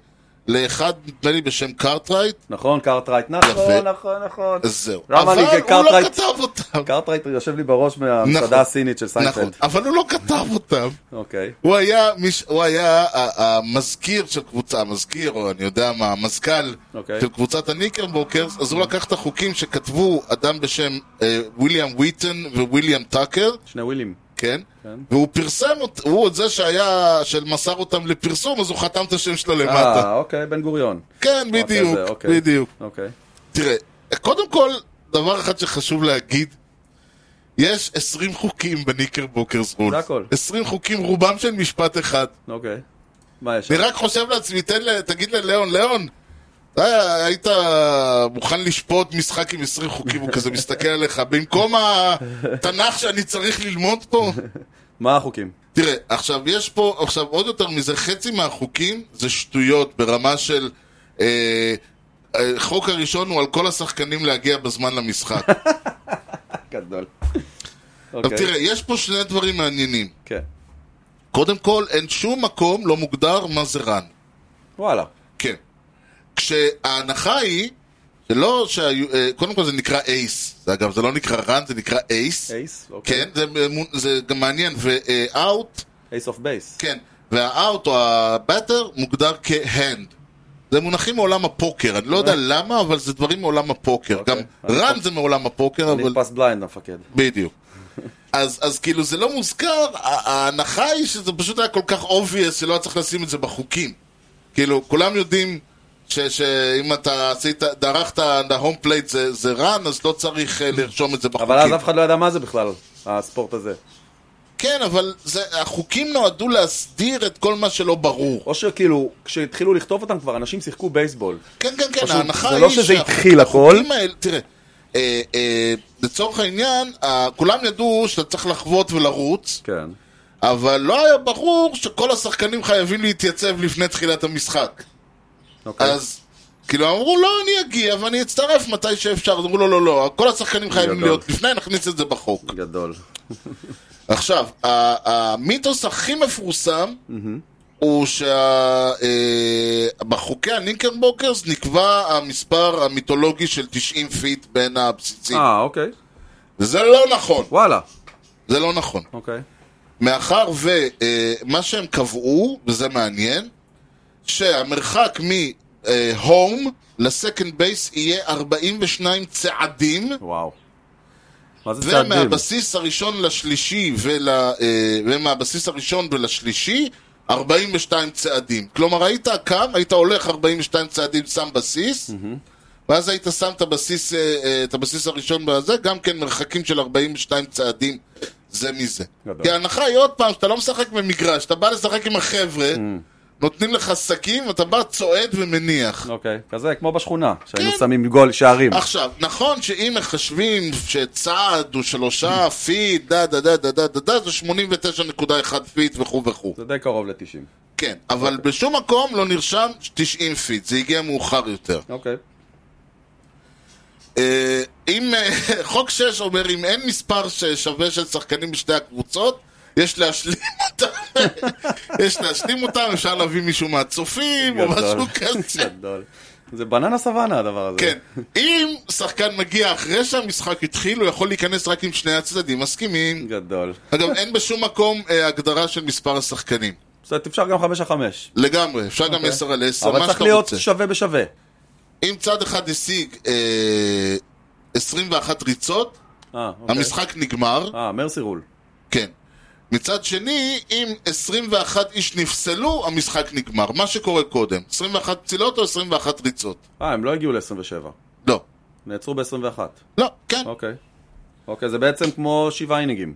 [SPEAKER 1] לאחד, נדמה לי, בשם קארטרייט,
[SPEAKER 2] נכון, קארטרייט, נכון,
[SPEAKER 1] יפה.
[SPEAKER 2] נכון, נכון.
[SPEAKER 1] זהו.
[SPEAKER 2] למה
[SPEAKER 1] אבל
[SPEAKER 2] אני-
[SPEAKER 1] הוא לא
[SPEAKER 2] קארטרייט-
[SPEAKER 1] כתב אותם.
[SPEAKER 2] קארטרייט יושב לי בראש מהמסעדה
[SPEAKER 1] נכון.
[SPEAKER 2] הסינית של
[SPEAKER 1] נכון,
[SPEAKER 2] סיינפלד.
[SPEAKER 1] אבל הוא לא כתב אותם.
[SPEAKER 2] אוקיי.
[SPEAKER 1] הוא היה, מיש, הוא היה ה- המזכיר של קבוצה, המזכיר, או אני יודע מה, המזכ"ל
[SPEAKER 2] אוקיי.
[SPEAKER 1] של קבוצת הניקרבוקרס, אז הוא לקח את החוקים שכתבו אדם בשם אה, ויליאם וויטון וויליאם טאקר,
[SPEAKER 2] שני ווילים.
[SPEAKER 1] כן?
[SPEAKER 2] כן.
[SPEAKER 1] והוא פרסם, אות- הוא עוד זה שהיה, שמסר אותם לפרסום, אז הוא חתם את השם שלו למטה.
[SPEAKER 2] אה, אוקיי, בן גוריון.
[SPEAKER 1] כן,
[SPEAKER 2] אוקיי,
[SPEAKER 1] בדיוק,
[SPEAKER 2] זה, אוקיי.
[SPEAKER 1] בדיוק.
[SPEAKER 2] אוקיי.
[SPEAKER 1] תראה, קודם כל, דבר אחד שחשוב להגיד, יש 20 חוקים בניקרבוקרס רולס.
[SPEAKER 2] זה הכל.
[SPEAKER 1] 20 חוקים, רובם של משפט אחד.
[SPEAKER 2] אוקיי. מה יש?
[SPEAKER 1] אני רק חושב לעצמי, תן ל... תגיד ללאון, לאון, אתה היית מוכן לשפוט משחק עם 20 חוקים, הוא כזה מסתכל עליך, במקום התנ"ך שאני צריך ללמוד פה?
[SPEAKER 2] מה החוקים?
[SPEAKER 1] תראה, עכשיו יש פה, עכשיו עוד יותר מזה, חצי מהחוקים זה שטויות ברמה של... אה, החוק הראשון הוא על כל השחקנים להגיע בזמן למשחק.
[SPEAKER 2] גדול.
[SPEAKER 1] עכשיו
[SPEAKER 2] אוקיי.
[SPEAKER 1] תראה, יש פה שני דברים מעניינים.
[SPEAKER 2] כן.
[SPEAKER 1] קודם כל, אין שום מקום לא מוגדר מה זה רן.
[SPEAKER 2] וואלה.
[SPEAKER 1] כן. כשההנחה היא, זה לא שהיו, אה, קודם כל זה נקרא אייס. זה, אגב, זה לא נקרא רן, זה נקרא אייס.
[SPEAKER 2] אייס? אוקיי.
[SPEAKER 1] כן, זה, מ- זה גם מעניין. ואאוט,
[SPEAKER 2] אייס אוף בייס.
[SPEAKER 1] כן. והאאוט או הבטר מוגדר כהנד. זה מונחים מעולם הפוקר, אני לא יודע למה, אבל זה דברים מעולם הפוקר. גם
[SPEAKER 2] אוקיי. אני
[SPEAKER 1] רן זה מעולם הפוקר,
[SPEAKER 2] אני
[SPEAKER 1] אבל...
[SPEAKER 2] פס בליינד המפקד.
[SPEAKER 1] בדיוק. אז, אז כאילו זה לא מוזכר, ה- ההנחה היא שזה פשוט היה כל כך obvious שלא היה צריך לשים את זה בחוקים. כאילו, כולם יודעים ש- שאם אתה עשית, דרכת להום פלייט זה, זה run, אז לא צריך אה, לרשום את זה בחוקים.
[SPEAKER 2] אבל אז אף אחד לא ידע מה זה בכלל, הספורט הזה.
[SPEAKER 1] כן, אבל זה, החוקים נועדו להסדיר את כל מה שלא ברור.
[SPEAKER 2] או שכאילו, כאילו, כשהתחילו לכתוב אותם כבר, אנשים שיחקו בייסבול.
[SPEAKER 1] כן, כן, כן,
[SPEAKER 2] פשוט,
[SPEAKER 1] ההנחה
[SPEAKER 2] זה
[SPEAKER 1] היא
[SPEAKER 2] לא שזה
[SPEAKER 1] שה-
[SPEAKER 2] התחיל הכל.
[SPEAKER 1] החוקים האלה- תראה, אה, אה, לצורך העניין, אה, כולם ידעו שאתה צריך לחבוט ולרוץ.
[SPEAKER 2] כן.
[SPEAKER 1] אבל לא היה ברור שכל השחקנים חייבים להתייצב לפני תחילת המשחק.
[SPEAKER 2] אוקיי.
[SPEAKER 1] אז כאילו אמרו, לא, אני אגיע ואני אצטרף מתי שאפשר. אז אמרו, לא, לא, לא, כל השחקנים חייבים
[SPEAKER 2] גדול.
[SPEAKER 1] להיות לפני, נכניס את זה בחוק.
[SPEAKER 2] גדול.
[SPEAKER 1] עכשיו, ה- המיתוס הכי מפורסם הוא שבחוקי הניקרבוקרס נקבע המספר המיתולוגי של 90 פיט בין הבסיסים.
[SPEAKER 2] אה, אוקיי.
[SPEAKER 1] זה לא נכון,
[SPEAKER 2] וואלה.
[SPEAKER 1] זה לא נכון.
[SPEAKER 2] אוקיי.
[SPEAKER 1] מאחר ומה שהם קבעו, וזה מעניין, שהמרחק אה, מהום לסקנד בייס יהיה 42 צעדים,
[SPEAKER 2] וואו. מה זה צעדים?
[SPEAKER 1] ומהבסיס הראשון לשלישי ול... אה, ומהבסיס הראשון ולשלישי, 42 צעדים. כלומר, היית קם, היית הולך 42 צעדים, שם בסיס, ואז היית שם את הבסיס, אה, אה, את הבסיס הראשון בזה, גם כן מרחקים של 42 צעדים זה מזה.
[SPEAKER 2] גדול.
[SPEAKER 1] כי ההנחה היא עוד פעם, שאתה לא משחק במגרש, אתה בא לשחק עם החבר'ה,
[SPEAKER 2] Mm.
[SPEAKER 1] נותנים לך שקים, אתה בא צועד ומניח.
[SPEAKER 2] אוקיי. כזה, כמו בשכונה, שהיינו
[SPEAKER 1] כן.
[SPEAKER 2] שמים גול, שערים.
[SPEAKER 1] עכשיו, נכון שאם מחשבים שצעד הוא שלושה פיט, דה דה דה דה דה דה דה, זה 89.1 פיט וכו' וכו'.
[SPEAKER 2] זה די קרוב ל-90.
[SPEAKER 1] כן, אבל בשום מקום לא נרשם 90 פיט, זה הגיע מאוחר יותר.
[SPEAKER 2] אוקיי.
[SPEAKER 1] אה, אם אה, חוק 6 אומר, אם אין מספר ששווה של שחקנים בשתי הקבוצות, יש להשלים אותם, יש להשלים אותם, אפשר להביא מישהו מהצופים, או
[SPEAKER 2] גדול.
[SPEAKER 1] משהו כזה.
[SPEAKER 2] גדול. זה בננה סוואנה הדבר הזה.
[SPEAKER 1] כן. אם שחקן מגיע אחרי שהמשחק התחיל, הוא יכול להיכנס רק אם שני הצדדים מסכימים.
[SPEAKER 2] גדול.
[SPEAKER 1] אגב, אין בשום מקום אה, הגדרה של מספר השחקנים.
[SPEAKER 2] זאת אפשר גם חמש על חמש.
[SPEAKER 1] לגמרי, אפשר גם 10 על 10,
[SPEAKER 2] אוקיי. אבל
[SPEAKER 1] מה
[SPEAKER 2] צריך
[SPEAKER 1] שאתה
[SPEAKER 2] להיות
[SPEAKER 1] רוצה.
[SPEAKER 2] שווה בשווה.
[SPEAKER 1] אם צד אחד השיג אה, 21 ריצות,
[SPEAKER 2] אה, אוקיי.
[SPEAKER 1] המשחק נגמר,
[SPEAKER 2] אה, מרסי רול.
[SPEAKER 1] כן. מצד שני, אם 21 איש נפסלו, המשחק נגמר. מה שקורה קודם, 21 פצילות או 21 ריצות?
[SPEAKER 2] אה, הם לא הגיעו ל-27.
[SPEAKER 1] לא.
[SPEAKER 2] נעצרו ב-21.
[SPEAKER 1] לא, כן.
[SPEAKER 2] אוקיי. אוקיי, זה בעצם כמו שבעה אינינגים.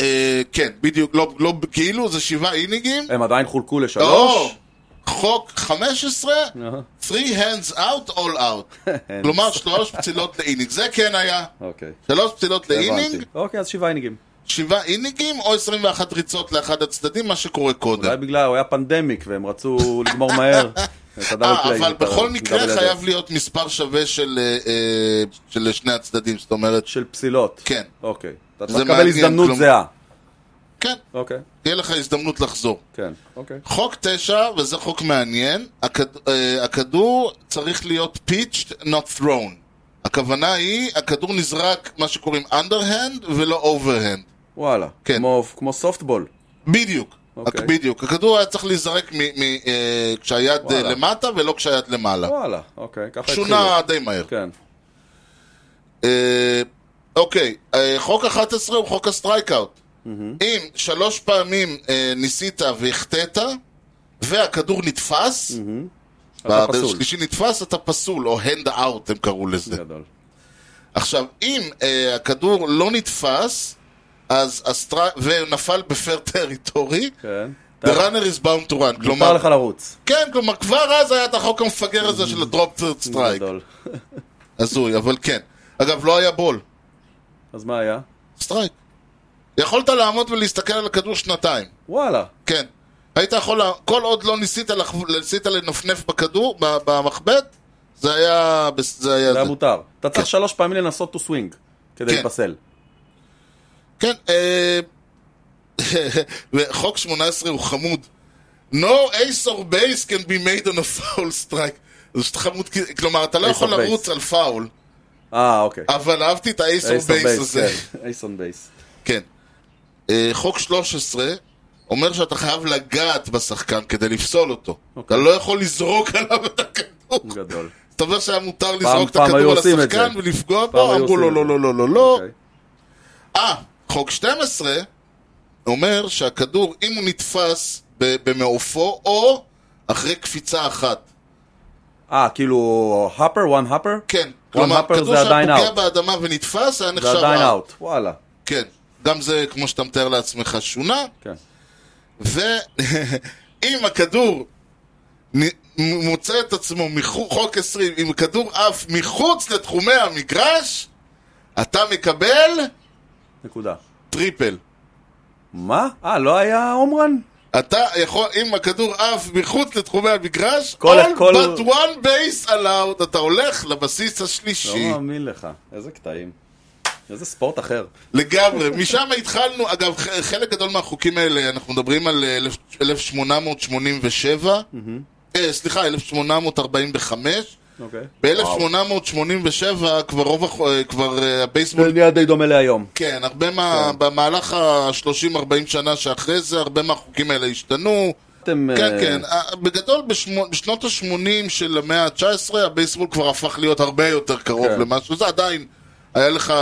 [SPEAKER 1] אה, כן, בדיוק, לא, לא, כאילו זה שבעה אינינגים,
[SPEAKER 2] הם עדיין חולקו
[SPEAKER 1] לא.
[SPEAKER 2] לשלוש? אה,
[SPEAKER 1] חוק 15,
[SPEAKER 2] אהה.
[SPEAKER 1] 3 hands out, all out. לא. כלומר, שלוש פצילות לאינינג. זה כן היה.
[SPEAKER 2] אוקיי.
[SPEAKER 1] שלוש פצילות לאינינג,
[SPEAKER 2] הבנתי. אוקיי, אז שבעה אינינגים.
[SPEAKER 1] שבעה אינינגים או 21 ריצות לאחד הצדדים, מה שקורה
[SPEAKER 2] אולי
[SPEAKER 1] קודם.
[SPEAKER 2] בגלל, הוא היה פנדמיק והם רצו לגמור מהר. את הדאבל
[SPEAKER 1] אה,
[SPEAKER 2] פליי,
[SPEAKER 1] אבל
[SPEAKER 2] את ה-
[SPEAKER 1] בכל מקרה
[SPEAKER 2] דאבל
[SPEAKER 1] חייב
[SPEAKER 2] הדס.
[SPEAKER 1] להיות מספר שווה של אה, אה, של שני הצדדים, זאת אומרת,
[SPEAKER 2] של פסילות.
[SPEAKER 1] כן.
[SPEAKER 2] אוקיי. אתה
[SPEAKER 1] זה
[SPEAKER 2] צריך לקבל
[SPEAKER 1] מעניין,
[SPEAKER 2] הזדמנות
[SPEAKER 1] כלומר-
[SPEAKER 2] זהה.
[SPEAKER 1] כן,
[SPEAKER 2] אוקיי,
[SPEAKER 1] תהיה לך הזדמנות לחזור.
[SPEAKER 2] כן, אוקיי.
[SPEAKER 1] חוק תשע, וזה חוק מעניין, הכד... אה, הכדור צריך להיות pitched, not thrown. הכוונה היא, הכדור נזרק, מה שקוראים underhand ולא overhand.
[SPEAKER 2] וואלה.
[SPEAKER 1] כן.
[SPEAKER 2] כמו- כמו סופטבול.
[SPEAKER 1] בדיוק.
[SPEAKER 2] אוקיי.
[SPEAKER 1] בדיוק. הכדור היה צריך להיזרק מ- מ- אה, כשהיד אה,
[SPEAKER 2] וואלה.
[SPEAKER 1] למטה ולא כשהיד למעלה.
[SPEAKER 2] וואלה, אוקיי, ככה התחילו.
[SPEAKER 1] שונה די מהר.
[SPEAKER 2] כן.
[SPEAKER 1] אה, אוקיי, אה, חוק 11 הוא חוק הסטרייקאוט. אם שלוש פעמים אה, ניסית והחטאת, והכדור נתפס,
[SPEAKER 2] אתה
[SPEAKER 1] והשלישי
[SPEAKER 2] פסול.
[SPEAKER 1] נתפס, אתה פסול, או hand out הם קראו לזה.
[SPEAKER 2] גדול.
[SPEAKER 1] עכשיו, אם אה, הכדור לא נתפס, אז הסטרי... ונפל בפר טריטורי,
[SPEAKER 2] כן.
[SPEAKER 1] the runner is bound to run.
[SPEAKER 2] מותר
[SPEAKER 1] כלומר,
[SPEAKER 2] לך לרוץ.
[SPEAKER 1] כן, כלומר, כבר אז היה את החוק המפגר הזה של הדרופ טרד סטרייק.
[SPEAKER 2] גדול.
[SPEAKER 1] הזוי, אבל כן. אגב, לא היה בול.
[SPEAKER 2] אז מה היה?
[SPEAKER 1] סטרייק. יכולת לעמוד ולהסתכל על הכדור שנתיים,
[SPEAKER 2] וואלה.
[SPEAKER 1] כן. היית יכול, לה- כל עוד לא ניסית, לח... ניסית לנפנף בכדור, ב- במחבט, זה היה... בס- זה היה
[SPEAKER 2] זה
[SPEAKER 1] זה.
[SPEAKER 2] היה מותר. אתה
[SPEAKER 1] כן.
[SPEAKER 2] צריך שלוש פעמים לנסות to swing כדי
[SPEAKER 1] כן.
[SPEAKER 2] להתפסל.
[SPEAKER 1] כן, אה... וחוק 18 הוא חמוד. No ace or base can be made on a foul strike. זה פשוט חמוד, כי- כלומר, אתה לא
[SPEAKER 2] Ace
[SPEAKER 1] יכול
[SPEAKER 2] or base.
[SPEAKER 1] לרוץ על פאול,
[SPEAKER 2] אה, אוקיי.
[SPEAKER 1] אבל אהבתי את ה-ace or
[SPEAKER 2] אייס און
[SPEAKER 1] base
[SPEAKER 2] בייס,
[SPEAKER 1] הזה.
[SPEAKER 2] כן. אייס און בייס.
[SPEAKER 1] כן. אה, חוק 13 אומר שאתה חייב לגעת בשחקן כדי לפסול אותו. אתה לא יכול לזרוק עליו את הכדור.
[SPEAKER 2] גדול.
[SPEAKER 1] זאת אומרת שהיה מותר לזרוק את
[SPEAKER 2] פעם היו
[SPEAKER 1] הכדור על
[SPEAKER 2] עושים את
[SPEAKER 1] השחקן
[SPEAKER 2] זה.
[SPEAKER 1] ולפגוע
[SPEAKER 2] פעם
[SPEAKER 1] בו,
[SPEAKER 2] היו
[SPEAKER 1] אמרו לו
[SPEAKER 2] עושים
[SPEAKER 1] לא
[SPEAKER 2] את
[SPEAKER 1] לא
[SPEAKER 2] זה.
[SPEAKER 1] לא לא לא.
[SPEAKER 2] אוקיי.
[SPEAKER 1] אה, חוק 12 אומר שהכדור, אם הוא נתפס ב- במעופו, או אחרי קפיצה אחת.
[SPEAKER 2] אה, כאילו, הפר, וואן הפר?
[SPEAKER 1] כן.
[SPEAKER 2] One
[SPEAKER 1] כלומר,
[SPEAKER 2] hopper
[SPEAKER 1] כדור
[SPEAKER 2] זה
[SPEAKER 1] שהיה
[SPEAKER 2] עדיין
[SPEAKER 1] פוגע
[SPEAKER 2] out.
[SPEAKER 1] באדמה ונתפס, היה
[SPEAKER 2] זה
[SPEAKER 1] נחשב
[SPEAKER 2] עדיין
[SPEAKER 1] out.
[SPEAKER 2] אאוט. וואלה.
[SPEAKER 1] כן. גם זה, כמו שאתה מתאר לעצמך, שונה.
[SPEAKER 2] כן.
[SPEAKER 1] ואם הכדור נ- מוצא את עצמו מחוץ, חוק 20, אם הכדור עף מחוץ לתחומי המגרש, אתה מקבל
[SPEAKER 2] נקודה.
[SPEAKER 1] טריפל.
[SPEAKER 2] מה? אה, לא היה הומרן?
[SPEAKER 1] אתה יכול, אם הכדור עף מחוץ לתחומי המגרש,
[SPEAKER 2] כל-
[SPEAKER 1] all
[SPEAKER 2] כל-
[SPEAKER 1] but one base allowed, אתה הולך לבסיס
[SPEAKER 2] לא
[SPEAKER 1] השלישי.
[SPEAKER 2] מאמין לך. איזה קטעים. איזה ספורט אחר.
[SPEAKER 1] לגמרי, משם התחלנו, אגב, ח- חלק גדול מהחוקים האלה, אנחנו מדברים על אה, אלף- 1887, אה, סליחה, 1845,
[SPEAKER 2] אוקיי.
[SPEAKER 1] ב-1887 כבר רוב, הח- אה, כבר אה,
[SPEAKER 2] זה
[SPEAKER 1] הבייסבול,
[SPEAKER 2] נהיה די דומה להיום.
[SPEAKER 1] כן, הרבה מה, במהלך ה-30-40 שנה שאחרי זה, הרבה מהחוקים האלה השתנו.
[SPEAKER 2] אתם,
[SPEAKER 1] כן,
[SPEAKER 2] אה,
[SPEAKER 1] כן, אה, בגדול בשמו- בשנות ה-80 של המאה ה-19 הבייסבול כבר הפך להיות הרבה יותר קרוב
[SPEAKER 2] כן.
[SPEAKER 1] למה שזה, עדיין היה לך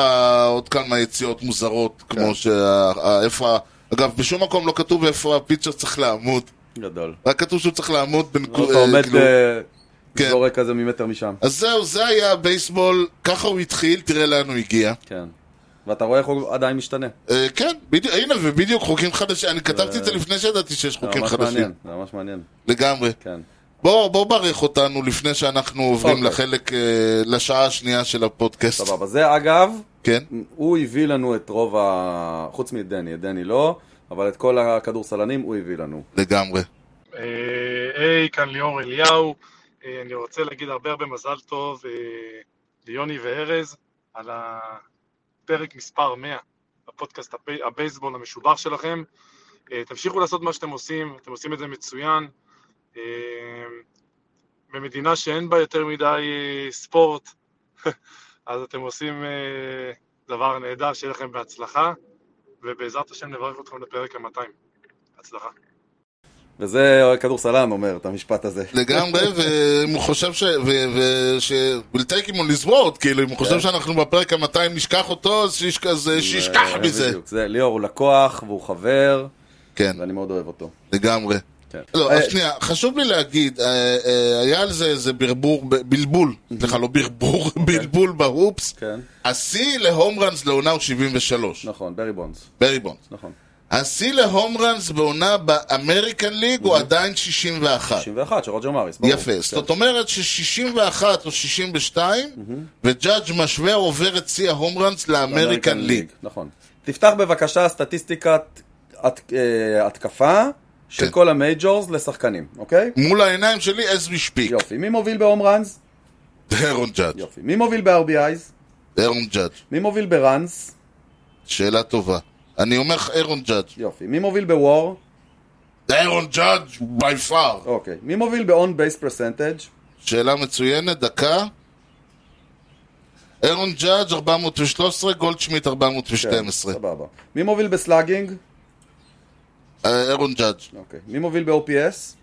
[SPEAKER 1] עוד כמה יציאות מוזרות,
[SPEAKER 2] כן.
[SPEAKER 1] כמו שה- ה- איפה, ה- אגב, בשום מקום לא כתוב איפה הפיצ'ר צריך לעמוד,
[SPEAKER 2] גדול.
[SPEAKER 1] רק כתוב שהוא צריך לעמוד בין...
[SPEAKER 2] אתה
[SPEAKER 1] אה,
[SPEAKER 2] עומד,
[SPEAKER 1] כאילו-
[SPEAKER 2] אה,
[SPEAKER 1] כן.
[SPEAKER 2] זורק כזה ממטר משם.
[SPEAKER 1] אז זהו, זה היה הבייסבול, ככה הוא התחיל, תראה לאן הוא הגיע.
[SPEAKER 2] כן. ואתה רואה איך הוא עדיין משתנה.
[SPEAKER 1] אה, כן, בדיוק, הנה, ובדיוק חוקים חדשים, אני כתבתי את זה לפני שידעתי שיש
[SPEAKER 2] זה
[SPEAKER 1] חוקים
[SPEAKER 2] אה, ממש
[SPEAKER 1] חדשים,
[SPEAKER 2] מעניין, זה ממש מעניין,
[SPEAKER 1] לגמרי.
[SPEAKER 2] כן.
[SPEAKER 1] בוא, בוא ברך אותנו לפני שאנחנו עוברים
[SPEAKER 2] אוקיי.
[SPEAKER 1] לחלק, אה, לשעה השנייה של הפודקאסט.
[SPEAKER 2] סבבה. זה אגב,
[SPEAKER 1] כן,
[SPEAKER 2] הוא הביא לנו את רוב ה... חוץ מדני, את דני לא, אבל את כל הכדורסלנים הוא הביא לנו.
[SPEAKER 1] לגמרי.
[SPEAKER 10] אה, היי, כאן ליאור אליהו. אה, אני רוצה להגיד הרבה הרבה מזל טוב אה, ליוני וארז על הפרק מספר 100, הפודקאסט הבי- הבייסבול המשובח שלכם. אה, תמשיכו לעשות מה שאתם עושים, אתם עושים את זה מצוין. אה, במדינה שאין בה יותר מדי אה, ספורט, אז אתם עושים אה, דבר נהדר, שיהיה לכם בהצלחה, ובעזרת השם נברך אתכם לפרק ה-200. הצלחה.
[SPEAKER 2] וזה כדורסלן אומר את המשפט הזה.
[SPEAKER 1] לגמרי, ואם הוא חושב ש... ו- ו- ש... we'll take him on his word, כאילו, אם הוא חושב שאנחנו בפרק ה-200 נשכח אותו, אז שישכח- אז, אה, שישכח
[SPEAKER 2] כן. אה,
[SPEAKER 1] מזה.
[SPEAKER 2] בדיוק. זה, ליאור הוא לקוח והוא חבר,
[SPEAKER 1] כן,
[SPEAKER 2] ואני מאוד אוהב אותו.
[SPEAKER 1] לגמרי.
[SPEAKER 2] כן.
[SPEAKER 1] לא,
[SPEAKER 2] אה,
[SPEAKER 1] אז שנייה, חשוב לי להגיד, אה, אה, היה על זה איזה ברבור, ב- בלבול,
[SPEAKER 2] Mhm.
[SPEAKER 1] סליחה, לא ברבור, בלבול בהופס.
[SPEAKER 2] כן,
[SPEAKER 1] השיא להום ראנס לעונה הוא 73,
[SPEAKER 2] נכון, ברי בונדס,
[SPEAKER 1] ברי בונדס.
[SPEAKER 2] נכון.
[SPEAKER 1] השיא להום ראנס בעונה באמריקן ליג הוא עדיין 61.
[SPEAKER 2] 91 של רוג'ר מריס, ברור. כן.
[SPEAKER 1] יפה, זאת אומרת ש-61 או 62, וג'אדג' משווה עובר את שיא ההום ראנס לאמריקן ליג.
[SPEAKER 2] כן. נכון. תפתח בבקשה סטטיסטיקת הת- אה, התקפה של
[SPEAKER 1] כן.
[SPEAKER 2] כל המייג'ורס לשחקנים, אוקיי?
[SPEAKER 1] מול העיניים שלי, as we speak,
[SPEAKER 2] יופי. מי מוביל בהום ראנס?
[SPEAKER 1] אירון ג'אדג'.
[SPEAKER 2] יופי. מי מוביל ב-RBI's?
[SPEAKER 1] אירון ג'אדג',
[SPEAKER 2] מי מוביל בראנס?
[SPEAKER 1] שאלה טובה. אני אומר לך אירון ג'אדג'.
[SPEAKER 2] יופי. מי מוביל בוור?
[SPEAKER 1] אירון ג'אדג' בי פאר.
[SPEAKER 2] אוקיי. מי מוביל ב-on base percentage? כן,
[SPEAKER 1] שאלה מצוינת, דקה. אירון ג'אדג' 413, גולדשמיט
[SPEAKER 2] כן,
[SPEAKER 1] 412.
[SPEAKER 2] סבבה. מי מוביל בסלאגינג?
[SPEAKER 1] אה, אירון ג'אדג'.
[SPEAKER 2] אוקיי. מי מוביל ב-OPS?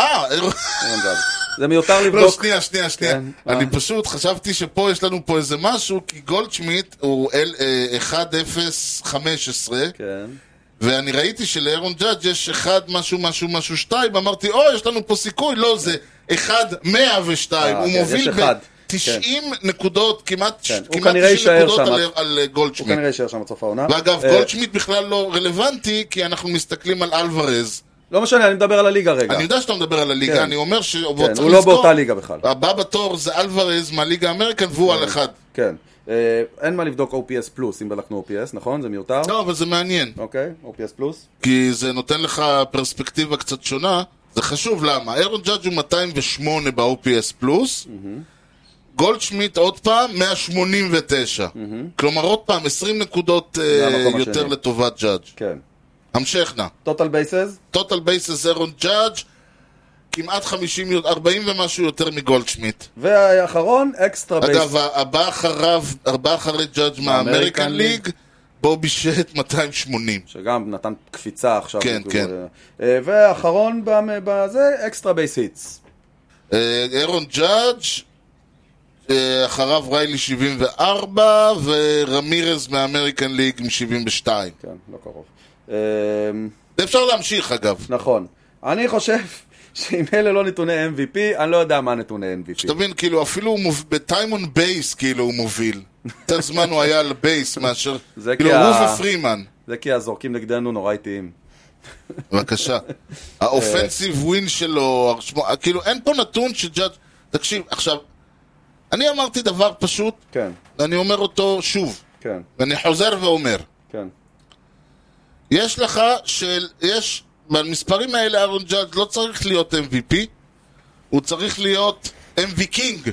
[SPEAKER 1] אה, אירון...
[SPEAKER 2] אירון ג'אדג'. זה מיותר
[SPEAKER 1] לא,
[SPEAKER 2] לבדוק.
[SPEAKER 1] שנייה, שנייה, שנייה.
[SPEAKER 2] כן,
[SPEAKER 1] אני
[SPEAKER 2] מה?
[SPEAKER 1] פשוט חשבתי שפה יש לנו פה איזה משהו, כי גולדשמיט הוא אל- אה, 1-0-15,
[SPEAKER 2] כן.
[SPEAKER 1] ואני ראיתי שלאירון ג'אדג' יש 1 משהו משהו משהו 2, אמרתי, או, יש לנו פה סיכוי, לא, זה 1-102,
[SPEAKER 2] אה,
[SPEAKER 1] הוא
[SPEAKER 2] כן, יש
[SPEAKER 1] מוביל
[SPEAKER 2] אחד.
[SPEAKER 1] ב-90 נקודות, כמעט
[SPEAKER 2] כן, הוא
[SPEAKER 1] כמעט
[SPEAKER 2] כנראה
[SPEAKER 1] 90
[SPEAKER 2] יישאר
[SPEAKER 1] נקודות
[SPEAKER 2] שם.
[SPEAKER 1] על- על אה,
[SPEAKER 2] הוא
[SPEAKER 1] גולדשמיט.
[SPEAKER 2] כנראה יישאר שם עד סוף העונה.
[SPEAKER 1] ואגב,
[SPEAKER 2] אה,
[SPEAKER 1] גולדשמיט בכלל לא רלוונטי, כי אנחנו מסתכלים על אלוורז.
[SPEAKER 2] לא משנה, אני מדבר על הליגה רגע.
[SPEAKER 1] אני יודע שאתה מדבר על הליגה,
[SPEAKER 2] כן.
[SPEAKER 1] אני אומר ש...
[SPEAKER 2] כן, הוא לא באותה ליגה בכלל.
[SPEAKER 1] הבא בתור זה אלוורז מהליגה האמריקן והוא על אחד.
[SPEAKER 2] כן. אה, אין מה לבדוק OPS פלוס, אם בדקנו OPS, נכון? זה מיותר?
[SPEAKER 1] לא, אבל זה מעניין,
[SPEAKER 2] אוקיי, OPS פלוס.
[SPEAKER 1] כי זה נותן לך פרספקטיבה קצת שונה. זה חשוב, למה? אירון ג'אדג' הוא 208 ב-OPS פלוס, גולדשמיט עוד פעם 189. כלומר, עוד פעם 20 נקודות אה,
[SPEAKER 2] מהמקום
[SPEAKER 1] יותר
[SPEAKER 2] השני.
[SPEAKER 1] לטובת ג'אדג'.
[SPEAKER 2] כן.
[SPEAKER 1] המשך נא.
[SPEAKER 2] טוטל בייסז?
[SPEAKER 1] טוטל בייסס אירון ג'אדג' כמעט 50, יו- 40 ומשהו יותר מגולדשמיט.
[SPEAKER 2] והאחרון, אקסטרה בייס.
[SPEAKER 1] אגב, הבא אחריו, הבא אחרי ג'אדג' מהאמריקן ליג, בובי שט 280.
[SPEAKER 2] שגם נתן קפיצה עכשיו.
[SPEAKER 1] כן,
[SPEAKER 2] כאילו,
[SPEAKER 1] כן.
[SPEAKER 2] אה, והאחרון במ- בזה, אקסטרה בייס היטס.
[SPEAKER 1] אה, אירון ג'אדג', אה, אחריו ריילי 74, ורמירז מהאמריקן ליג עם 72.
[SPEAKER 2] כן, לא קרוב. אה,
[SPEAKER 1] אפשר להמשיך אגב.
[SPEAKER 2] נכון. אני חושב שאם אלה לא נתוני MVP, אני לא יודע מה נתוני MVP.
[SPEAKER 1] שתבין, כאילו, אפילו הוא מוב... בטיימון בייס, כאילו, הוא מוביל. יותר זמן הוא היה על בייס מאשר...
[SPEAKER 2] זה
[SPEAKER 1] כאילו,
[SPEAKER 2] כי
[SPEAKER 1] הוא
[SPEAKER 2] ה-
[SPEAKER 1] ופרימן.
[SPEAKER 2] זה כי הזורקים נגדנו נורא איטיים.
[SPEAKER 1] בבקשה. האופנסיב ווין שלו, הרשמו- כאילו אין פה נתון שג'אד... תקשיב, עכשיו, אני אמרתי דבר פשוט,
[SPEAKER 2] כן,
[SPEAKER 1] ואני אומר אותו שוב,
[SPEAKER 2] כן,
[SPEAKER 1] ואני חוזר ואומר.
[SPEAKER 2] כן.
[SPEAKER 1] יש לך של... יש... במספרים האלה אהרון ג'אד לא צריך להיות MVP, הוא צריך להיות MV קינג.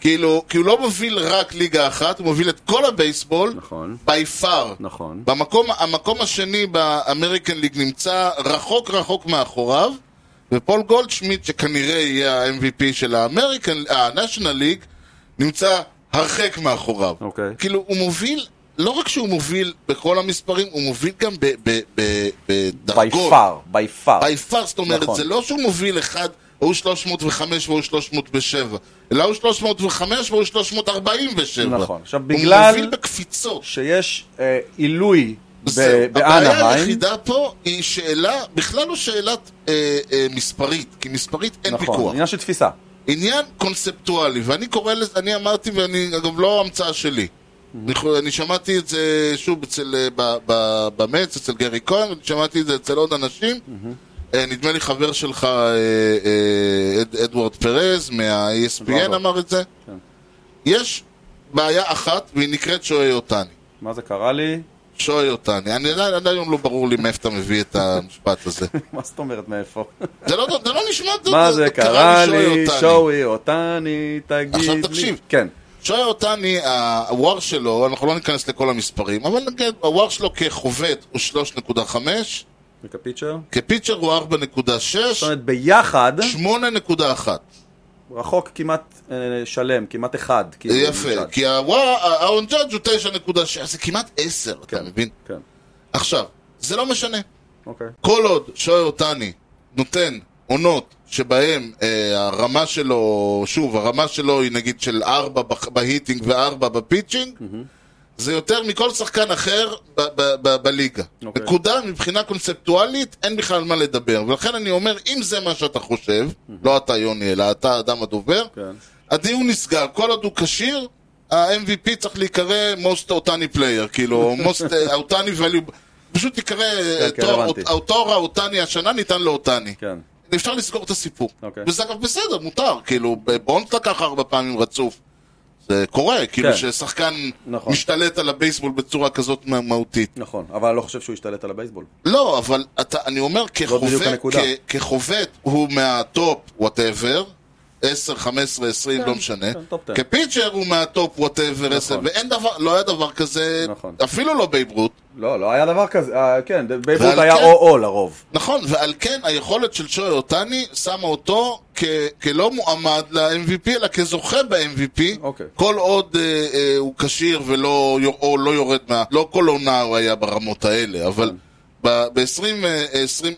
[SPEAKER 1] כאילו, כי הוא לא מוביל רק ליגה אחת, הוא מוביל את כל הבייסבול,
[SPEAKER 2] נכון,
[SPEAKER 1] by far.
[SPEAKER 2] נכון.
[SPEAKER 1] במקום, המקום השני באמריקן ליג נמצא רחוק רחוק מאחוריו, ופול גולדשמיט, שכנראה יהיה ה-MVP של האמריקן, ה-National League, נמצא הרחק מאחוריו.
[SPEAKER 2] אוקיי.
[SPEAKER 1] כאילו, הוא מוביל, לא רק שהוא מוביל בכל המספרים, הוא מוביל גם ב- ב- ב-
[SPEAKER 2] בי
[SPEAKER 1] בדרגות.
[SPEAKER 2] פאר, בי פאר.
[SPEAKER 1] by far, זאת אומרת,
[SPEAKER 2] נכון.
[SPEAKER 1] זה לא שהוא מוביל אחד, הוא 305 והוא 307, אלא הוא 305 והוא 347.
[SPEAKER 2] נכון. עכשיו,
[SPEAKER 1] הוא
[SPEAKER 2] בגלל-
[SPEAKER 1] מוביל בקפיצות.
[SPEAKER 2] שיש אה, עילוי ב-
[SPEAKER 1] זהו, הבעיה
[SPEAKER 2] באנהיים.
[SPEAKER 1] היחידה פה היא שאלה, בכלל לא שאלת אה, אה, מספרית, כי מספרית אין
[SPEAKER 2] נכון,
[SPEAKER 1] ויכוח.
[SPEAKER 2] עניין של תפיסה.
[SPEAKER 1] עניין קונספטואלי, ואני קורא לזה, אני אמרתי, ואני, אגב, לא המצאה שלי.
[SPEAKER 2] Mhm.
[SPEAKER 1] אני, חו- אני שמעתי את זה שוב אצל, אה, ב- ב- במץ, אצל גרי כהן, אני שמעתי את זה אצל עוד אנשים.
[SPEAKER 2] Mhm.
[SPEAKER 1] אה, נדמה לי חבר שלך, אה, אה, אד, אדוארד פרז, מה-ESPN
[SPEAKER 2] אדוארדו.
[SPEAKER 1] אמר את זה.
[SPEAKER 2] כן.
[SPEAKER 1] יש בעיה אחת, והיא נקראת שועי אותני.
[SPEAKER 2] מה זה קרה לי?
[SPEAKER 1] שואל אותני, אני עדיין עד היום לא ברור לי מאיפה אתה מביא את המשפט הזה.
[SPEAKER 2] מה זאת אומרת מאיפה?
[SPEAKER 1] זה לא, זה לא נשמע טוב.
[SPEAKER 2] מה זה קרה
[SPEAKER 1] שואל
[SPEAKER 2] לי?
[SPEAKER 1] אותני.
[SPEAKER 2] שואי אותני, תגיד לי.
[SPEAKER 1] עכשיו תקשיב.
[SPEAKER 2] כן,
[SPEAKER 1] שואל אותני, הוואר שלו, אנחנו לא ניכנס לכל המספרים, אבל נגיד, הוואר שלו כחובט הוא 3.5,
[SPEAKER 2] מקפיצ'ר.
[SPEAKER 1] כפיצ'ר הוא 4.6,
[SPEAKER 2] זאת אומרת, ביחד,
[SPEAKER 1] 8.1.
[SPEAKER 2] רחוק כמעט אה, שלם, כמעט אחד. כאילו,
[SPEAKER 1] אה, יפה,
[SPEAKER 2] נשאר.
[SPEAKER 1] כי הוואר, האון ג'אדג' הוא 9.6, זה כמעט 10, אתה
[SPEAKER 2] כן,
[SPEAKER 1] מבין?
[SPEAKER 2] כן,
[SPEAKER 1] עכשיו, זה לא משנה.
[SPEAKER 2] אוקיי.
[SPEAKER 1] כל עוד שוער אותני נותן עונות שבהן אה, הרמה שלו, שוב, הרמה שלו היא נגיד של 4 בהיטינג ו-4 בפיצ'ינג, זה יותר מכל שחקן אחר ב- ב- ב- בליגה.
[SPEAKER 2] אוקיי.
[SPEAKER 1] נקודה, מבחינה קונספטואלית, אין בכלל מה לדבר. ולכן אני אומר, אם זה מה שאתה חושב, לא אתה יוני, אלא אתה האדם הדובר,
[SPEAKER 2] כן.
[SPEAKER 1] הדיון נסגר. כל עוד הוא כשיר, ה-MVP צריך להיקרא most אותני player, כאילו, most אותני value, פשוט תיקרא אה,
[SPEAKER 2] כן,
[SPEAKER 1] תואר
[SPEAKER 2] הבנתי.
[SPEAKER 1] אות- התואר האותני השנה ניתן לאותני.
[SPEAKER 2] כן,
[SPEAKER 1] אפשר לסגור את הסיפור.
[SPEAKER 2] אוקיי.
[SPEAKER 1] וזה אגב בסדר, מותר, כאילו, בונדס לקח ארבע פעמים רצוף. זה קורה, כאילו
[SPEAKER 2] כן.
[SPEAKER 1] ששחקן
[SPEAKER 2] נכון.
[SPEAKER 1] משתלט על הבייסבול בצורה כזאת מה- מהותית.
[SPEAKER 2] נכון, אבל אני לא חושב שהוא השתלט על הבייסבול.
[SPEAKER 1] לא, אבל אתה, אני אומר,
[SPEAKER 2] בדיוק
[SPEAKER 1] כחובט,
[SPEAKER 2] הנקודה.
[SPEAKER 1] כ- כחובט הוא מהטופ, וואטאבר, 10, 15, 20, לא משנה.
[SPEAKER 2] כן, טופ 10.
[SPEAKER 1] כפיצ'ר הוא מהטופ וואטאבר,
[SPEAKER 2] נכון.
[SPEAKER 1] ואין דבר, לא היה דבר כזה,
[SPEAKER 2] נכון.
[SPEAKER 1] אפילו לא בייב רות.
[SPEAKER 2] לא, לא היה דבר כזה, אה, כן, בייבוט
[SPEAKER 1] ועל
[SPEAKER 2] היה
[SPEAKER 1] כן-
[SPEAKER 2] או-או לרוב.
[SPEAKER 1] נכון, ועל כן היכולת של שוי אותני שמה אותו כ- כלא מועמד ל-MVP, אלא כזוכה ב-MVP,
[SPEAKER 2] אוקיי.
[SPEAKER 1] כל עוד אה, אה, הוא כשיר ולא יור- או לא יורד מה... לא כל עונה הוא היה ברמות האלה, אבל ב-20...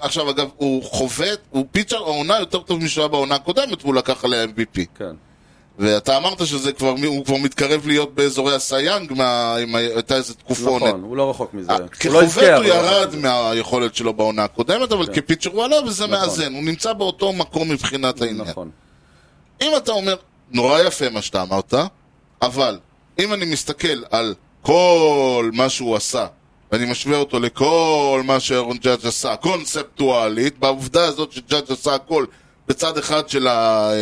[SPEAKER 1] עכשיו, אגב, הוא חובט, הוא פיצ'ר העונה יותר טוב משהיה בעונה הקודמת, והוא לקח עליה MVP.
[SPEAKER 2] כן.
[SPEAKER 1] ואתה אמרת שזה כבר, הוא כבר מתקרב להיות באזורי הסיאנג, מה- אם הייתה איזו תקופונת.
[SPEAKER 2] נכון, הוא לא רחוק מזה. הוא לא
[SPEAKER 1] אה, כחובט הוא
[SPEAKER 2] הבקיע, אבל כן. רחוק
[SPEAKER 1] ירד
[SPEAKER 2] מזה.
[SPEAKER 1] מהיכולת שלו בעונה הקודמת, אבל כפיצ'ר הוא עלה וזה מאזן. הוא נמצא באותו מקום מבחינת העניין.
[SPEAKER 2] נכון.
[SPEAKER 1] אם אתה אומר, נורא יפה מה שאתה אמרת, אבל אם אני מסתכל על כל מה שהוא עשה, ואני משווה אותו לכל מה שאירון ג'אג' עשה, קונספטואלית, בעובדה הזאת שג'אג' עשה הכל בצד אחד של ה... אה,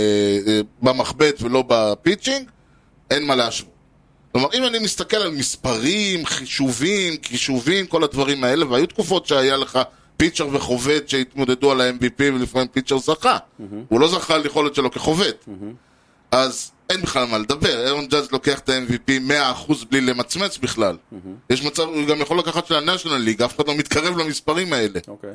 [SPEAKER 1] אה, במחבט ולא בפיצ'ינג, אין מה להשוות. כלומר, אם אני מסתכל על מספרים, חישובים, קישובים, כל הדברים האלה, והיו תקופות שהיה לך פיצ'ר וחובט שהתמודדו על ה-MVP ולפעמים פיצ'ר זכה. הוא לא זכה על יכולת שלו כחובט. אז אין בכלל מה לדבר, אירון ג'אז לוקח את ה-MVP 100% בלי למצמץ בכלל. יש מצב, הוא גם יכול לקחת של ה-National League, אף אחד לא מתקרב למספרים האלה.
[SPEAKER 2] אוקיי.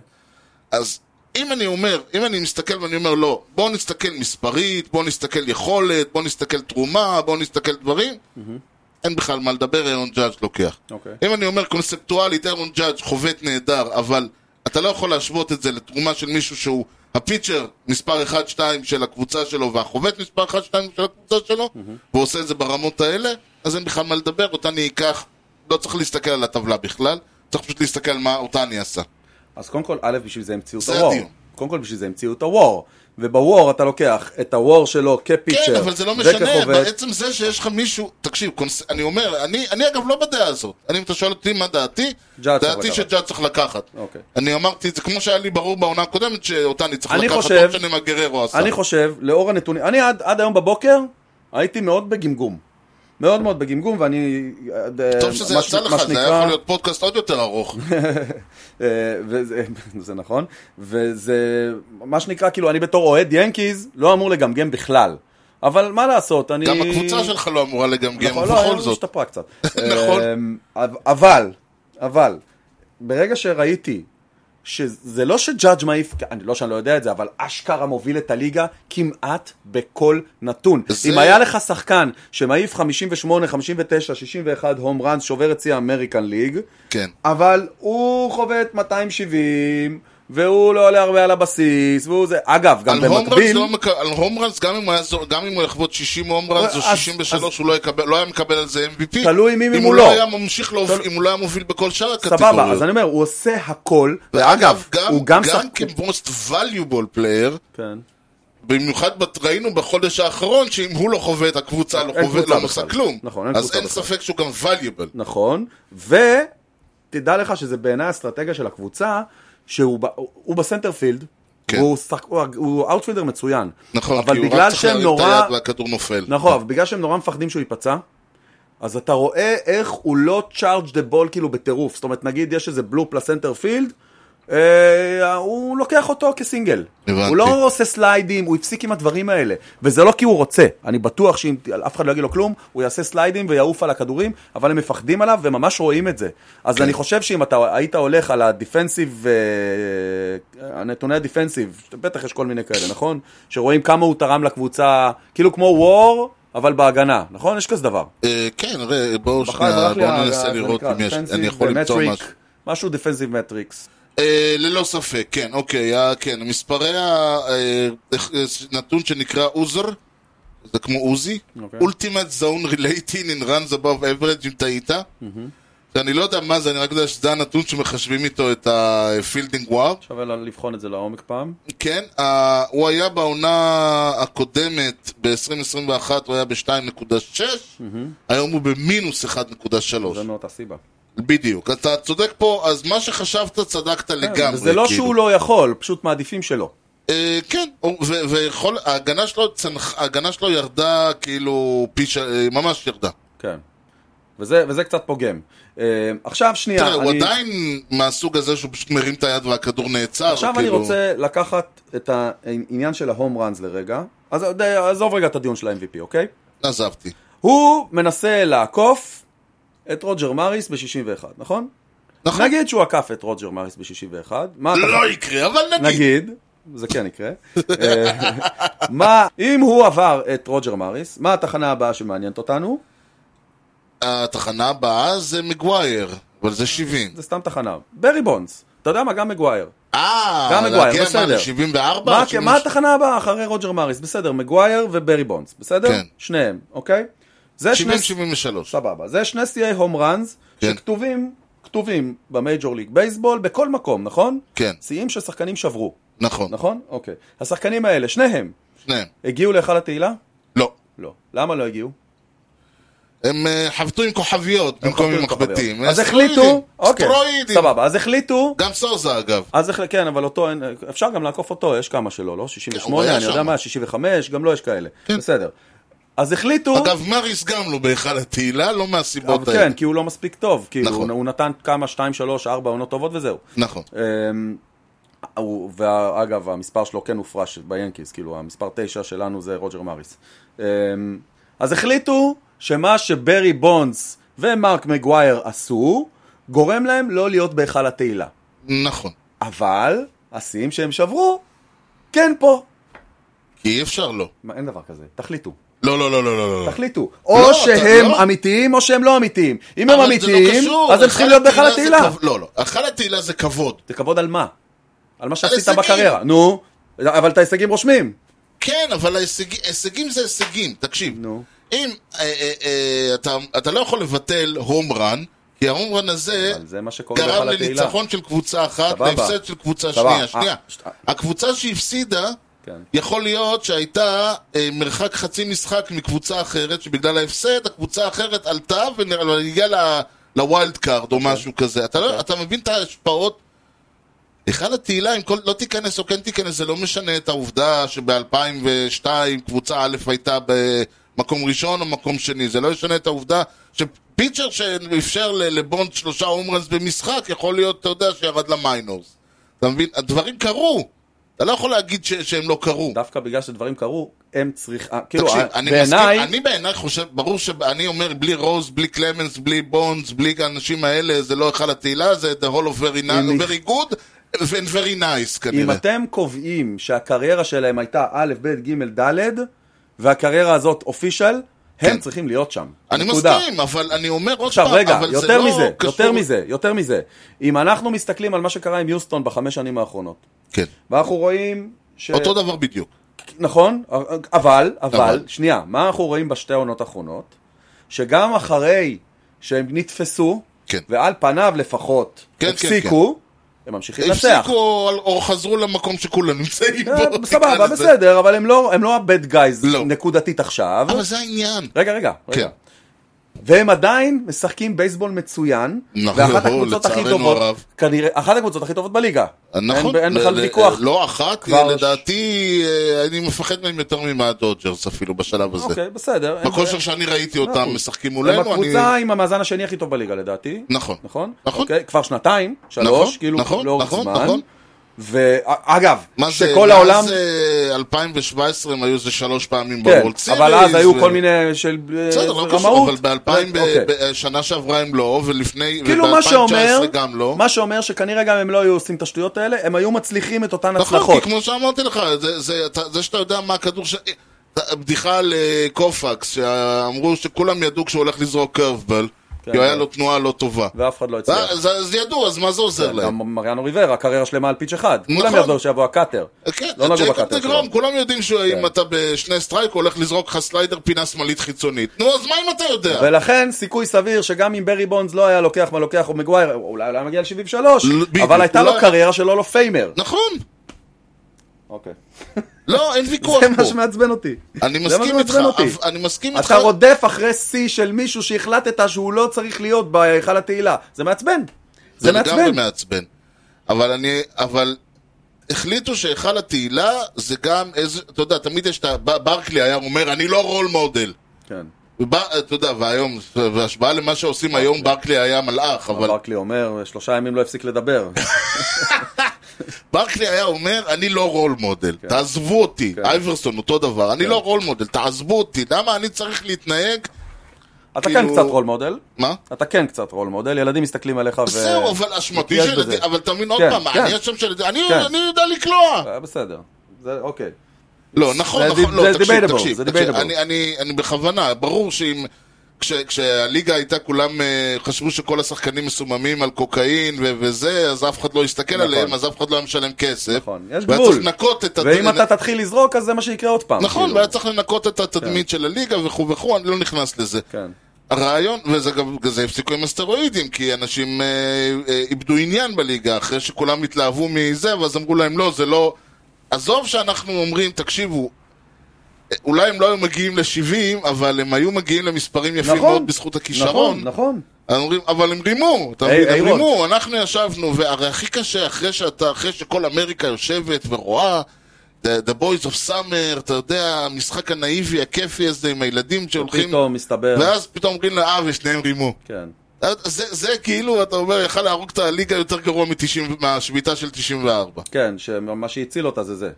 [SPEAKER 1] אז אם אני אומר, אם אני מסתכל ואני אומר לא, בואו נסתכל מספרית, בואו נסתכל יכולת, בואו נסתכל תרומה, בואו נסתכל דברים, אין בכלל מה לדבר, אירון ג'אג' לוקח.
[SPEAKER 2] אוקיי.
[SPEAKER 1] אם אני אומר קונספטואלית, אירון ג'אג' חובט נהדר, אבל אתה לא יכול להשוות את זה לתרומה של מישהו שהוא הפיצ'ר מספר 1-2 של הקבוצה שלו והחובט מספר 1-2 של הקבוצה שלו, והוא עושה את זה ברמות האלה, אז אין בכלל מה לדבר, אותה אני אקח, לא צריך להסתכל על הטבלה בכלל, צריך פשוט להסתכל מה אותה אני עשה.
[SPEAKER 2] אז קודם כל, א', בשביל זה המציאו את
[SPEAKER 1] זה
[SPEAKER 2] הוור.
[SPEAKER 1] הדיון.
[SPEAKER 2] קודם כל, בשביל זה המציאו את הוור. ובוור אתה לוקח את הוור שלו כפיצ'ר
[SPEAKER 1] כן, אבל זה לא משנה, בעצם זה שיש לך מישהו, תקשיב, קונס... אני אומר, אני, אני אגב לא בדעה הזאת, אני אם אתה שואל אותי מה דעתי,
[SPEAKER 2] ג'אד צריך
[SPEAKER 1] דעתי
[SPEAKER 2] לקחת.
[SPEAKER 1] שג'אד צריך לקחת.
[SPEAKER 2] אוקיי.
[SPEAKER 1] אני אמרתי את זה כמו שהיה לי ברור בעונה הקודמת, שאותה אני צריך
[SPEAKER 2] אני
[SPEAKER 1] לקחת,
[SPEAKER 2] חושב-
[SPEAKER 1] לא משנה מה גררו עשה.
[SPEAKER 2] אני חושב, לאור הנתונים, אני עד, עד היום בבוקר הייתי מאוד בגמגום. מאוד מאוד בגמגום, ואני... אה,
[SPEAKER 1] טוב שזה
[SPEAKER 2] מה ש-
[SPEAKER 1] יצא
[SPEAKER 2] מה
[SPEAKER 1] לך, זה היה
[SPEAKER 2] שנקרא-
[SPEAKER 1] יכול להיות פודקאסט עוד יותר ארוך.
[SPEAKER 2] אה, וזה זה נכון, וזה מה שנקרא, כאילו, אני בתור אוהד ינקיז לא אמור לגמגם בכלל. אבל מה לעשות, אני...
[SPEAKER 1] גם הקבוצה שלך לא אמורה לגמגם,
[SPEAKER 2] נכון, לא, היום
[SPEAKER 1] ובכל
[SPEAKER 2] זה
[SPEAKER 1] זאת.
[SPEAKER 2] השתפרה קצת.
[SPEAKER 1] נכון.
[SPEAKER 2] אמ, אבל, אבל, ברגע שראיתי שזה לא שג'אג' מעיף, אני לא שאני לא יודע את זה, אבל אשכרה מוביל את הליגה כמעט בכל נתון.
[SPEAKER 1] זה-
[SPEAKER 2] אם היה לך שחקן שמעיף 58, 59, 61 הום ראנס, שובר את שיא האמריקן ליג,
[SPEAKER 1] כן.
[SPEAKER 2] אבל הוא חובט 270, והוא לא עולה הרבה על הבסיס, והוא זה... אגב, גם
[SPEAKER 1] על הום ראנס
[SPEAKER 2] במקביל...
[SPEAKER 1] לא מק- על הום ראנס, גם אם הוא היה זו- גם אם הוא יחבוט 60 הום ראנס או
[SPEAKER 2] אז-
[SPEAKER 1] 63, הוא לא יקבל- לא היה מקבל על זה MVP.
[SPEAKER 2] תלוי מי
[SPEAKER 1] אם הוא
[SPEAKER 2] ממולו.
[SPEAKER 1] לא היה ממשיך להוביל, אם הוא לא היה מוביל בכל שאר הקטגוריות.
[SPEAKER 2] סבבה, אז אני אומר, הוא עושה הכל, ואגב, הוא גם
[SPEAKER 1] גם
[SPEAKER 2] שחק...
[SPEAKER 1] כמוסט ווליובול פלייר,
[SPEAKER 2] כן.
[SPEAKER 1] במיוחד בת- ראינו בחודש האחרון שאם הוא לא חווה את הקבוצה, לא
[SPEAKER 2] אין
[SPEAKER 1] חווה,
[SPEAKER 2] קבוצה
[SPEAKER 1] לא עושה
[SPEAKER 2] בכלל.
[SPEAKER 1] כלום.
[SPEAKER 2] נכון, אין
[SPEAKER 1] אז
[SPEAKER 2] קבוצה
[SPEAKER 1] אין
[SPEAKER 2] בכלל.
[SPEAKER 1] ספק שהוא גם ווליובל.
[SPEAKER 2] נכון, ותדע לך שזה בעיניי האסטרטגיה של הקבוצה, שהוא ב... הוא בסנטרפילד,
[SPEAKER 1] כן.
[SPEAKER 2] הוא, שחק... הוא... הוא אאוטפילדר מצוין.
[SPEAKER 1] נכון, כי
[SPEAKER 2] אבל
[SPEAKER 1] הוא
[SPEAKER 2] בגלל
[SPEAKER 1] רק צריך
[SPEAKER 2] שהם
[SPEAKER 1] להרים את
[SPEAKER 2] נורא...
[SPEAKER 1] היד והכדור נופל.
[SPEAKER 2] נכון, אבל בגלל שהם נורא מפחדים שהוא ייפצע, אז אתה רואה איך הוא לא צ'ארג' דה בול כאילו בטירוף. זאת אומרת, נגיד יש איזה בלופ לסנטר פילד, אה, הוא לוקח אותו כסינגל.
[SPEAKER 1] הבנתי.
[SPEAKER 2] הוא לא עושה סליידים, הוא הפסיק עם הדברים האלה. וזה לא כי הוא רוצה, אני בטוח שאם אף אחד לא יגיד לו כלום, הוא יעשה סליידים ויעוף על הכדורים, אבל הם מפחדים עליו וממש רואים את זה. אז אני חושב שאם אתה היית הולך על הדיפנסיב, אה, הנתוני הדיפנסיב, בטח יש כל מיני כאלה, נכון? שרואים כמה הוא תרם לקבוצה, כאילו כמו וור, אבל בהגנה, נכון? יש כזה דבר.
[SPEAKER 1] אה, כן, ראה, בואו
[SPEAKER 2] בחר,
[SPEAKER 1] שנייה,
[SPEAKER 2] אה, ברח לי ה-
[SPEAKER 1] בואו אה, ננסה
[SPEAKER 2] זה
[SPEAKER 1] לראות
[SPEAKER 2] נקרא
[SPEAKER 1] אם יש,
[SPEAKER 2] defensive
[SPEAKER 1] אני יכול למצוא
[SPEAKER 2] metric,
[SPEAKER 1] משהו.
[SPEAKER 2] משהו דיפנסיב מטריקס.
[SPEAKER 1] אה, ללא ספק, כן, אוקיי, אה, כן, מספרי אה, הנתון שנקרא עוזר, זה כמו עוזי,
[SPEAKER 2] אוקיי.
[SPEAKER 1] Ultimate Zone Relating in Runs Above Average, אם טעית, שאני לא יודע מה זה, אני רק יודע שזה הנתון שמחשבים איתו את ה-Fielding War,
[SPEAKER 2] שווה לה- לבחון את זה לעומק פעם.
[SPEAKER 1] כן, אה, הוא היה בעונה הקודמת, ב-2021 הוא היה ב-2.6, היום הוא במינוס 1.3,
[SPEAKER 2] זה נכון. מאותה סיבה.
[SPEAKER 1] בדיוק, אתה צודק פה, אז מה שחשבת צדקת לגמרי,
[SPEAKER 2] וזה לא
[SPEAKER 1] כאילו.
[SPEAKER 2] שהוא לא יכול, פשוט מעדיפים שלא.
[SPEAKER 1] אה, כן, הוא- ו- ויכול, ההגנה שלו, צנח, ההגנה שלו ירדה כאילו פי ש... אה, ממש ירדה.
[SPEAKER 2] כן. וזה, וזה קצת פוגם. אה, עכשיו שנייה,
[SPEAKER 1] תראה, הוא
[SPEAKER 2] אני,
[SPEAKER 1] עדיין מהסוג הזה שהוא פשוט מרים את היד והכדור נעצר,
[SPEAKER 2] עכשיו אני
[SPEAKER 1] כאילו.
[SPEAKER 2] רוצה לקחת את העניין של ההום ראנס לרגע. אז אה, די, עזוב רגע את הדיון של ה-MVP, אוקיי?
[SPEAKER 1] עזבתי.
[SPEAKER 2] הוא מנסה לעקוף את רוג'ר מריס ב-61, נכון?
[SPEAKER 1] נכון.
[SPEAKER 2] נגיד שהוא עקף את רוג'ר מריס ב-61, מה אתה
[SPEAKER 1] לא יקרה, אבל נגיד.
[SPEAKER 2] נגיד, זה כן יקרה. אה, מה, אם הוא עבר את רוג'ר מריס, מה התחנה הבאה שמעניינת אותנו?
[SPEAKER 1] התחנה הבאה זה מגווייר, אבל זה 70.
[SPEAKER 2] זה סתם תחנה. ברי בונדס, אתה יודע מה? גם מגווייר.
[SPEAKER 1] אה,
[SPEAKER 2] גם מגווייר,
[SPEAKER 1] להגיע מה,
[SPEAKER 2] בסדר.
[SPEAKER 1] ל-74?
[SPEAKER 2] מה, כן, מה התחנה הבאה אחרי רוג'ר מריס? בסדר, מגווייר וברי בונדס, בסדר?
[SPEAKER 1] כן.
[SPEAKER 2] שניהם, אוקיי? זה שני...
[SPEAKER 1] 70-73.
[SPEAKER 2] סבבה. זה שני שיאי הום ראנס
[SPEAKER 1] כן.
[SPEAKER 2] שכתובים, כתובים במייג'ור ליג בייסבול בכל מקום, נכון?
[SPEAKER 1] כן,
[SPEAKER 2] שיאים ששחקנים שברו,
[SPEAKER 1] נכון.
[SPEAKER 2] נכון? אוקיי. השחקנים האלה, שניהם,
[SPEAKER 1] שניהם.
[SPEAKER 2] הגיעו להיכל התהילה?
[SPEAKER 1] לא.
[SPEAKER 2] לא. למה לא הגיעו?
[SPEAKER 1] הם אה, חבטו עם כוכביות במקום עם מחבטים.
[SPEAKER 2] אז
[SPEAKER 1] אה,
[SPEAKER 2] החליטו,
[SPEAKER 1] סטרואידים.
[SPEAKER 2] אוקיי,
[SPEAKER 1] סטרואידים.
[SPEAKER 2] סבבה, אז החליטו,
[SPEAKER 1] גם סוזה אגב.
[SPEAKER 2] אז החל- כן, אבל אותו, אין- אפשר גם לעקוף אותו, יש כמה שלא, לא?
[SPEAKER 1] כן, הוא
[SPEAKER 2] 68,
[SPEAKER 1] היה
[SPEAKER 2] אני יודע
[SPEAKER 1] שם. כן.
[SPEAKER 2] מה, 65, גם לו יש כאלה. בסדר. אז החליטו,
[SPEAKER 1] אגב, מריס גם לא בהיכל התהילה, לא
[SPEAKER 2] אבל
[SPEAKER 1] מהסיבות האלה.
[SPEAKER 2] כן, כי הוא לא מספיק טוב, כי
[SPEAKER 1] נכון.
[SPEAKER 2] הוא הוא נתן כמה, 2, 3, 4 עונות טובות וזהו.
[SPEAKER 1] נכון.
[SPEAKER 2] אמ, הוא- ואגב, המספר שלו כן הופרש ביאנקיס, כאילו המספר תשע שלנו זה רוג'ר מריס. אמ, אז החליטו שמה שברי בונדס ומרק מגווייר עשו, גורם להם לא להיות בהיכל התהילה.
[SPEAKER 1] נכון.
[SPEAKER 2] אבל השיאים שהם שברו, כן פה.
[SPEAKER 1] כי אי אפשר לא.
[SPEAKER 2] מה, אין דבר כזה, תחליטו,
[SPEAKER 1] לא, לא, לא, לא, לא. לא.
[SPEAKER 2] תחליטו.
[SPEAKER 1] אתה-
[SPEAKER 2] או שהם
[SPEAKER 1] לא.
[SPEAKER 2] אמיתיים או שהם לא אמיתיים. אם הם
[SPEAKER 1] אבל זה לא
[SPEAKER 2] אמיתיים,
[SPEAKER 1] קשור.
[SPEAKER 2] אז הם צריכים
[SPEAKER 1] היכל
[SPEAKER 2] להיות בהיכל
[SPEAKER 1] זה
[SPEAKER 2] התהילה.
[SPEAKER 1] כב- לא, לא. היכל התהילה זה כבוד.
[SPEAKER 2] זה כבוד על מה? על מה שעשית
[SPEAKER 1] הישגים.
[SPEAKER 2] בקריירה. נו, אבל את ההישגים רושמים.
[SPEAKER 1] כן, אבל ההישגי- הישגים זה הישגים. תקשיב.
[SPEAKER 2] נו.
[SPEAKER 1] אם אה, אה, אה, אתה- אתה לא יכול לבטל הום רן, כי ההום רן הזה
[SPEAKER 2] אבל זה מה שקורה
[SPEAKER 1] אה, גרם
[SPEAKER 2] בהיכל התהילה.
[SPEAKER 1] לניצחון של קבוצה אחת,
[SPEAKER 2] סבבה.
[SPEAKER 1] להפסד של קבוצה
[SPEAKER 2] סבבה.
[SPEAKER 1] שנייה. שנייה.
[SPEAKER 2] אה, שת-
[SPEAKER 1] הקבוצה שהפסידה,
[SPEAKER 2] כן.
[SPEAKER 1] יכול להיות שהייתה אה, מרחק חצי משחק מקבוצה אחרת, שבגלל ההפסד הקבוצה האחרת עלתה והגיעה לווילד קארד
[SPEAKER 2] אוקיי.
[SPEAKER 1] או משהו כזה. אתה לא- אתה מבין את ההשפעות? היכל התהילה, אם כל, לא תיכנס או כן תיכנס, זה לא משנה את העובדה שב-2002 קבוצה א' הייתה במקום ראשון או מקום שני. זה לא ישנה את העובדה שפיצ'ר שאפשר ל- לבונד שלושה הומרנס במשחק, יכול להיות, אתה יודע, שירד למיינורס. אתה מבין? הדברים קרו. אתה לא יכול להגיד ש- שהם לא קרו.
[SPEAKER 2] דווקא בגלל שדברים קרו, הם צריכים... כאילו,
[SPEAKER 1] תקשיב,
[SPEAKER 2] אה,
[SPEAKER 1] אני מסכים,
[SPEAKER 2] בעיניי,
[SPEAKER 1] אני בעיניי חושב, ברור שאני אומר בלי רוז, בלי קלמנס, בלי בונדס, בלי האנשים האלה, זה לא היכל התהילה, זה the whole of very,
[SPEAKER 2] אם-
[SPEAKER 1] nice, very good and very nice
[SPEAKER 2] אם
[SPEAKER 1] כנראה.
[SPEAKER 2] אתם קובעים שהקריירה שלהם הייתה א', ב', ג', ד', והקריירה הזאת אופישל, הם
[SPEAKER 1] כן.
[SPEAKER 2] צריכים להיות שם.
[SPEAKER 1] אני
[SPEAKER 2] נקודה.
[SPEAKER 1] מסכים, אבל אני אומר עוד פעם,
[SPEAKER 2] עכשיו רגע,
[SPEAKER 1] אבל זה
[SPEAKER 2] יותר
[SPEAKER 1] לא
[SPEAKER 2] מזה,
[SPEAKER 1] קשור-
[SPEAKER 2] יותר מזה, יותר מזה. אם אנחנו מסתכלים על מה שקרה עם יוסטון בחמש שנים האחרונות,
[SPEAKER 1] כן,
[SPEAKER 2] ואנחנו רואים ש...
[SPEAKER 1] אותו דבר בדיוק.
[SPEAKER 2] נכון, אבל, אבל,
[SPEAKER 1] אבל.
[SPEAKER 2] שנייה, מה אנחנו רואים בשתי העונות האחרונות? שגם אחרי שהם נתפסו,
[SPEAKER 1] כן.
[SPEAKER 2] ועל פניו לפחות,
[SPEAKER 1] כן,
[SPEAKER 2] הפסיקו, הם ממשיכים לנצח.
[SPEAKER 1] הפסיקו על- או חזרו למקום שכולם נמצאים בו.
[SPEAKER 2] אה,
[SPEAKER 1] נקרא
[SPEAKER 2] סבבה,
[SPEAKER 1] לזה.
[SPEAKER 2] בסדר, אבל הם לא, הם לא ה-bad guys
[SPEAKER 1] לא.
[SPEAKER 2] נקודתית עכשיו.
[SPEAKER 1] אבל זה העניין.
[SPEAKER 2] רגע, רגע, רגע.
[SPEAKER 1] כן.
[SPEAKER 2] והם עדיין משחקים בייסבול מצוין,
[SPEAKER 1] נכון,
[SPEAKER 2] ואחת הקבוצות הכי
[SPEAKER 1] לצערנו
[SPEAKER 2] טובות,
[SPEAKER 1] הרב.
[SPEAKER 2] כנראה, אחת הקבוצות הכי טובות בליגה.
[SPEAKER 1] נכון.
[SPEAKER 2] אין, אין
[SPEAKER 1] ל-
[SPEAKER 2] בכלל
[SPEAKER 1] ל-
[SPEAKER 2] ויכוח.
[SPEAKER 1] לא אחת,
[SPEAKER 2] כבר-
[SPEAKER 1] לדעתי, אה, אני מפחד מהם יותר מהדודג'רס אפילו בשלב הזה.
[SPEAKER 2] אוקיי, בסדר. אין
[SPEAKER 1] בכושר
[SPEAKER 2] בעיה.
[SPEAKER 1] שאני ראיתי
[SPEAKER 2] מאה
[SPEAKER 1] אותם
[SPEAKER 2] אחוז.
[SPEAKER 1] משחקים
[SPEAKER 2] הם
[SPEAKER 1] מולנו, אני...
[SPEAKER 2] הקבוצה עם המאזן השני הכי טוב בליגה לדעתי.
[SPEAKER 1] נכון.
[SPEAKER 2] נכון?
[SPEAKER 1] נכון.
[SPEAKER 2] אוקיי, כבר שנתיים,
[SPEAKER 1] נכון,
[SPEAKER 2] שלוש, כאילו
[SPEAKER 1] נכון,
[SPEAKER 2] לאורך
[SPEAKER 1] נכון,
[SPEAKER 2] זמן.
[SPEAKER 1] נכון.
[SPEAKER 2] ואגב,
[SPEAKER 1] מה זה,
[SPEAKER 2] שכל העולם...
[SPEAKER 1] מאז אה, 2017 הם היו איזה שלוש פעמים
[SPEAKER 2] כן,
[SPEAKER 1] בוולד סיריס.
[SPEAKER 2] אבל אז היו
[SPEAKER 1] ו-
[SPEAKER 2] כל מיני של אה,
[SPEAKER 1] בסדר, לא קשור,
[SPEAKER 2] רמאות.
[SPEAKER 1] אבל ב-2000,
[SPEAKER 2] אוקיי.
[SPEAKER 1] בשנה שעברה הם לא, ולפני,
[SPEAKER 2] כאילו מה שאומר,
[SPEAKER 1] וב-2019 גם לא.
[SPEAKER 2] מה שאומר שכנראה גם הם לא היו עושים את השטויות האלה, הם היו מצליחים את אותן
[SPEAKER 1] נכון, כי
[SPEAKER 2] הצלחות.
[SPEAKER 1] כמו שאמרתי לך, זה- זה אתה- זה שאתה יודע מה הכדור ש... הבדיחה על אה, קופקס, שאמרו שכולם ידעו כשהוא הולך לזרוק קרבבל,
[SPEAKER 2] כן,
[SPEAKER 1] כי היה
[SPEAKER 2] כן.
[SPEAKER 1] לו תנועה לא טובה.
[SPEAKER 2] ואף אחד לא הצליח.
[SPEAKER 1] אז אז ידעו, אז מה זה עוזר להם?
[SPEAKER 2] כן, גם מריאנו ריבר, הקריירה שלמה על פיץ' אחד. כולם
[SPEAKER 1] נכון.
[SPEAKER 2] ידעו שיבוא הקאטר.
[SPEAKER 1] כן,
[SPEAKER 2] לא נגעו
[SPEAKER 1] ג'ייקוב
[SPEAKER 2] בקאטר שלו.
[SPEAKER 1] דגרום, כולם יודעים
[SPEAKER 2] כן.
[SPEAKER 1] שאם אתה בשני סטרייק, הוא הולך לזרוק לך סליידר פינה שמאלית חיצונית. נו, אז מה אם אתה יודע?
[SPEAKER 2] ולכן סיכוי סביר שגם אם ברי בונדס לא היה לוקח מה לוקח או מגווייר, אולי הוא לא היה מגיע
[SPEAKER 1] ל-
[SPEAKER 2] ל-73,
[SPEAKER 1] בדיוק,
[SPEAKER 2] אבל הייתה לו
[SPEAKER 1] אולי-
[SPEAKER 2] קריירה של הולו פיימר.
[SPEAKER 1] נכון.
[SPEAKER 2] אוקיי.
[SPEAKER 1] לא, אין ויכוח
[SPEAKER 2] זה מה
[SPEAKER 1] פה.
[SPEAKER 2] שמעצבן אותי.
[SPEAKER 1] אני
[SPEAKER 2] זה מה
[SPEAKER 1] מסכים איתך,
[SPEAKER 2] שמעצבן אותי.
[SPEAKER 1] אבל- אני מסכים איתך.
[SPEAKER 2] אתה רודף אחרי שיא של מישהו שהחלטת שהוא לא צריך להיות בהיכל התהילה. זה מעצבן. זה מעצבן.
[SPEAKER 1] לגמרי מעצבן. אבל אני, אבל החליטו שהיכל התהילה זה גם איזה, אתה יודע, תמיד יש את ה... ב- ברקלי היה אומר, אני לא רול מודל.
[SPEAKER 2] כן.
[SPEAKER 1] ובא- אתה יודע, והיום, בהשוואה למה שעושים היום, ברקלי היה מלאך, אבל
[SPEAKER 2] ברקלי אומר, שלושה ימים לא הפסיק לדבר.
[SPEAKER 1] ברקלי היה אומר, אני לא רול מודל, תעזבו אותי.
[SPEAKER 2] כן.
[SPEAKER 1] אייברסון, אותו דבר, אני לא רול מודל, תעזבו אותי. למה אני צריך להתנהג?
[SPEAKER 2] אתה
[SPEAKER 1] כאילו-
[SPEAKER 2] כן קצת רול מודל.
[SPEAKER 1] מה?
[SPEAKER 2] אתה כן קצת רול מודל, ילדים מסתכלים עליך ו...
[SPEAKER 1] זהו, אבל אשמתי
[SPEAKER 2] יש
[SPEAKER 1] של...
[SPEAKER 2] בזה.
[SPEAKER 1] אבל אתה מבין עוד
[SPEAKER 2] כן,
[SPEAKER 1] פעם,
[SPEAKER 2] כן.
[SPEAKER 1] אני אשם של... אני
[SPEAKER 2] כן.
[SPEAKER 1] אני יודע לקלוע.
[SPEAKER 2] אה, בסדר. זה אוקיי.
[SPEAKER 1] לא, נכון,
[SPEAKER 2] זה
[SPEAKER 1] נכון,
[SPEAKER 2] די-
[SPEAKER 1] לא,
[SPEAKER 2] זה
[SPEAKER 1] תקשיב,
[SPEAKER 2] debatable,
[SPEAKER 1] תקשיב,
[SPEAKER 2] זה
[SPEAKER 1] תקשיב,
[SPEAKER 2] debatable.
[SPEAKER 1] אני- אני אני בכוונה, ברור שאם... כש- כשהליגה הייתה, כולם אה, חשבו שכל השחקנים מסוממים על קוקאין ו- וזה, אז אף אחד לא הסתכל
[SPEAKER 2] נכון.
[SPEAKER 1] עליהם, אז אף אחד לא היה משלם כסף.
[SPEAKER 2] נכון, יש
[SPEAKER 1] והיה
[SPEAKER 2] גבול.
[SPEAKER 1] צריך לנקות את... הת-
[SPEAKER 2] ואם אתה תתחיל לזרוק, אז זה מה שיקרה עוד פעם.
[SPEAKER 1] נכון,
[SPEAKER 2] כאילו.
[SPEAKER 1] והיה צריך לנקות את התדמית של הליגה וכו' וכו', אני לא נכנס לזה.
[SPEAKER 2] כן.
[SPEAKER 1] הרעיון, וזה גם, בגלל זה הפסיקו עם הסטרואידים, כי אנשים אה, אה, איבדו עניין בליגה, אחרי שכולם התלהבו מזה, ואז אמרו להם, לא, זה לא... עזוב שאנחנו אומרים, תקשיבו, אה, אולי הם לא היו מגיעים ל-70, אבל הם היו מגיעים למספרים יפים
[SPEAKER 2] נכון.
[SPEAKER 1] מאוד בזכות הכישרון.
[SPEAKER 2] נכון, נכון.
[SPEAKER 1] אז אומרים, אבל הם רימו, אתה
[SPEAKER 2] היי,
[SPEAKER 1] מבין,
[SPEAKER 2] היי,
[SPEAKER 1] הם
[SPEAKER 2] רון.
[SPEAKER 1] רימו, אנחנו ישבנו, והרי הכי קשה, אחרי שאתה, אחרי שכל אמריקה יושבת ורואה, the, the boys of summer, אתה יודע, המשחק הנאיבי, הכיפי הזה עם הילדים שהולכים,
[SPEAKER 2] פתאום מסתבר.
[SPEAKER 1] ואז פתאום אומרים לה, אה, ושניהם רימו.
[SPEAKER 2] כן.
[SPEAKER 1] אז זה, זה כאילו, אתה אומר, יכל להרוג את הליגה יותר גרוע מ-90 מהשביתה של 94.
[SPEAKER 2] כן, שמה שהציל אותה זה זה.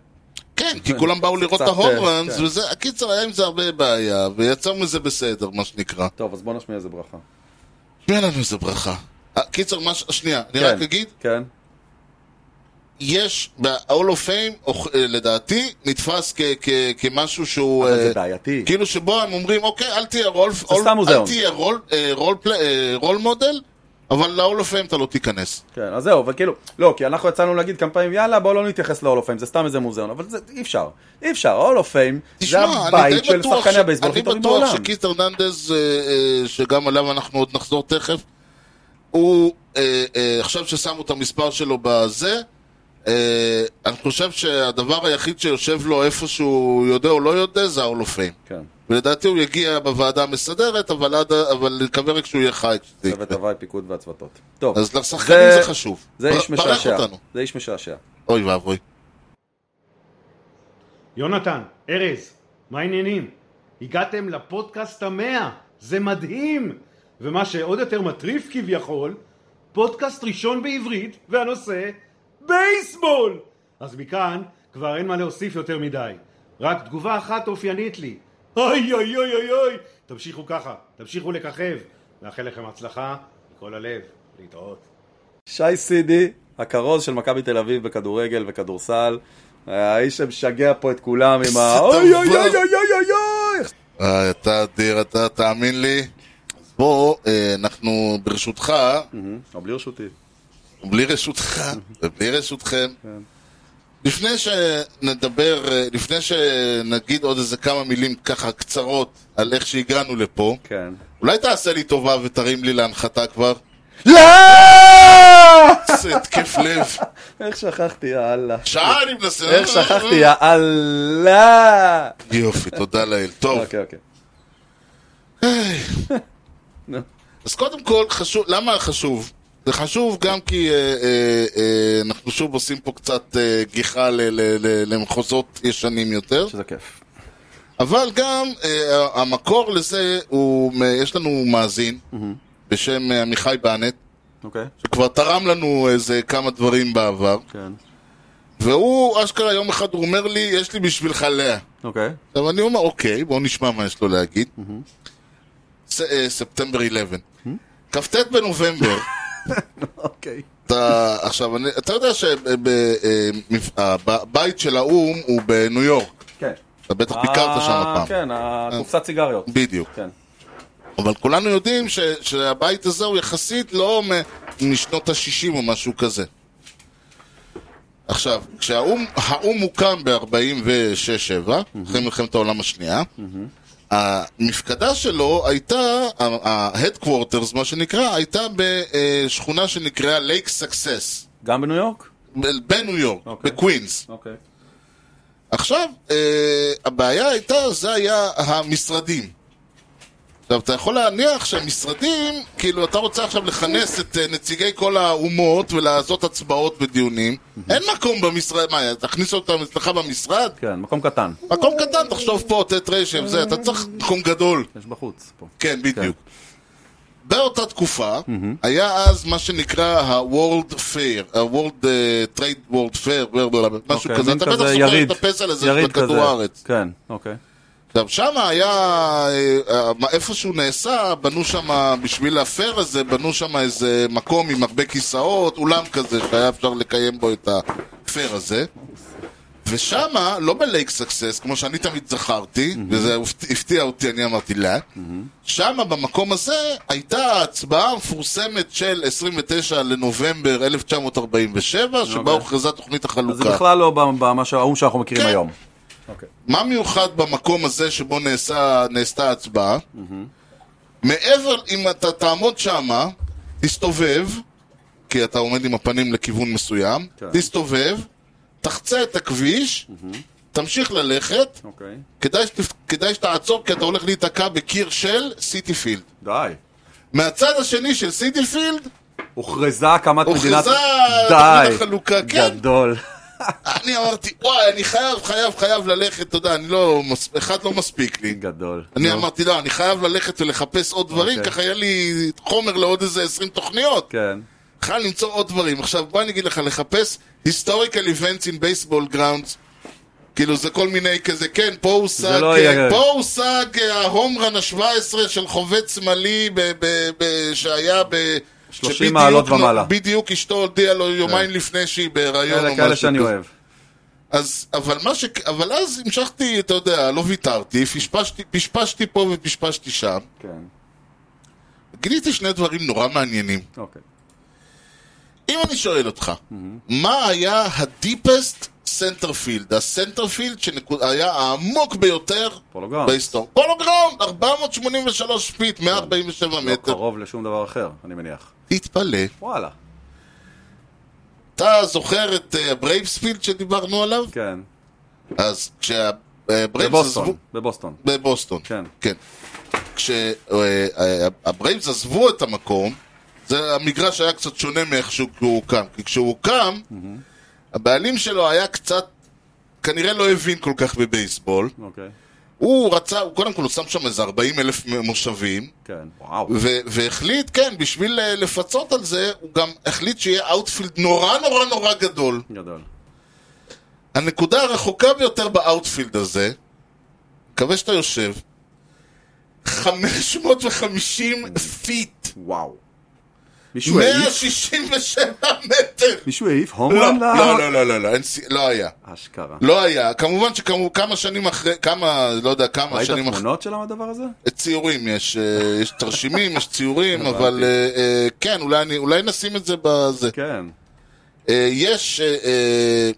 [SPEAKER 1] כן, כי כולם באו לראות את
[SPEAKER 2] קצת,
[SPEAKER 1] ההום ראנס,
[SPEAKER 2] כן.
[SPEAKER 1] וזה, הקיצר, היה עם זה הרבה בעיה, ויצא מזה בסדר, מה שנקרא.
[SPEAKER 2] טוב, אז בוא נשמיע איזה ברכה.
[SPEAKER 1] אין לנו איזה ברכה. אה, קיצר, מה ש... שנייה, אני
[SPEAKER 2] כן,
[SPEAKER 1] רק אגיד,
[SPEAKER 2] כן.
[SPEAKER 1] יש ב-all of fame, או, אה, לדעתי, נתפס כ- כ- כמשהו שהוא...
[SPEAKER 2] אבל
[SPEAKER 1] אה,
[SPEAKER 2] זה בעייתי.
[SPEAKER 1] כאילו שבו הם אומרים, אוקיי, אל תהיה רול... אול-
[SPEAKER 2] סתם מוזיאון.
[SPEAKER 1] אל תהיה רול, אה, רול, פל- אה, רול מודל, אבל ל-all of fame אתה לא תיכנס.
[SPEAKER 2] כן, אז זהו, אבל כאילו, לא, כי אנחנו יצאנו להגיד כמה פעמים, יאללה, בואו לא נתייחס להול אוף פיים, זה סתם איזה מוזיאון, אבל זה אי אפשר. אי אפשר, ההול אוף פיים, זה
[SPEAKER 1] תשמע, אני
[SPEAKER 2] הבית
[SPEAKER 1] די
[SPEAKER 2] של
[SPEAKER 1] בטוח,
[SPEAKER 2] שחקני הבייסבול
[SPEAKER 1] אני
[SPEAKER 2] הכי טובים
[SPEAKER 1] בטוח
[SPEAKER 2] בעולם.
[SPEAKER 1] שקיט הרננדז, אה, אה, שגם עליו אנחנו עוד נחזור תכף, הוא, אה, אה, עכשיו ששמו את המספר שלו בזה, אה, אני חושב שהדבר היחיד שיושב לו איפה שהוא יודע או לא יודע זה ההולופים.
[SPEAKER 2] כן,
[SPEAKER 1] ולדעתי הוא יגיע בוועדה המסדרת, אבל, עד, ה- אבל נקווה רק שהוא יהיה חי כשזה
[SPEAKER 2] צוות
[SPEAKER 1] יקרה.
[SPEAKER 2] הוואי, פיקוד והצוותות. טוב,
[SPEAKER 1] אז לשחקנים זה, חשוב.
[SPEAKER 2] זה
[SPEAKER 1] בר-
[SPEAKER 2] איש
[SPEAKER 1] ברך
[SPEAKER 2] משעשע.
[SPEAKER 1] אותנו.
[SPEAKER 2] זה איש משעשע.
[SPEAKER 1] אוי ואבוי.
[SPEAKER 11] יונתן, ארז, מה העניינים? הגעתם לפודקאסט המאה, זה מדהים! ומה שעוד יותר מטריף כביכול, פודקאסט ראשון בעברית, והנושא בייסבול! אז מכאן כבר אין מה להוסיף יותר מדי, רק תגובה אחת אופיינית לי. אוי אוי אוי אוי אוי! תמשיכו ככה, תמשיכו לככב. נאחל לכם הצלחה מכל הלב, להתראות.
[SPEAKER 2] שי סידי, הכרוז של מכבי תל אביב בכדורגל וכדורסל, האיש שמשגע פה את כולם עם ה...
[SPEAKER 1] דבר.
[SPEAKER 2] אוי אוי אוי אוי אוי אוי אוי!
[SPEAKER 1] אה, אתה אדיר, אתה תאמין לי. אז בוא, אה, אנחנו ברשותך,
[SPEAKER 2] מהמם, אבל בלי רשותי.
[SPEAKER 1] בלי רשותך ובלי רשותכם.
[SPEAKER 2] כן.
[SPEAKER 1] לפני שנדבר, אה, לפני שנגיד עוד איזה כמה מילים ככה קצרות על איך שהגענו לפה,
[SPEAKER 2] כן.
[SPEAKER 1] אולי תעשה לי טובה ותרים לי להנחתה כבר?
[SPEAKER 2] לא!
[SPEAKER 1] זה התקף לב.
[SPEAKER 2] איך שכחתי, יאללה.
[SPEAKER 1] שעה אני מנסה.
[SPEAKER 2] איך שכחתי, אה? יאללה!
[SPEAKER 1] יופי, תודה לאל. טוב,
[SPEAKER 2] אוקיי, אוקיי.
[SPEAKER 1] אז קודם כל, חשוב, למה חשוב? זה חשוב גם כי אה, אה, אה, אנחנו שוב עושים פה קצת אה, גיחה ל- ל- ל- למחוזות ישנים יותר,
[SPEAKER 2] שזה כיף.
[SPEAKER 1] אבל גם אה, המקור לזה הוא, מ- יש לנו מאזין בשם אה, עמיחי בנט,
[SPEAKER 2] אוקיי,
[SPEAKER 1] שכבר תרם לנו איזה כמה דברים בעבר,
[SPEAKER 2] כן.
[SPEAKER 1] והוא, אשכרה יום אחד הוא אומר לי, יש לי בשבילך לאה.
[SPEAKER 2] אוקיי.
[SPEAKER 1] עכשיו אני אומר, אוקיי, בואו נשמע מה יש לו להגיד. ס- אה, ספטמבר 11. כ"ט בנובמבר.
[SPEAKER 2] אוקיי.
[SPEAKER 1] אתה, עכשיו, אני, אתה יודע אה, שהבית של האו"ם הוא בניו יורק.
[SPEAKER 2] כן.
[SPEAKER 1] אתה בטח ביקרת שם
[SPEAKER 2] אה,
[SPEAKER 1] הפעם.
[SPEAKER 2] כן, הקופסת סיגריות.
[SPEAKER 1] בדיוק.
[SPEAKER 2] כן.
[SPEAKER 1] אבל כולנו יודעים ש, שהבית הזה הוא יחסית לא מ- משנות ה-60 או משהו כזה. עכשיו, כשהאו"ם האו"ם הוקם ב-46-7, אחרי מלחמת העולם השנייה, המפקדה שלו הייתה, ה-headquarters, מה שנקרא, הייתה בשכונה שנקראה לייק סקסס,
[SPEAKER 2] גם בניו יורק?
[SPEAKER 1] בניו יורק,
[SPEAKER 2] אוקיי.
[SPEAKER 1] בקווינס.
[SPEAKER 2] אוקיי.
[SPEAKER 1] עכשיו, אה, הבעיה הייתה, זה היה המשרדים. עכשיו, אתה יכול להניח שהמשרדים, כאילו, אתה רוצה עכשיו לכנס את אה, נציגי כל האומות ולעשות הצבעות בדיונים. אין מקום במשרד, מה, תכניס אותם אצלך במשרד?
[SPEAKER 2] כן, מקום קטן.
[SPEAKER 1] מקום קטן, תחשוב פה, ט' ר' שם, זה, אתה צריך מקום גדול.
[SPEAKER 2] יש בחוץ פה.
[SPEAKER 1] כן, בדיוק. באותה תקופה, היה אז מה שנקרא ה-World Fair, ה-World אה, Trade World Fair, משהו
[SPEAKER 2] אוקיי,
[SPEAKER 1] כזה,
[SPEAKER 2] מין
[SPEAKER 1] אתה בטח
[SPEAKER 2] כזה
[SPEAKER 1] סופר את
[SPEAKER 2] יריד.
[SPEAKER 1] הפסל הזה של
[SPEAKER 2] יריד
[SPEAKER 1] כדור
[SPEAKER 2] כזה.
[SPEAKER 1] הארץ.
[SPEAKER 2] כן, אוקיי.
[SPEAKER 1] עכשיו, שם היה, אה, אה, מה- איפה שהוא נעשה, בנו שם, בשביל הפייר הזה, בנו שם איזה מקום עם הרבה כיסאות, אולם כזה, שהיה אפשר לקיים בו את הפייר הזה. ושם, לא בלייק סקסס, כמו שאני תמיד זכרתי, וזה הפת- הפתיע אותי, אני אמרתי לא, שם במקום הזה הייתה ההצבעה המפורסמת של 29 לנובמבר 1947, שבה
[SPEAKER 2] אוקיי.
[SPEAKER 1] הוכרזה תוכנית החלוקה.
[SPEAKER 2] אז זה בכלל לא ב- במה שהאום שאנחנו מכירים
[SPEAKER 1] כן.
[SPEAKER 2] היום.
[SPEAKER 1] מה מיוחד במקום הזה שבו נעשה, נעשתה ההצבעה? מעבר, אם אתה תעמוד שמה, תסתובב, כי אתה עומד עם הפנים לכיוון מסוים,
[SPEAKER 2] כן.
[SPEAKER 1] תסתובב, תחצה את הכביש, תמשיך ללכת,
[SPEAKER 2] אוקיי.
[SPEAKER 1] כדאי, שת- כדאי שתעצור כי אתה הולך להיתקע בקיר של סיטי פילד.
[SPEAKER 2] די.
[SPEAKER 1] מהצד השני של סיטי פילד,
[SPEAKER 2] הוכרזה הקמת מדינת...
[SPEAKER 1] הוכרזה
[SPEAKER 2] די.
[SPEAKER 1] תוכנית החלוקה, כן.
[SPEAKER 2] גדול.
[SPEAKER 1] אני אמרתי, וואי, אני חייב, חייב, חייב ללכת, אתה יודע, אני לא, מס- אחד לא מספיק לי.
[SPEAKER 2] גדול.
[SPEAKER 1] אני
[SPEAKER 2] נו.
[SPEAKER 1] אמרתי, לא, אני חייב ללכת ולחפש עוד דברים,
[SPEAKER 2] אוקיי.
[SPEAKER 1] ככה היה לי חומר לעוד איזה 20 תוכניות.
[SPEAKER 2] כן.
[SPEAKER 1] חייב למצוא עוד דברים. עכשיו, בוא אני אגיד לך, לחפש historical events in baseball grounds. כאילו זה כל מיני כזה, כן, פה הושג,
[SPEAKER 2] לא
[SPEAKER 1] אה,
[SPEAKER 2] יהיה-
[SPEAKER 1] פה הושג אה, ההומרן ה-17 של חובץ שמאלי ב- ב- ב- שהיה ב...
[SPEAKER 2] 30
[SPEAKER 1] שבדיוק
[SPEAKER 2] מעלות
[SPEAKER 1] נו-
[SPEAKER 2] ומעלה.
[SPEAKER 1] בדיוק אשתו הודיעה לו יומיים לפני שהיא בהיריון
[SPEAKER 2] אלה
[SPEAKER 1] או
[SPEAKER 2] כאלה
[SPEAKER 1] משהו
[SPEAKER 2] שאני
[SPEAKER 1] כזה.
[SPEAKER 2] אוהב.
[SPEAKER 1] אז, אבל מה ש... אבל אז המשכתי, אתה יודע, לא ויתרתי, פשפשתי, פשפשתי פה ופשפשתי שם.
[SPEAKER 2] כן.
[SPEAKER 1] גיליתי שני דברים נורא מעניינים.
[SPEAKER 2] אוקיי.
[SPEAKER 1] אם אני שואל אותך, מה היה ה-deepest סנטרפילד? הסנטרפילד שהיה העמוק ביותר
[SPEAKER 2] פולוגרם.
[SPEAKER 1] בהיסטוריה. פולוגרם! 483 פיט, 147
[SPEAKER 2] לא
[SPEAKER 1] מטר.
[SPEAKER 2] קרוב לשום דבר אחר, אני מניח.
[SPEAKER 1] תתפלא.
[SPEAKER 2] וואלה.
[SPEAKER 1] אתה זוכר את אה, ברייבספילד שדיברנו עליו?
[SPEAKER 2] כן.
[SPEAKER 1] אז כשהברייבס
[SPEAKER 2] בבוסטון.
[SPEAKER 1] עזבו...
[SPEAKER 2] בבוסטון.
[SPEAKER 1] בבוסטון.
[SPEAKER 2] כן.
[SPEAKER 1] כן. כשהברייבס עזבו את המקום, זה, המגרש היה קצת שונה מאיך שהוא הוא הוקם. כי כשהוא הוקם, הבעלים שלו היה קצת, כנראה לא הבין כל כך בבייסבול.
[SPEAKER 2] אוקיי.
[SPEAKER 1] הוא רצה, הוא קודם כל הוא שם שם איזה 40 אלף מושבים,
[SPEAKER 2] כן. וואו.
[SPEAKER 1] ו- והחליט, כן, בשביל אה, לפצות על זה, הוא גם החליט שיהיה אאוטפילד נורא נורא נורא גדול.
[SPEAKER 2] גדול.
[SPEAKER 1] הנקודה הרחוקה ביותר באאוטפילד הזה, מקווה שאתה יושב, 550 פיט,
[SPEAKER 2] וואו. מישהו העיף?
[SPEAKER 1] 167 מטר.
[SPEAKER 2] מישהו העיף
[SPEAKER 1] לא,
[SPEAKER 2] הומרן? ל-
[SPEAKER 1] לא, לא, לא, לא, לא, אין סי- לא היה.
[SPEAKER 2] אשכרה.
[SPEAKER 1] לא היה. כמובן שכמה שנים אחרי, כמה, לא יודע, כמה
[SPEAKER 2] ראית
[SPEAKER 1] שנים אחרי...
[SPEAKER 2] תמונות של הדבר הזה?
[SPEAKER 1] ציורים, יש, אה, יש תרשימים, יש ציורים, אבל אה, אה, כן, אולי, אני, אולי נשים את זה בזה.
[SPEAKER 2] כן.
[SPEAKER 1] אה, יש, אה, אה,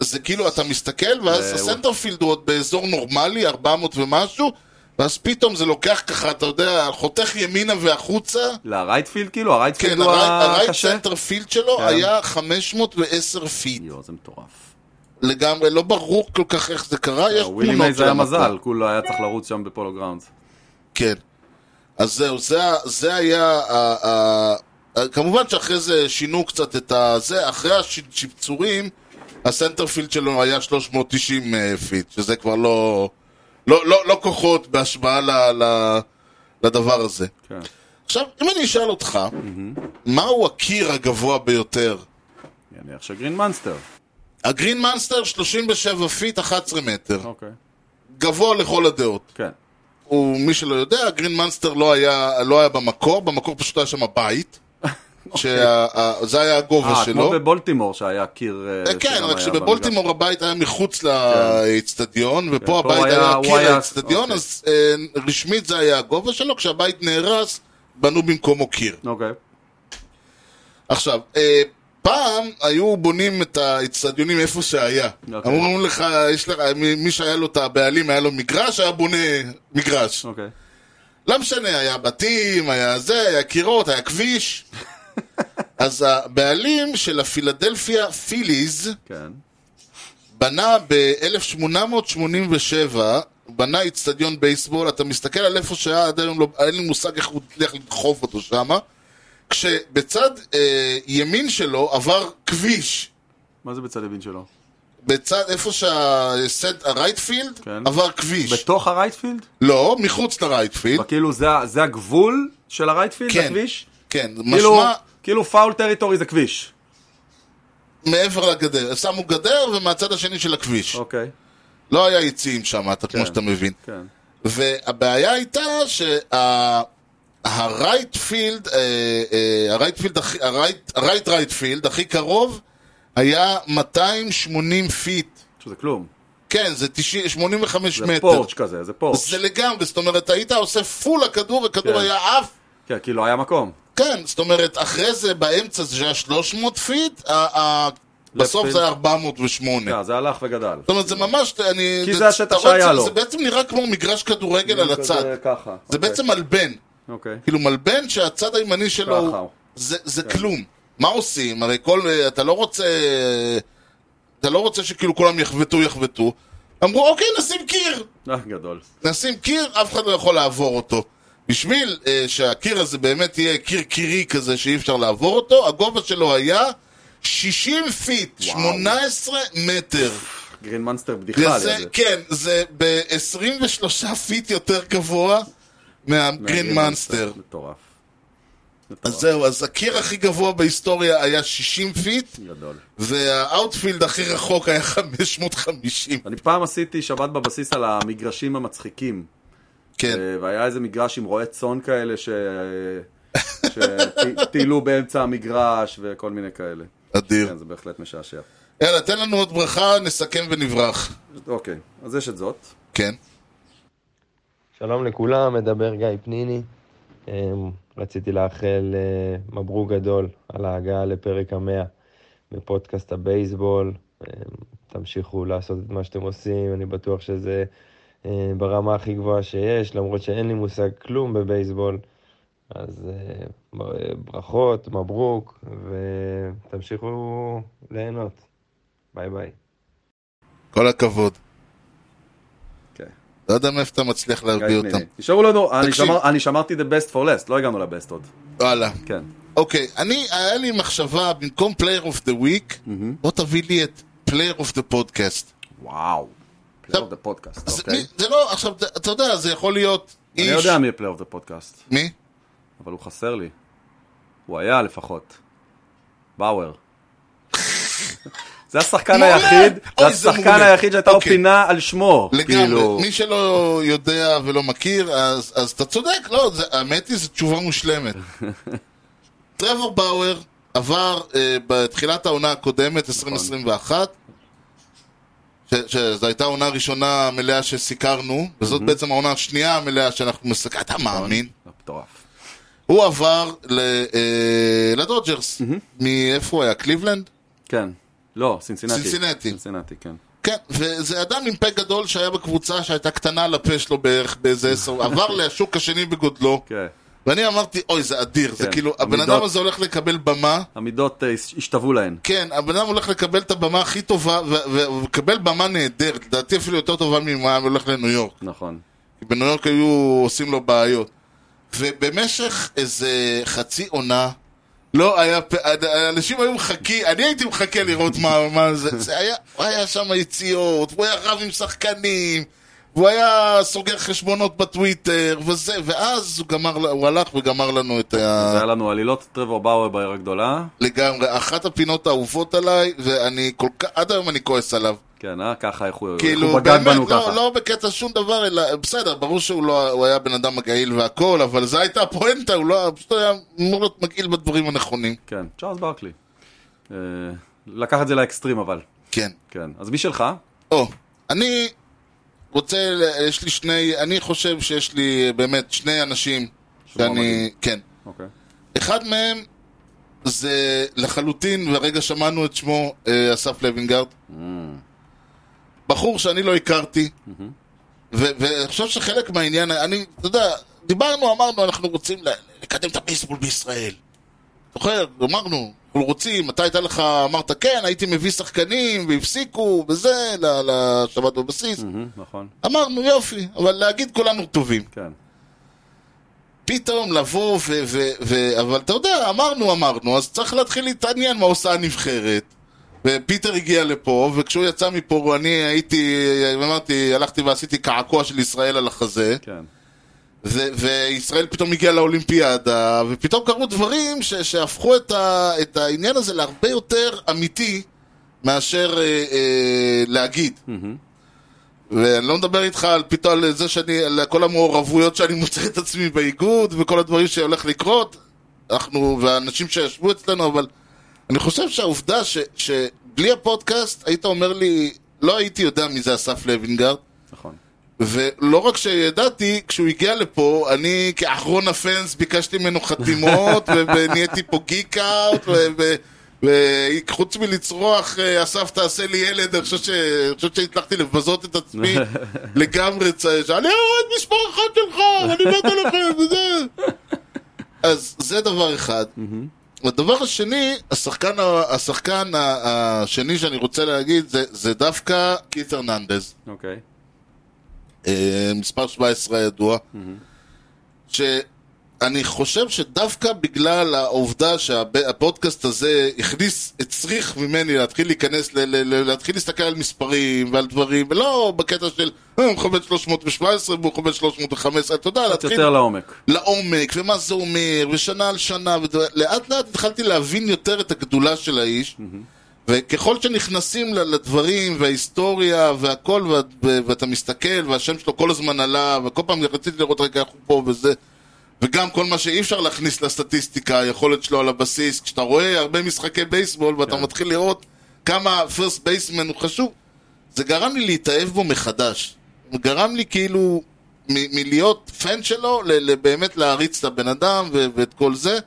[SPEAKER 1] זה כאילו, אתה מסתכל, ואז
[SPEAKER 2] זהו.
[SPEAKER 1] הסנטרפילד הוא עוד באזור נורמלי, 400 ומשהו, ואז פתאום זה לוקח ככה, אתה יודע, חותך ימינה והחוצה.
[SPEAKER 2] לרייטפילד כאילו? הרייטפילד
[SPEAKER 1] כן,
[SPEAKER 2] הוא
[SPEAKER 1] הרייט
[SPEAKER 2] הקשה?
[SPEAKER 1] סנטרפילד שלו
[SPEAKER 2] כן.
[SPEAKER 1] היה 510 פיט.
[SPEAKER 2] יואו, זה מטורף.
[SPEAKER 1] לגמרי, לא ברור כל כך איך זה קרה, יש
[SPEAKER 2] לא, ווילי
[SPEAKER 1] תמונות
[SPEAKER 2] מייז
[SPEAKER 1] של
[SPEAKER 2] היה
[SPEAKER 1] המקום.
[SPEAKER 2] מזל, כולו היה צריך לרוץ שם בפולו גראונדס.
[SPEAKER 1] כן. אז זהו, זה, ה- זה היה... ה, ה, ה, כמובן שאחרי זה שינו קצת את ה... זה, אחרי השיפצורים, הסנטרפילד שלו היה 390 אה, פיט, שזה כבר לא... לא, לא, לא כוחות בהשוואה ל, ל, לדבר הזה.
[SPEAKER 2] כן.
[SPEAKER 1] עכשיו, אם אני אשאל אותך, מהו הקיר הגבוה ביותר?
[SPEAKER 2] אני מניח שגרין מנסטר.
[SPEAKER 1] הגרין מאנסטר 37 פיט, 11 מטר.
[SPEAKER 2] אוקיי.
[SPEAKER 1] גבוה לכל הדעות.
[SPEAKER 2] כן.
[SPEAKER 1] הוא, מי שלא יודע, גרין מאנסטר לא היה, לא היה במקור, במקור פשוט היה שם בית, שזה היה הגובה
[SPEAKER 2] אוקיי. אה,
[SPEAKER 1] שלו.
[SPEAKER 2] כמו בבולטימור שהיה קיר... אה,
[SPEAKER 1] אה, כן,
[SPEAKER 2] שגם
[SPEAKER 1] רק
[SPEAKER 2] היה
[SPEAKER 1] שבבולטימור הבית היה מחוץ לאצטדיון, ופה
[SPEAKER 2] כן, פה
[SPEAKER 1] הבית
[SPEAKER 2] היה-
[SPEAKER 1] היה
[SPEAKER 2] הוא
[SPEAKER 1] קיר
[SPEAKER 2] היה-
[SPEAKER 1] האצטדיון,
[SPEAKER 2] אוקיי.
[SPEAKER 1] אז אה, רשמית זה היה הגובה שלו, כשהבית נהרס, בנו במקומו קיר.
[SPEAKER 2] במגרש. אוקיי.
[SPEAKER 1] עכשיו, אה, פעם היו בונים את האצטדיונים איפה שהיה.
[SPEAKER 2] אוקיי.
[SPEAKER 1] אמרו לך, יש לך, מי מי שהיה לו את הבעלים, היה לו מגרש, היה בונה מגרש.
[SPEAKER 2] אוקיי.
[SPEAKER 1] לא משנה, היה בתים, היה זה, היה קירות, היה כביש. אז הבעלים של הפילדלפיה פיליז
[SPEAKER 2] כן.
[SPEAKER 1] בנה ב-1887, בנה איצטדיון בייסבול, אתה מסתכל על איפה שהיה עד היום, לא, אין לי מושג איך הוא הצליח לדחוף אותו שמה, כשבצד אה, ימין שלו עבר כביש,
[SPEAKER 2] מה זה בצד ימין שלו?
[SPEAKER 1] בצד איפה שהסט, הרייטפילד,
[SPEAKER 2] כן.
[SPEAKER 1] עבר כביש.
[SPEAKER 2] בתוך הרייטפילד?
[SPEAKER 1] לא, מחוץ לרייטפילד,
[SPEAKER 2] כאילו זה, ה- זה הגבול של הרייטפילד,
[SPEAKER 1] כן.
[SPEAKER 2] הכביש?
[SPEAKER 1] כן,
[SPEAKER 2] כאילו,
[SPEAKER 1] משמע
[SPEAKER 2] כאילו פאול טריטורי זה כביש.
[SPEAKER 1] מעבר לגדר, שמו גדר ומהצד השני של הכביש.
[SPEAKER 2] אוקיי,
[SPEAKER 1] לא היה יציאים שם, אתה כמו
[SPEAKER 2] כן.
[SPEAKER 1] שאתה מבין.
[SPEAKER 2] כן.
[SPEAKER 1] והבעיה הייתה שהרייט פילד, הרייט פילד, אה, הכי- הרייט הרייט רייט פילד הכי קרוב היה 280 פיט.
[SPEAKER 2] שזה כלום.
[SPEAKER 1] כן, זה 90 85
[SPEAKER 2] זה
[SPEAKER 1] מטר.
[SPEAKER 2] פורץ' כזה, זה פורץ'.
[SPEAKER 1] זה לגמרי, זאת אומרת, היית עושה פול לכדור, וכדור
[SPEAKER 2] כן.
[SPEAKER 1] היה עף.
[SPEAKER 2] כן, כאילו היה מקום.
[SPEAKER 1] כן, זאת אומרת, אחרי זה, באמצע זה היה 300 פיט, ה- ה- בסוף
[SPEAKER 2] field.
[SPEAKER 1] זה היה 408.
[SPEAKER 2] כן, זה הלך וגדל.
[SPEAKER 1] זאת אומרת, זה ממש, אני...
[SPEAKER 2] כי זה השטח
[SPEAKER 1] אתה רואה את
[SPEAKER 2] שהיה
[SPEAKER 1] זה-
[SPEAKER 2] לו.
[SPEAKER 1] זה בעצם נראה כמו מגרש כדורגל על
[SPEAKER 2] כאילו כזה
[SPEAKER 1] הצד.
[SPEAKER 2] ככה.
[SPEAKER 1] זה
[SPEAKER 2] אוקיי.
[SPEAKER 1] בעצם מלבן.
[SPEAKER 2] אוקיי.
[SPEAKER 1] כאילו מלבן שהצד הימני שלו
[SPEAKER 2] ככה הוא. כן.
[SPEAKER 1] הוא... זה, לא- זה כלום. מה עושים? הרי כל... אה, אתה לא רוצה... אה, אתה לא רוצה שכאילו כולם יחבטו יחבטו. אמרו, אוקיי, נשים קיר!
[SPEAKER 2] אה, גדול.
[SPEAKER 1] נשים קיר, אף אחד לא יכול לעבור אותו. בשביל אה, שהקיר הזה באמת יהיה קיר קירי כזה שאי אפשר לעבור אותו, הגובה שלו היה 60 פיט, 18 מטר.
[SPEAKER 2] גרין מנסטר בדיחה על
[SPEAKER 1] וזה,
[SPEAKER 2] זה.
[SPEAKER 1] כן, זה ב-23 פיט יותר גבוה מהגרין מאנסטר.
[SPEAKER 2] מטורף.
[SPEAKER 1] אז זהו, אז הקיר הכי גבוה בהיסטוריה היה 60 פיט,
[SPEAKER 2] גדול.
[SPEAKER 1] והאוטפילד הכי רחוק היה 550.
[SPEAKER 2] אני פעם עשיתי שבת בבסיס על המגרשים המצחיקים.
[SPEAKER 1] כן,
[SPEAKER 2] אה, והיה איזה מגרש עם רועי צאן כאלה ש... שטיילו באמצע המגרש וכל מיני כאלה.
[SPEAKER 1] אדיר.
[SPEAKER 2] כן, זה בהחלט משעשע.
[SPEAKER 1] יאללה, תן לנו עוד ברכה, נסכם ונברח.
[SPEAKER 2] אוקיי, אז יש את זאת.
[SPEAKER 1] כן.
[SPEAKER 12] שלום לכולם, מדבר גיא פניני. אמ, רציתי לאחל אה, מברוק גדול על ההגעה לפרק המאה בפודקאסט הבייסבול. אמ, תמשיכו לעשות את מה שאתם עושים, אני בטוח שזה אה, ברמה הכי גבוהה שיש, למרות שאין לי מושג כלום בבייסבול. אז אה, ב- ברכות, מברוק, ותמשיכו ליהנות. ביי ביי.
[SPEAKER 1] כל הכבוד.
[SPEAKER 2] אוקיי.
[SPEAKER 1] לא יודע מאיפה אתה מצליח להביא
[SPEAKER 2] גיא
[SPEAKER 1] אותם.
[SPEAKER 2] פניני. נשארו לנו, אני
[SPEAKER 1] תקשיב.
[SPEAKER 2] שמר- אני שמרתי the best for last, לא הגענו לבסט עוד.
[SPEAKER 1] וואלה.
[SPEAKER 2] כן.
[SPEAKER 1] אוקיי, אני, היה לי מחשבה, במקום player of the week, בוא תביא לי את player of the podcast.
[SPEAKER 2] וואו. פלייאוף דה פודקאסט,
[SPEAKER 1] זה-
[SPEAKER 2] אוקיי.
[SPEAKER 1] מי- זה לא, עכשיו, אתה- אתה יודע, זה יכול להיות איש...
[SPEAKER 2] אני יודע מי פלייאוף דה פודקאסט,
[SPEAKER 1] מי?
[SPEAKER 2] אבל הוא חסר לי. הוא היה לפחות. באואר. זה השחקן
[SPEAKER 1] מעולה!
[SPEAKER 2] היחיד, זה
[SPEAKER 1] אוי, זה
[SPEAKER 2] השחקן
[SPEAKER 1] מעולה.
[SPEAKER 2] היחיד שהייתה לו
[SPEAKER 1] אוקיי.
[SPEAKER 2] פינה על שמו. כאילו,
[SPEAKER 1] לגמרי, מי שלא יודע ולא מכיר, אז, אז אתה צודק, לא, זה, האמת היא, זו תשובה מושלמת. טרוור באואר עבר אה, בתחילת העונה הקודמת,
[SPEAKER 2] נכון.
[SPEAKER 1] 2021, ש- שזו הייתה העונה הראשונה המלאה שסיקרנו, וזאת בעצם העונה השנייה המלאה שאנחנו מסקרים, אתה
[SPEAKER 2] נכון.
[SPEAKER 1] מאמין?
[SPEAKER 2] מטורף.
[SPEAKER 1] הוא עבר ל, אה, לדודג'רס, מאיפה הוא היה? קליבלנד?
[SPEAKER 2] כן. לא, סינסינטי.
[SPEAKER 1] סינסינטי.
[SPEAKER 2] סינסינטי, כן.
[SPEAKER 1] כן, וזה אדם עם פה גדול שהיה בקבוצה שהייתה קטנה על הפה שלו בערך באיזה עשר, עבר לשוק השני בגודלו,
[SPEAKER 2] כן.
[SPEAKER 1] ואני אמרתי, אוי, זה אדיר, זה
[SPEAKER 2] כן,
[SPEAKER 1] כאילו, הבן
[SPEAKER 2] המידות-
[SPEAKER 1] אדם הזה הולך לקבל במה,
[SPEAKER 2] המידות אה, השתוו להן.
[SPEAKER 1] כן, הבן אדם הולך לקבל את הבמה הכי טובה, ו- ו- והוא מקבל במה נהדרת, לדעתי אפילו יותר טובה ממה היה הולך לניו יורק,
[SPEAKER 2] נכון.
[SPEAKER 1] כי בניו יורק היו עושים לו בעיות. ובמשך איזה חצי עונה, לא היה, פ- האנשים היו מחכים, אני הייתי מחכה לראות מה, מה זה, זה היה, הוא היה שם יציאות, הוא היה רב עם שחקנים, והוא היה סוגר חשבונות בטוויטר, וזה, ואז הוא גמר, ל- הוא הלך וגמר לנו את ה...
[SPEAKER 2] זה היה לנו עלילות טרוור באואר בעיר הגדולה.
[SPEAKER 1] לגמרי, אחת הפינות האהובות עליי, ואני כל כך, עד היום אני כועס עליו.
[SPEAKER 2] כן, אה? ככה, איך הוא איך הוא
[SPEAKER 1] כאילו,
[SPEAKER 2] בגד
[SPEAKER 1] באמת,
[SPEAKER 2] בנו
[SPEAKER 1] לא,
[SPEAKER 2] ככה.
[SPEAKER 1] לא בקטע שום דבר, אלא, בסדר, ברור שהוא לא, הוא היה בן אדם מגעיל והכל, אבל זו הייתה הפואנטה, הוא לא, פשוט היה אמור להיות מגעיל בדברים הנכונים.
[SPEAKER 2] כן, צ'ארלס ברקלי. אה, לקח את זה לאקסטרים אבל.
[SPEAKER 1] כן.
[SPEAKER 2] כן. אז מי שלך?
[SPEAKER 1] או, אני רוצה, ל- יש לי שני, אני חושב שיש לי באמת שני אנשים שאני,
[SPEAKER 2] מועמדים.
[SPEAKER 1] כן.
[SPEAKER 2] אוקיי.
[SPEAKER 1] אחד מהם זה לחלוטין, והרגע שמענו את שמו, אה, אסף לוינגרד. בחור שאני לא הכרתי, ו- ואני חושב שחלק מהעניין, אני, אתה יודע, דיברנו, אמרנו, אנחנו רוצים ל- לקדם את הבייסבול בישראל. זוכר, אמרנו, אנחנו רוצים, אתה הייתה לך, אמרת כן, הייתי מביא שחקנים והפסיקו, וזה, ל- לשבת בבסיס.
[SPEAKER 2] נכון.
[SPEAKER 1] אמרנו, יופי, אבל להגיד כולנו טובים.
[SPEAKER 2] כן.
[SPEAKER 1] פתאום לבוא ו... ו, ו אבל אתה יודע, אמרנו, אמרנו, אז צריך להתחיל להתעניין מה עושה הנבחרת. ופיטר הגיע לפה, וכשהוא יצא מפה, אני הייתי, אמרתי, הלכתי ועשיתי קעקוע של ישראל על החזה.
[SPEAKER 2] כן.
[SPEAKER 1] ו- וישראל פתאום הגיעה לאולימפיאדה, ופתאום קרו דברים ש- שהפכו את, ה- את העניין הזה להרבה יותר אמיתי מאשר אה, אה, להגיד. ואני לא מדבר איתך על פתאום על זה שאני, על כל המעורבויות שאני מוצא את עצמי באיגוד וכל הדברים שהולך לקרות, אנחנו והאנשים שישבו אצלנו, אבל אני חושב שהעובדה ש, שבלי הפודקאסט היית אומר לי, לא הייתי יודע מי זה אסף לוינגרד.
[SPEAKER 2] נכון.
[SPEAKER 1] ולא רק שידעתי, כשהוא הגיע לפה, אני כאחרון הפנס ביקשתי ממנו חתימות, ו- ונהייתי פה גיק אאוט, וחוץ מלצרוח, אה, אסף תעשה לי ילד, אני חושב ש- אני חושב שהצלחתי לבזות את עצמי לגמרי, צ- שאני אוהד מספר אחת שלך, אני מת עליכם, וזה... אז זה דבר אחד. הדבר השני, השחקן, ה- השחקן ה- השני שאני רוצה להגיד, זה, זה דווקא קית' הרננדז.
[SPEAKER 2] אוקיי.
[SPEAKER 1] אה, מספר 17 הידוע, שאני חושב שדווקא בגלל העובדה שהפודקאסט הזה הכניס, הצריך ממני להתחיל להיכנס, ל- ל- ל- להתחיל להסתכל על מספרים ועל דברים, ולא בקטע של "אה, הוא חובד 317 והוא חובד 315, אתה יודע,
[SPEAKER 2] קצת
[SPEAKER 1] להתחיל...
[SPEAKER 2] יותר לעומק.
[SPEAKER 1] לעומק, ומה זה אומר, ושנה על שנה, ודבר- לאט לאט התחלתי להבין יותר את הגדולה של האיש, וככל שנכנסים ל- לדברים, וההיסטוריה, והכל, וה- ו- ואתה מסתכל, והשם שלו כל הזמן עלה, וכל פעם רציתי לראות רגע איך הוא פה וזה, וגם כל מה שאי אפשר להכניס לסטטיסטיקה, היכולת שלו על הבסיס, כשאתה רואה הרבה משחקי בייסבול, ואתה מתחיל לראות כמה פרסט בייסמן הוא חשוב, זה גרם לי להתאהב בו מחדש. הוא גרם לי כאילו מ- מלהיות פן שלו, ל- ל- באמת להעריץ את הבן אדם ו- ואת כל זה.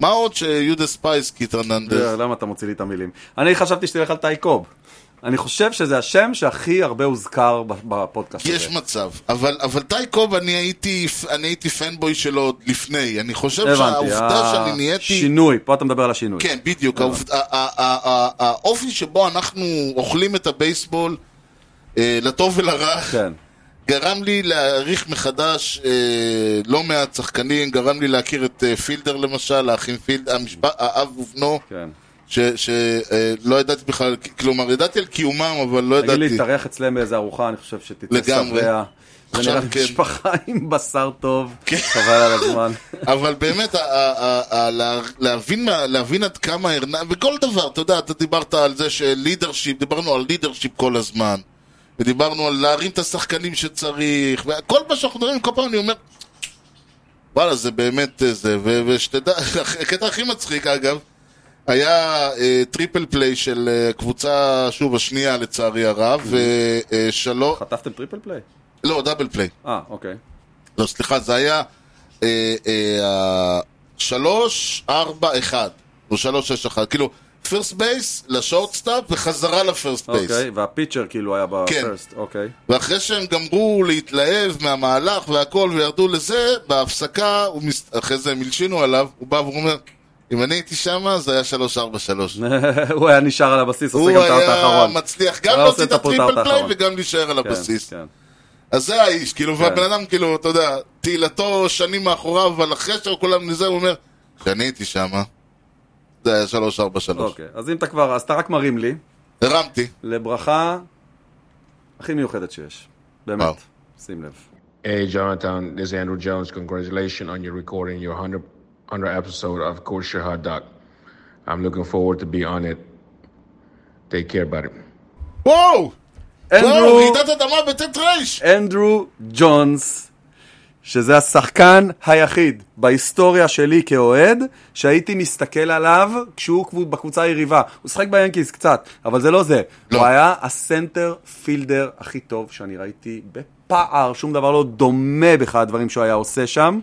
[SPEAKER 1] מה עוד שיודה ספייס קיט
[SPEAKER 2] זה,
[SPEAKER 1] רננדז?
[SPEAKER 2] אה, למה אתה מוציא לי את המילים? אני חשבתי שתלך על טייקוב. אני חושב שזה השם שהכי הרבה הוזכר ב- בפודקאסט הזה.
[SPEAKER 1] יש מצב, אבל, אבל טי קוב אני הייתי, אני הייתי פנבוי שלו עוד לפני, אני חושב שהעובדה שאני נהייתי...
[SPEAKER 2] אה, שינוי, פה אתה מדבר על השינוי.
[SPEAKER 1] כן, בדיוק.
[SPEAKER 2] הבנתי.
[SPEAKER 1] העובד- ה- ה- ה- ה- האופי שבו אנחנו אוכלים את הבייסבול, אה, לטוב ולרע,
[SPEAKER 2] כן.
[SPEAKER 1] גרם לי להעריך מחדש אה, לא מעט שחקנים, גרם לי להכיר את אה, פילדר למשל, האחים פילדר, המשפ- האב ובנו,
[SPEAKER 2] כן.
[SPEAKER 1] שלא לא ידעתי בכלל, כלומר, ידעתי על קיומם, אבל לא
[SPEAKER 2] תגיד לי,
[SPEAKER 1] ידעתי.
[SPEAKER 2] להתארח אצלם באיזה ארוחה, אני חושב שתצא
[SPEAKER 1] לגמרי.
[SPEAKER 2] שבע. זה
[SPEAKER 1] עכשיו
[SPEAKER 2] נראה לי
[SPEAKER 1] כן.
[SPEAKER 2] משפחה עם בשר טוב, חבל על הזמן.
[SPEAKER 1] אבל באמת, ה- ה- ה- ה- לה- להבין מה- להבין עד כמה ארנה, וכל דבר, אתה יודע, אתה דיברת על זה שלידרשיפ, דיברנו על לידרשיפ כל הזמן, ודיברנו על להרים את השחקנים שצריך, וכל מה שאנחנו מדברים, כל פעם אני אומר, וואלה, זה באמת אה, זה, ו- ושתדע, הקטע הכי מצחיק אגב, היה אה, טריפל פליי של אה, קבוצה, שוב, השנייה לצערי הרב, ושלו,
[SPEAKER 2] חטפתם טריפל פליי?
[SPEAKER 1] לא, דאבל פליי.
[SPEAKER 2] אה, אוקיי.
[SPEAKER 1] לא, סליחה, זה היה אה, אה, שלוש, ארבע, אחד, או שלוש, שש, אחד. כאילו, פירסט בייס לשורטסטאפ וחזרה לפירסט בייס.
[SPEAKER 2] אוקיי, והפיצ'ר כאילו היה
[SPEAKER 1] כן.
[SPEAKER 2] בפרסט, אוקיי.
[SPEAKER 1] ואחרי שהם גמרו להתלהב מהמהלך והכל וירדו לזה, בהפסקה, הוא מס... אחרי זה הם הלשינו עליו, הוא בא ואומר, אם אני הייתי שמה, זה היה שלוש, ארבע, שלוש.
[SPEAKER 2] הוא היה נשאר על הבסיס,
[SPEAKER 1] הוא
[SPEAKER 2] עושה גם את האוט
[SPEAKER 1] היה
[SPEAKER 2] האחרון.
[SPEAKER 1] מצליח גם
[SPEAKER 2] היה
[SPEAKER 1] להוציא
[SPEAKER 2] עושה
[SPEAKER 1] את
[SPEAKER 2] את הפוט האאוט
[SPEAKER 1] הטריפל פליי
[SPEAKER 2] האחרון.
[SPEAKER 1] וגם להישאר על
[SPEAKER 2] כן,
[SPEAKER 1] הבסיס.
[SPEAKER 2] כן.
[SPEAKER 1] אז זה האיש, כאילו, והבן אדם, כאילו, אתה יודע, תהילתו שנים מאחוריו, אבל אחרי שכולם נזה, הוא אומר, כשאני הייתי שמה, זה היה 343.
[SPEAKER 2] אוקיי, אז אם אתה כבר, אז אתה רק מרים לי,
[SPEAKER 1] הרמתי.
[SPEAKER 2] לברכה הכי מיוחדת שיש. באמת, שים לב.
[SPEAKER 13] Hey, Jonathan, this is Andrew Jones. Congratulations on your recording your 100, 100 episode of Coach Shahad Doc. I'm looking forward to be on it. Take care, buddy.
[SPEAKER 1] וואו! וואו,
[SPEAKER 2] אנדרו-
[SPEAKER 1] כן, רעידת אדמה בטט רייש!
[SPEAKER 2] אנדרו ג'ונס, שזה השחקן היחיד בהיסטוריה שלי כאוהד, שהייתי מסתכל עליו כשהוא קבו- בקבוצה היריבה. הוא שחק ביאנקיז קצת, אבל זה לא זה. לא. הוא היה הסנטר פילדר הכי טוב שאני ראיתי בפער, שום דבר לא דומה בכלל הדברים שהוא היה עושה שם.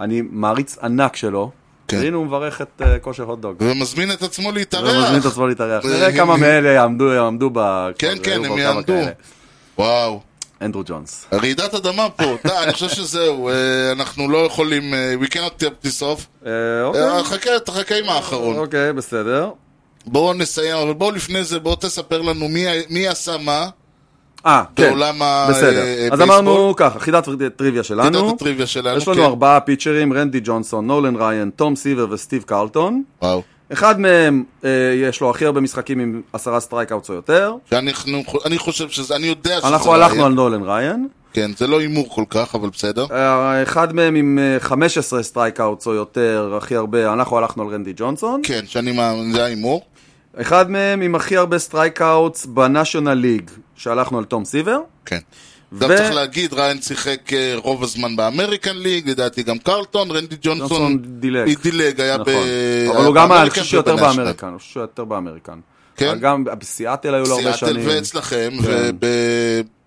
[SPEAKER 2] אני מעריץ ענק שלו. כן. והנה הוא מברך את אה, כושר הוטדוג.
[SPEAKER 1] ומזמין את עצמו להתארח.
[SPEAKER 2] ומזמין את עצמו להתארח.
[SPEAKER 1] אה,
[SPEAKER 2] נראה כמה מאלה יעמדו, יעמדו ב...
[SPEAKER 1] כן,
[SPEAKER 2] כבר,
[SPEAKER 1] כן,
[SPEAKER 2] היו
[SPEAKER 1] הם
[SPEAKER 2] כבר כמה
[SPEAKER 1] יעמדו.
[SPEAKER 2] כאלה.
[SPEAKER 1] וואו.
[SPEAKER 2] אנדרו ג'ונס.
[SPEAKER 1] רעידת אדמה פה, די, אני חושב שזהו, אה, אנחנו לא יכולים, אה, we cannot tip this off.
[SPEAKER 2] אה,
[SPEAKER 1] אה,
[SPEAKER 2] אוקיי.
[SPEAKER 1] חכה, תחכה עם האחרון.
[SPEAKER 2] אוקיי, בסדר.
[SPEAKER 1] בואו נסיים, אבל בואו לפני זה, בואו תספר לנו מי, מי עשה מה.
[SPEAKER 2] אה, כן.
[SPEAKER 1] בעולם ה-
[SPEAKER 2] בסדר.
[SPEAKER 1] אה,
[SPEAKER 2] אז
[SPEAKER 1] בייסבול?
[SPEAKER 2] אמרנו ככה, חידת הטריוויה שלנו.
[SPEAKER 1] חידת הטריוויה שלנו,
[SPEAKER 2] יש לנו
[SPEAKER 1] כן.
[SPEAKER 2] ארבעה פיצ'רים, רנדי ג'ונסון, נולן ריין, תום סיבר וסטיב קרלטון.
[SPEAKER 1] וואו.
[SPEAKER 2] אחד מהם, אה, יש לו הכי הרבה משחקים עם עשרה סטרייקאוטס או יותר.
[SPEAKER 1] שאנחנו, אני חושב שזה, אני יודע שזה לא
[SPEAKER 2] אנחנו הלכנו על נולן ריין.
[SPEAKER 1] כן, זה לא הימור כל כך, אבל בסדר.
[SPEAKER 2] אה, אחד מהם עם אה, 15 סטרייקאוטס או יותר, הכי הרבה, אנחנו הלכנו על רנדי ג'ונסון.
[SPEAKER 1] כן, שאני מאמין, זה ההימור.
[SPEAKER 2] אחד מהם עם הכי הרבה סטרייקאוטס בנאשונל ליג, שהלכנו על תום סיבר.
[SPEAKER 1] כן.
[SPEAKER 2] ו-
[SPEAKER 1] גם צריך להגיד, ריין שיחק אה, רוב הזמן באמריקן ליג, לדעתי גם קרלטון, רנדי ג'ונסון
[SPEAKER 2] ג'ונסון דילג.
[SPEAKER 1] דילג, היה ב...
[SPEAKER 2] נכון. אבל
[SPEAKER 1] היה
[SPEAKER 2] הוא גם, אני
[SPEAKER 1] באמריקן
[SPEAKER 2] חושב שיותר
[SPEAKER 1] ובנאשונל.
[SPEAKER 2] באמריקן, הוא חושב שיותר באמריקן.
[SPEAKER 1] כן?
[SPEAKER 2] גם בסיאטל היו לו הרבה
[SPEAKER 1] סיאטל
[SPEAKER 2] שנים.
[SPEAKER 1] ואצלכם,
[SPEAKER 2] כן.
[SPEAKER 1] וב...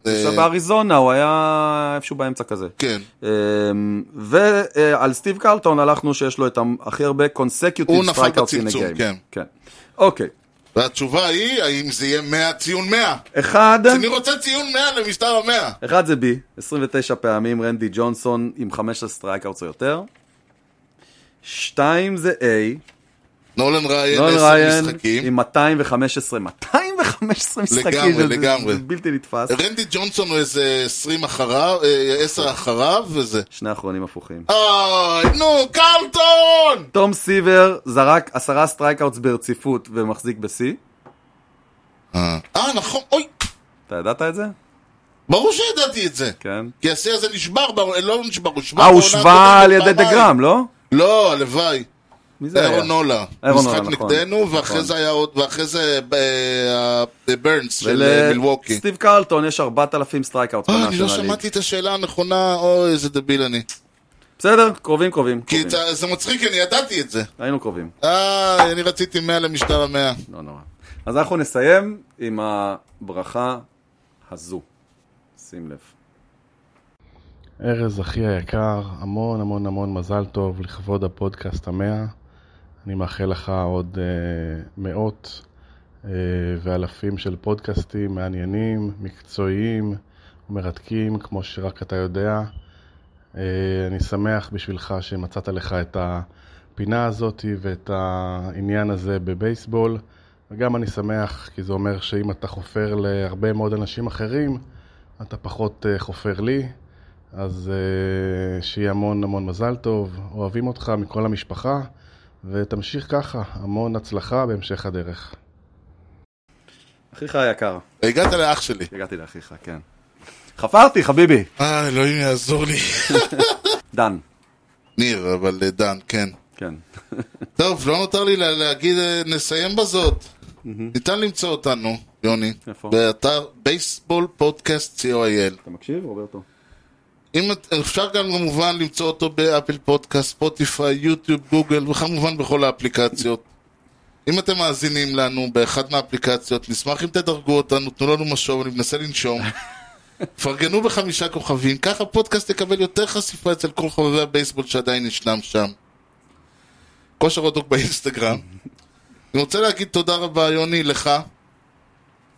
[SPEAKER 1] אה,
[SPEAKER 2] עכשיו באריזונה הוא היה איפשהו באמצע כזה. אמ,
[SPEAKER 1] כן.
[SPEAKER 2] ועל סטיב קרלטון הלכנו שיש לו את הכי הרבה
[SPEAKER 1] הוא
[SPEAKER 2] קונסקיוטיב
[SPEAKER 1] נפל
[SPEAKER 2] סטרייקאוטס אין
[SPEAKER 1] בצמצום,
[SPEAKER 2] הגיים.
[SPEAKER 1] כן.
[SPEAKER 2] אוקיי.
[SPEAKER 1] והתשובה היא, האם זה יהיה 100 ציון 100?
[SPEAKER 2] אחד,
[SPEAKER 1] אז אני רוצה ציון 100 למשטר המאה.
[SPEAKER 2] אחד זה בי, 29 פעמים רנדי ג'ונסון עם 15 סטרייקאוטס או יותר. שתיים זה A.
[SPEAKER 1] נולן ריין,
[SPEAKER 2] נולן
[SPEAKER 1] 10
[SPEAKER 2] ריין
[SPEAKER 1] משחקים.
[SPEAKER 2] עם 215, 215 משחקים.
[SPEAKER 1] לגמרי,
[SPEAKER 2] זה-
[SPEAKER 1] לגמרי.
[SPEAKER 2] זה בלתי נתפס.
[SPEAKER 1] רנדי ג'ונסון הוא איזה 20 אחריו, אה, 10 אחריו, וזה.
[SPEAKER 2] שני האחרונים הפוכים.
[SPEAKER 1] אוי, נו, קרלטון!
[SPEAKER 2] תום סיבר זרק עשרה סטרייקאוטס ברציפות ומחזיק בשיא.
[SPEAKER 1] אה, נכון, אוי,
[SPEAKER 2] אתה ידעת את זה?
[SPEAKER 1] ברור שידעתי את זה.
[SPEAKER 2] כן.
[SPEAKER 1] כי השיא הזה נשבר, בא- לא נשבר, הוא שבר.
[SPEAKER 2] אה, הוא
[SPEAKER 1] בעונה
[SPEAKER 2] הושבע
[SPEAKER 1] הקודמת
[SPEAKER 2] על ידי
[SPEAKER 1] פעמיים.
[SPEAKER 2] דגרם, לא?
[SPEAKER 1] לא, הלוואי.
[SPEAKER 2] מי זה היה?
[SPEAKER 1] אירון נולה.
[SPEAKER 2] אירון
[SPEAKER 1] משחק
[SPEAKER 2] נולה, נכון.
[SPEAKER 1] נגדנו, ואחרי
[SPEAKER 2] נכון.
[SPEAKER 1] זה היה עוד, ואחרי זה אה, אה, ברנס של אה, מילווקי.
[SPEAKER 2] ולסטיב קרלטון יש 4,000 סטרייקאוטס
[SPEAKER 1] אה, אני לא
[SPEAKER 2] בנאשונל ליג.
[SPEAKER 1] שמעתי את השאלה הנכונה, אוי, איזה דביל אני.
[SPEAKER 2] בסדר, קרובים קרובים.
[SPEAKER 1] כי
[SPEAKER 2] קרובים.
[SPEAKER 1] אתה- זה מצחיק, אני ידעתי את זה.
[SPEAKER 2] היינו קרובים,
[SPEAKER 1] אה, אני רציתי 100 למשטר המאה.
[SPEAKER 2] לא נורא. אז אנחנו נסיים עם הברכה הזו. שים לב.
[SPEAKER 14] ארז אחי היקר, המון המון המון מזל טוב לכבוד הפודקאסט המאה. אני מאחל לך עוד אה, מאות אה, ואלפים של פודקאסטים מעניינים, מקצועיים ומרתקים, כמו שרק אתה יודע. אה, אני שמח בשבילך שמצאת לך את הפינה הזאת ואת העניין הזה בבייסבול, וגם אני שמח כי זה אומר שאם אתה חופר להרבה מאוד אנשים אחרים, אתה פחות אה, חופר לי. אז אה, שיהיה המון המון מזל טוב, אוהבים אותך מכל המשפחה, ותמשיך ככה, המון הצלחה בהמשך הדרך.
[SPEAKER 2] אחיך היקר.
[SPEAKER 1] הגעת לאח שלי.
[SPEAKER 2] הגעתי לאחיך, כן. חפרתי, חביבי.
[SPEAKER 1] אה, אלוהים יעזור לי.
[SPEAKER 2] דן.
[SPEAKER 1] ניר, אבל אה, דן, כן.
[SPEAKER 2] כן.
[SPEAKER 1] טוב, לא נותר לי לה- להגיד, אה, נסיים בזאת. ניתן למצוא אותנו, יוני,
[SPEAKER 2] איפה?
[SPEAKER 1] באתר בייסבול פודקאסט co.il.
[SPEAKER 2] אתה מקשיב, רוברטו?
[SPEAKER 1] אם את- אפשר גם כמובן למצוא אותו באפל פודקאסט, ספוטיפיי, יוטיוב, גוגל, וכמובן בכל האפליקציות. אם אתם מאזינים לנו באחת מהאפליקציות, נשמח אם תדרגו אותנו, תנו לנו משוב, אני מנסה לנשום. פרגנו בחמישה כוכבים, ככה הפודקאסט יקבל יותר חשיפה אצל כל חובבי הבייסבול שעדיין ישנם שם. כושר הודוק באינסטגרם. אני רוצה להגיד תודה רבה, יוני, לך,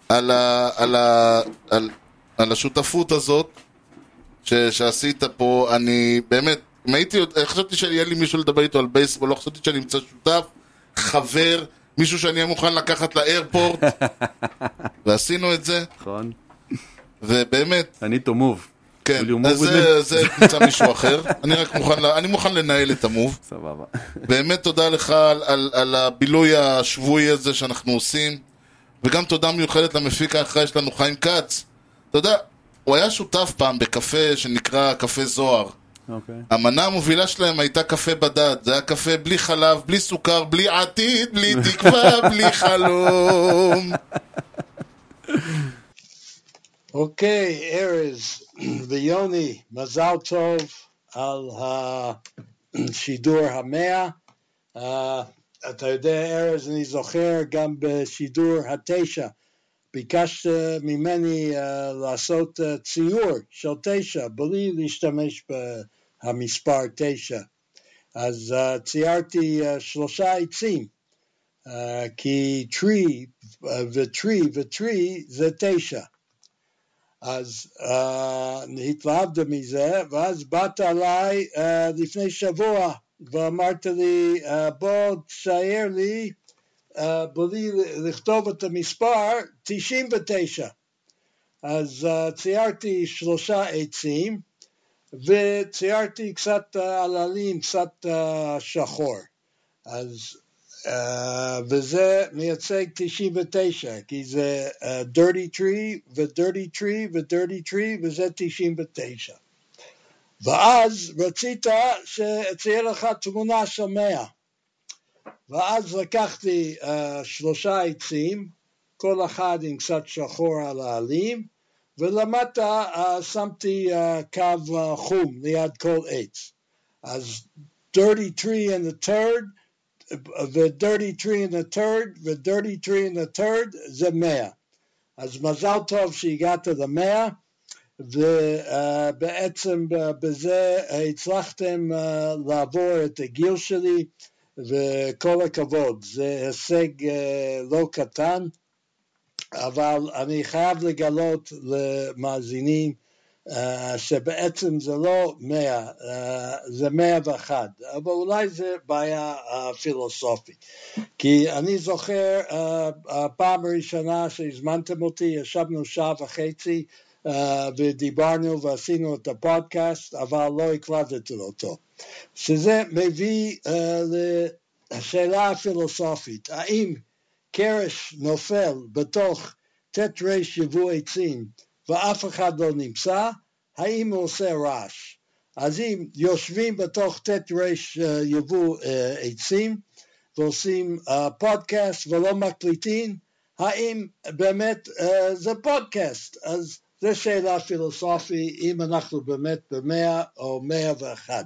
[SPEAKER 1] על, ה, על, ה, על, על השותפות הזאת ש, שעשית פה. אני באמת, אם הייתי, יודע- חשבתי שיהיה לי מישהו לדבר איתו על בייסבול, לא חשבתי שאני אמצא שותף, חבר, מישהו שאני אהיה מוכן לקחת לאיירפורט, ועשינו את זה,
[SPEAKER 2] נכון.
[SPEAKER 1] ובאמת,
[SPEAKER 2] I need to move.
[SPEAKER 1] כן,
[SPEAKER 2] Will you move
[SPEAKER 1] אז
[SPEAKER 2] with
[SPEAKER 1] זה-
[SPEAKER 2] me?
[SPEAKER 1] זה נמצא מישהו אחר, אני רק מוכן, ל- אני מוכן לנהל את המוב.
[SPEAKER 2] סבבה.
[SPEAKER 1] באמת תודה לך על, על, על הבילוי השבועי הזה שאנחנו עושים, וגם תודה מיוחדת למפיק האחראי שלנו, חיים כץ. אתה יודע, הוא היה שותף פעם בקפה שנקרא קפה זוהר.
[SPEAKER 2] אוקיי.
[SPEAKER 1] המנה המובילה שלהם הייתה קפה בדד, זה היה קפה בלי חלב, בלי סוכר, בלי עתיד, בלי תקווה, בלי חלום.
[SPEAKER 15] אוקיי, ארז ויוני, מזל טוב על השידור המאה. אה, אתה יודע, ארז, אני זוכר גם בשידור התשע, ביקשת ממני אה, לעשות אה, ציור של תשע, בלי להשתמש במספר תשע. אז אה, ציירתי אה, שלושה עצים, אה, uh, כי tree אה, וטרי וטרי זה תשע. אז אה, התלהבת מזה, ואז באת אליי אה, לפני שבוע ואמרת לי, אה, בוא תשאר לי, אה, בלי לכתוב את המספר, 99. אז אה, ציירתי שלושה עצים, וציירתי קצת אה, על הלין, קצת אה, שחור. אז, אה, וזה מייצג 99, כי זה אה, dirty tree ו-dirty tree ו-dirty tree, וזה 99. ואז רצית שתהיה לך תמונה של 100. ואז לקחתי אה, שלושה עצים, כל אחד עם קצת שחור על העלים, ולמטה אה, שמתי אה, קו אה, חום ליד כל עץ. אז dirty tree in the third, ו-dirty tree in the third, ו-dirty tree in the third, זה מאה. אז מזל טוב שהגעת למאה, ובעצם בזה הצלחתם אה, לעבור את הגיל שלי, וכל הכבוד, זה הישג אה, לא קטן. אבל אני חייב לגלות למאזינים אה, שבעצם זה לא 100, אה, זה 101, אבל אולי זה בעיה אה, פילוסופית. כי אני זוכר אה, הפעם הראשונה שהזמנתם אותי, ישבנו שעה וחצי אה, ודיברנו ועשינו את הפודקאסט, אבל לא הקלטתם אותו. שזה מביא אה, לשאלה הפילוסופית, האם קרש נופל בתוך ט' ר' יבוא עצים ואף אחד לא נמצא, האם הוא עושה רעש? אז אם יושבים בתוך ט' ר' אה, יבוא אה, עצים ועושים אה, פודקאסט ולא מקליטים, האם באמת אה, זה פודקאסט? אז זו שאלה פילוסופית, אם אנחנו באמת במאה או מאה ואחת.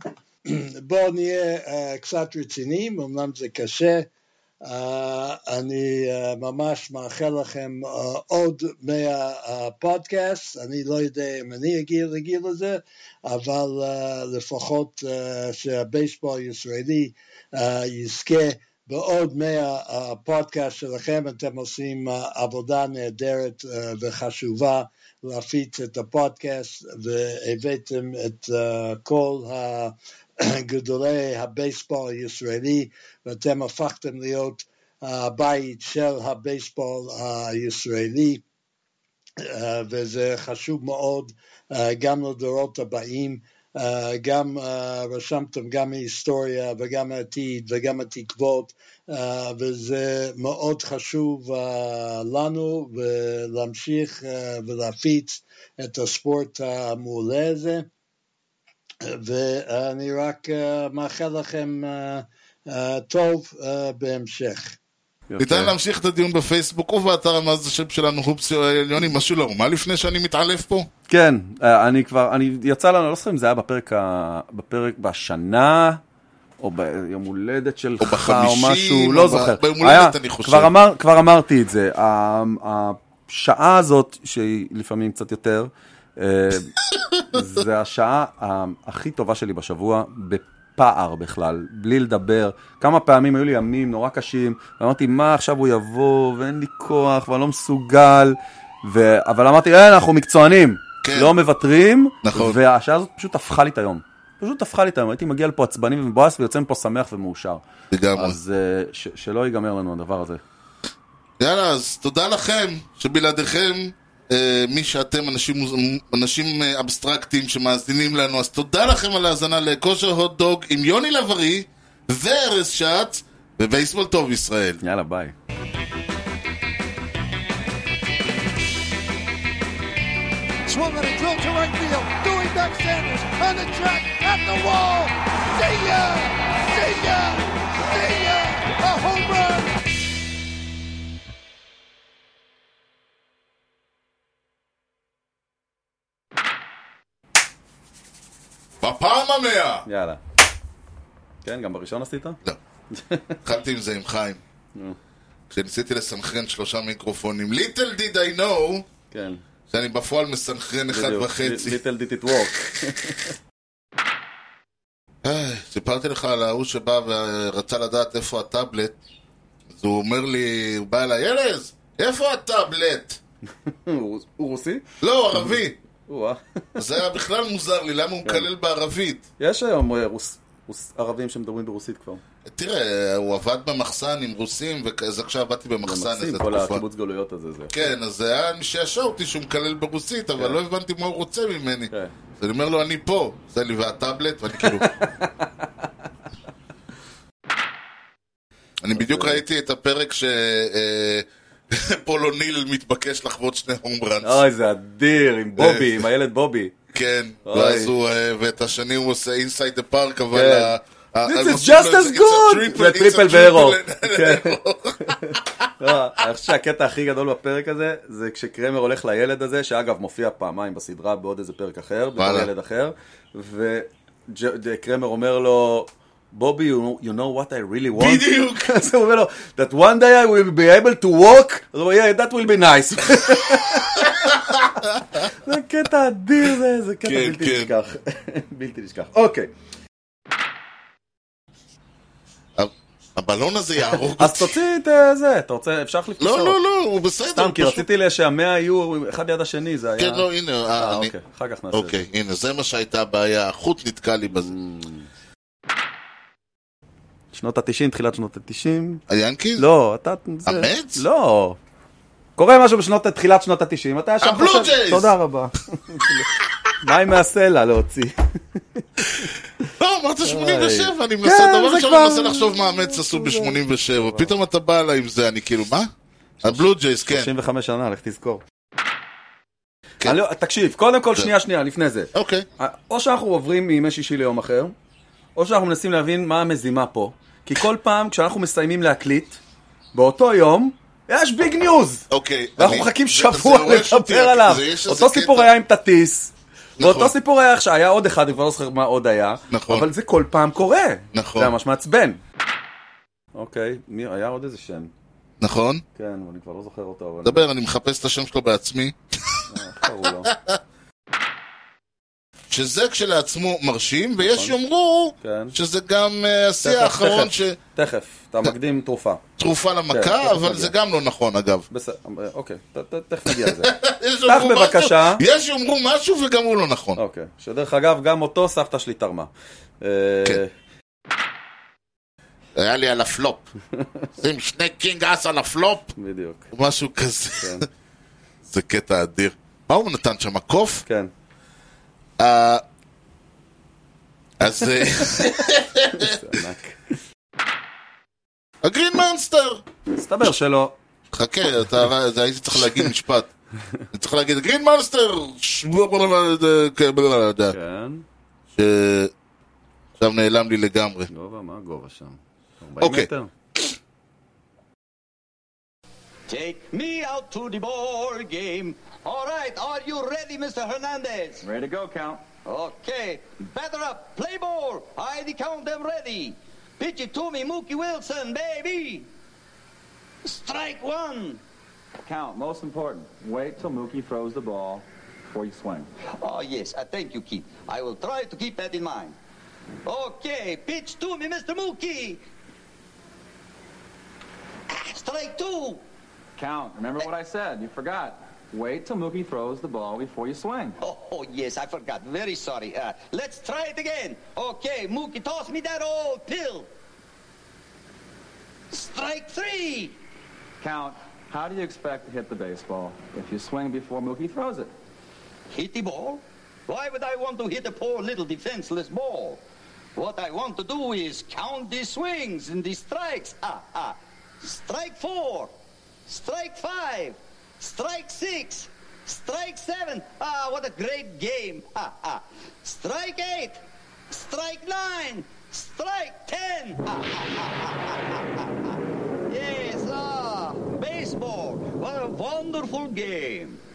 [SPEAKER 15] בואו נהיה אה, קצת רציניים, אמנם זה קשה, אה, אני אה, ממש מאחל לכם אה, עוד מהפודקאסט, אני לא יודע אם אני אגיע לגיל הזה, אבל אה, לפחות אה, שהבייסבול הישראלי אה, יזכה בעוד מהפודקאסט שלכם, אתם עושים אה, עבודה נהדרת אה, וחשובה להפיץ את הפודקאסט, והבאתם את אה, כל ה... גדולי הבייסבול הישראלי, ואתם הפכתם להיות הבית של הבייסבול הישראלי, אה, וזה חשוב מאוד אה, גם לדורות הבאים. אה, גם אה, רשמתם גם ההיסטוריה וגם העתיד וגם התקוות, אה, וזה מאוד חשוב אה, לנו ולהמשיך אה, ולהפיץ את הספורט המעולה הזה. ואני רק אה, מאחל לכם אה, אה, טוב אה, בהמשך.
[SPEAKER 1] ניתן להמשיך את הדיון בפייסבוק ובאתר המאזדשפ שלנו, הופס עליוני, משהו לא, מה לפני שאני מתעלף פה?
[SPEAKER 2] כן, אה, אני כבר, אני יצא לנו, אני לא זוכר אם זה היה בפרק, ה, בפרק בשנה, או ביום הולדת שלך, או,
[SPEAKER 1] בחמישים,
[SPEAKER 2] או משהו,
[SPEAKER 1] או
[SPEAKER 2] לא
[SPEAKER 1] ב-
[SPEAKER 2] זוכר.
[SPEAKER 1] ביום הולדת, אני חושב.
[SPEAKER 2] כבר, אמר, כבר אמרתי את זה, ה- השעה הזאת, שהיא לפעמים קצת יותר, אה, זה השעה ה- הכי טובה שלי בשבוע, בפער בכלל, בלי לדבר. כמה פעמים היו לי ימים נורא קשים, ואמרתי, מה עכשיו הוא יבוא, ואין לי כוח, ואני לא מסוגל, ו... אבל אמרתי, אין, אנחנו מקצוענים, כן. לא מוותרים,
[SPEAKER 1] נכון.
[SPEAKER 2] והשעה הזאת פשוט הפכה לי את היום. פשוט הפכה לי את היום, הייתי מגיע לפה עצבני ומבואס ויוצא מפה שמח ומאושר.
[SPEAKER 1] לגמרי.
[SPEAKER 2] אז אה, ש- שלא ייגמר לנו הדבר הזה.
[SPEAKER 1] יאללה, אז תודה לכם, שבלעדיכם, אה, מי שאתם אנשים, מוז- אנשים אה, אבסטרקטים שמאזינים לנו, אז תודה לכם על ההאזנה לכושר הוט דוג עם יוני לב-ארי וארז שץ, ובייסבול טוב ישראל.
[SPEAKER 2] יאללה, ביי.
[SPEAKER 3] Swung on a drill to right field. Doing back Sanders on the track at the wall. See ya! See ya! See ya! A home run!
[SPEAKER 1] בפעם המאה!
[SPEAKER 2] יאללה. כן, גם בראשון עשית?
[SPEAKER 1] לא. התחלתי עם זה עם חיים.
[SPEAKER 2] נו.
[SPEAKER 1] כשניסיתי לסנכרן שלושה מיקרופונים, ליטל דיד I know,
[SPEAKER 2] כן.
[SPEAKER 1] שאני בפועל מסנכרן אחד
[SPEAKER 2] בדיוק.
[SPEAKER 1] וחצי.
[SPEAKER 2] ליטל דיט וורק.
[SPEAKER 1] איי, סיפרתי לך על ההוא שבא ורצה לדעת איפה הטאבלט, אז הוא אומר לי, הוא בא אליי, ארז, איפה הטאבלט?
[SPEAKER 2] הוא רוסי?
[SPEAKER 1] לא, ערבי.
[SPEAKER 2] או-אה.
[SPEAKER 1] זה היה בכלל מוזר לי,
[SPEAKER 2] כן.
[SPEAKER 1] למה הוא מקלל בערבית?
[SPEAKER 2] יש היום אה, רוס- רוס- ערבים שמדברים ברוסית כבר.
[SPEAKER 1] תראה, הוא עבד במחסן עם רוסים, וכזה עכשיו עבדתי במחסן
[SPEAKER 2] מקסים,
[SPEAKER 1] איזה
[SPEAKER 2] כל
[SPEAKER 1] תקופה.
[SPEAKER 2] הקיבוץ גלויות הזה. זה.
[SPEAKER 1] כן, אז זה היה משעשע אותי שהוא מקלל ברוסית, אבל
[SPEAKER 2] כן.
[SPEAKER 1] לא הבנתי מה הוא רוצה ממני. אז אני אומר לו, אני פה. עושה לי והטאבלט, ואני כאילו... אני בדיוק
[SPEAKER 2] אוקיי.
[SPEAKER 1] ראיתי את הפרק ש... אה, פול אוניל מתבקש לחוות שני הום ראנס.
[SPEAKER 2] אוי, זה אדיר, עם בובי, עם הילד בובי.
[SPEAKER 1] כן,
[SPEAKER 2] אוי.
[SPEAKER 1] ואז הוא, אה, ואת השני הוא עושה אינסייד דה פארק, אבל...
[SPEAKER 2] כן.
[SPEAKER 1] ה- ה-
[SPEAKER 2] This
[SPEAKER 1] הם
[SPEAKER 2] is
[SPEAKER 1] עושים
[SPEAKER 2] just
[SPEAKER 1] לו איזה-
[SPEAKER 2] as
[SPEAKER 1] it's a
[SPEAKER 2] good!
[SPEAKER 1] triple,
[SPEAKER 2] זה
[SPEAKER 1] it's a
[SPEAKER 2] טריפל
[SPEAKER 1] triple
[SPEAKER 2] בארו.
[SPEAKER 1] and-
[SPEAKER 2] כן. לא, אני חושב שהקטע הכי גדול בפרק הזה, זה כשקרמר הולך לילד הזה, שאגב מופיע פעמיים בסדרה בעוד איזה פרק אחר, בתור
[SPEAKER 1] וואלה.
[SPEAKER 2] ילד אחר, וקרמר אומר לו, בובי, you you know what I really want?
[SPEAKER 1] בדיוק.
[SPEAKER 2] אז הוא אומר לו, that one day I will be able to walk, אז הוא אומר, yeah, that will be nice. זה קטע אדיר, זה- זה קטע
[SPEAKER 1] כן,
[SPEAKER 2] בלתי
[SPEAKER 1] כן.
[SPEAKER 2] נשכח. בלתי נשכח. אוקיי.
[SPEAKER 1] הבלון הזה יהרוג
[SPEAKER 2] אז תוציא את אה, זה, אתה רוצה, אפשר להחליף
[SPEAKER 1] לא,
[SPEAKER 2] כיסאות.
[SPEAKER 1] לא, לא, הוא בסדר.
[SPEAKER 2] סתם,
[SPEAKER 1] הוא
[SPEAKER 2] כי
[SPEAKER 1] פשוט-
[SPEAKER 2] רציתי לה- שהמאה יהיו אחד ליד השני, זה היה...
[SPEAKER 1] כן, לא, הנה,
[SPEAKER 2] אה,
[SPEAKER 1] אני-
[SPEAKER 2] אוקיי, אחר כך נעשה את זה.
[SPEAKER 1] אוקיי, הנה, זה מה שהייתה הבעיה, החוט נתקע לי בזה.
[SPEAKER 2] Mm. שנות ה-90, תחילת שנות ה-90.
[SPEAKER 1] היאנקיז?
[SPEAKER 2] לא, אתה... זה-
[SPEAKER 1] המץ?
[SPEAKER 2] לא. קורה משהו בשנות, תחילת שנות ה-90, אתה ישר
[SPEAKER 1] הבלו ג'ייז!
[SPEAKER 2] תודה רבה. מים מהסלע להוציא.
[SPEAKER 1] לא, אמרת 87, אני מנסה,
[SPEAKER 2] כן,
[SPEAKER 1] דבר
[SPEAKER 2] זה
[SPEAKER 1] ראשון,
[SPEAKER 2] כבר-
[SPEAKER 1] אני מנסה לחשוב מה המץ עשו ב-87, פתאום אתה בא אליי עם זה, אני כאילו, מה? הבלו ג'ייז, כן.
[SPEAKER 2] 35 שנה, לך תזכור. אני לא- תקשיב, קודם
[SPEAKER 1] כן.
[SPEAKER 2] כל, שנייה, שנייה, לפני זה.
[SPEAKER 1] אוקיי.
[SPEAKER 2] או שאנחנו עוברים מימי שישי ליום אחר, או שאנחנו מנסים להבין מה המזימה פה. כי כל פעם כשאנחנו מסיימים להקליט, באותו יום, יש ביג ניוז!
[SPEAKER 1] אוקיי.
[SPEAKER 2] ואנחנו
[SPEAKER 1] אני-
[SPEAKER 2] מחכים
[SPEAKER 1] זה-
[SPEAKER 2] שבוע
[SPEAKER 1] זה הורס אותי,
[SPEAKER 2] לדבר עליו.
[SPEAKER 1] זה- יש איזה
[SPEAKER 2] אותו סיפור
[SPEAKER 1] קטע.
[SPEAKER 2] היה עם טטיס,
[SPEAKER 1] נכון.
[SPEAKER 2] ואותו סיפור היה עכשיו, היה עוד אחד, אני כבר לא זוכר מה עוד היה,
[SPEAKER 1] נכון.
[SPEAKER 2] אבל זה כל פעם קורה.
[SPEAKER 1] נכון.
[SPEAKER 2] זה ממש מעצבן. אוקיי, מי- היה עוד איזה שם.
[SPEAKER 1] נכון?
[SPEAKER 2] כן, אבל אני כבר לא זוכר אותו, אבל...
[SPEAKER 1] דבר, אני מחפש את השם שלו בעצמי.
[SPEAKER 2] אה, קראו לו.
[SPEAKER 1] שזה כשלעצמו מרשים, ויש יאמרו
[SPEAKER 2] כן.
[SPEAKER 1] שזה גם אה, השיא
[SPEAKER 2] תכף,
[SPEAKER 1] האחרון
[SPEAKER 2] תכף,
[SPEAKER 1] ש...
[SPEAKER 2] תכף, אתה מקדים תרופה.
[SPEAKER 1] תרופה
[SPEAKER 2] כן,
[SPEAKER 1] למכה,
[SPEAKER 2] תכף
[SPEAKER 1] אבל
[SPEAKER 2] נגיע.
[SPEAKER 1] זה גם לא נכון, אגב.
[SPEAKER 2] בסדר, אוקיי, ת- ת- תכף נגיע לזה.
[SPEAKER 1] יש
[SPEAKER 2] פתח
[SPEAKER 1] יאמרו
[SPEAKER 2] בבקשה.
[SPEAKER 1] משהו- יש יאמרו משהו וגם הוא לא נכון.
[SPEAKER 2] אוקיי, שדרך אגב, גם אותו סבתא שלי תרמה. אה,
[SPEAKER 1] כן. היה לי על הפלופ. שים שני קינג אס על הפלופ,
[SPEAKER 2] בדיוק.
[SPEAKER 1] משהו כזה. זה קטע אדיר. מה הוא נתן שם, הקוף?
[SPEAKER 2] כן.
[SPEAKER 1] אז... אה, הגרין מנסטר!
[SPEAKER 2] מסתבר שלא.
[SPEAKER 1] חכה, אתה- זה- הייתי צריך להגיד משפט. אני צריך להגיד, גרין מונסטר! ש- כן. ש- עכשיו נעלם לי לגמרי.
[SPEAKER 2] גובה, מה הגובה שם? 40
[SPEAKER 1] אוקיי.
[SPEAKER 2] מטר?
[SPEAKER 16] Take me out to the ball game. All right, are you ready, Mr. Hernandez? Ready to go, count. Okay, batter up, play ball. I the count am ready. Pitch it to me, Mookie Wilson, baby. Strike one.
[SPEAKER 17] Count, most important, wait till Mookie throws the ball before you swing.
[SPEAKER 16] Oh, yes, uh, thank you, Keith. I will try to keep that in mind. Okay, pitch to me, Mr. Mookie. Ah, Strike two.
[SPEAKER 17] Count, remember what I said, you forgot. Wait till Mookie throws the ball before you swing.
[SPEAKER 16] Oh, oh, yes, I forgot. Very sorry. Uh, let's try it again. Okay, Mookie, toss me that old pill. Strike three.
[SPEAKER 17] Count, how do you expect to hit the baseball if you swing before Mookie throws it?
[SPEAKER 16] Hit the ball? Why would I want to hit a poor little defenseless ball? What I want to do is count the swings and the strikes. Ah, ah. Strike four. Strike five. Strike six. Strike seven. Ah, what a great game. Ah, ah. Strike eight. Strike nine. Strike ten. Ah, ah, ah, ah, ah, ah, ah. Yes, ah, baseball. What a wonderful game.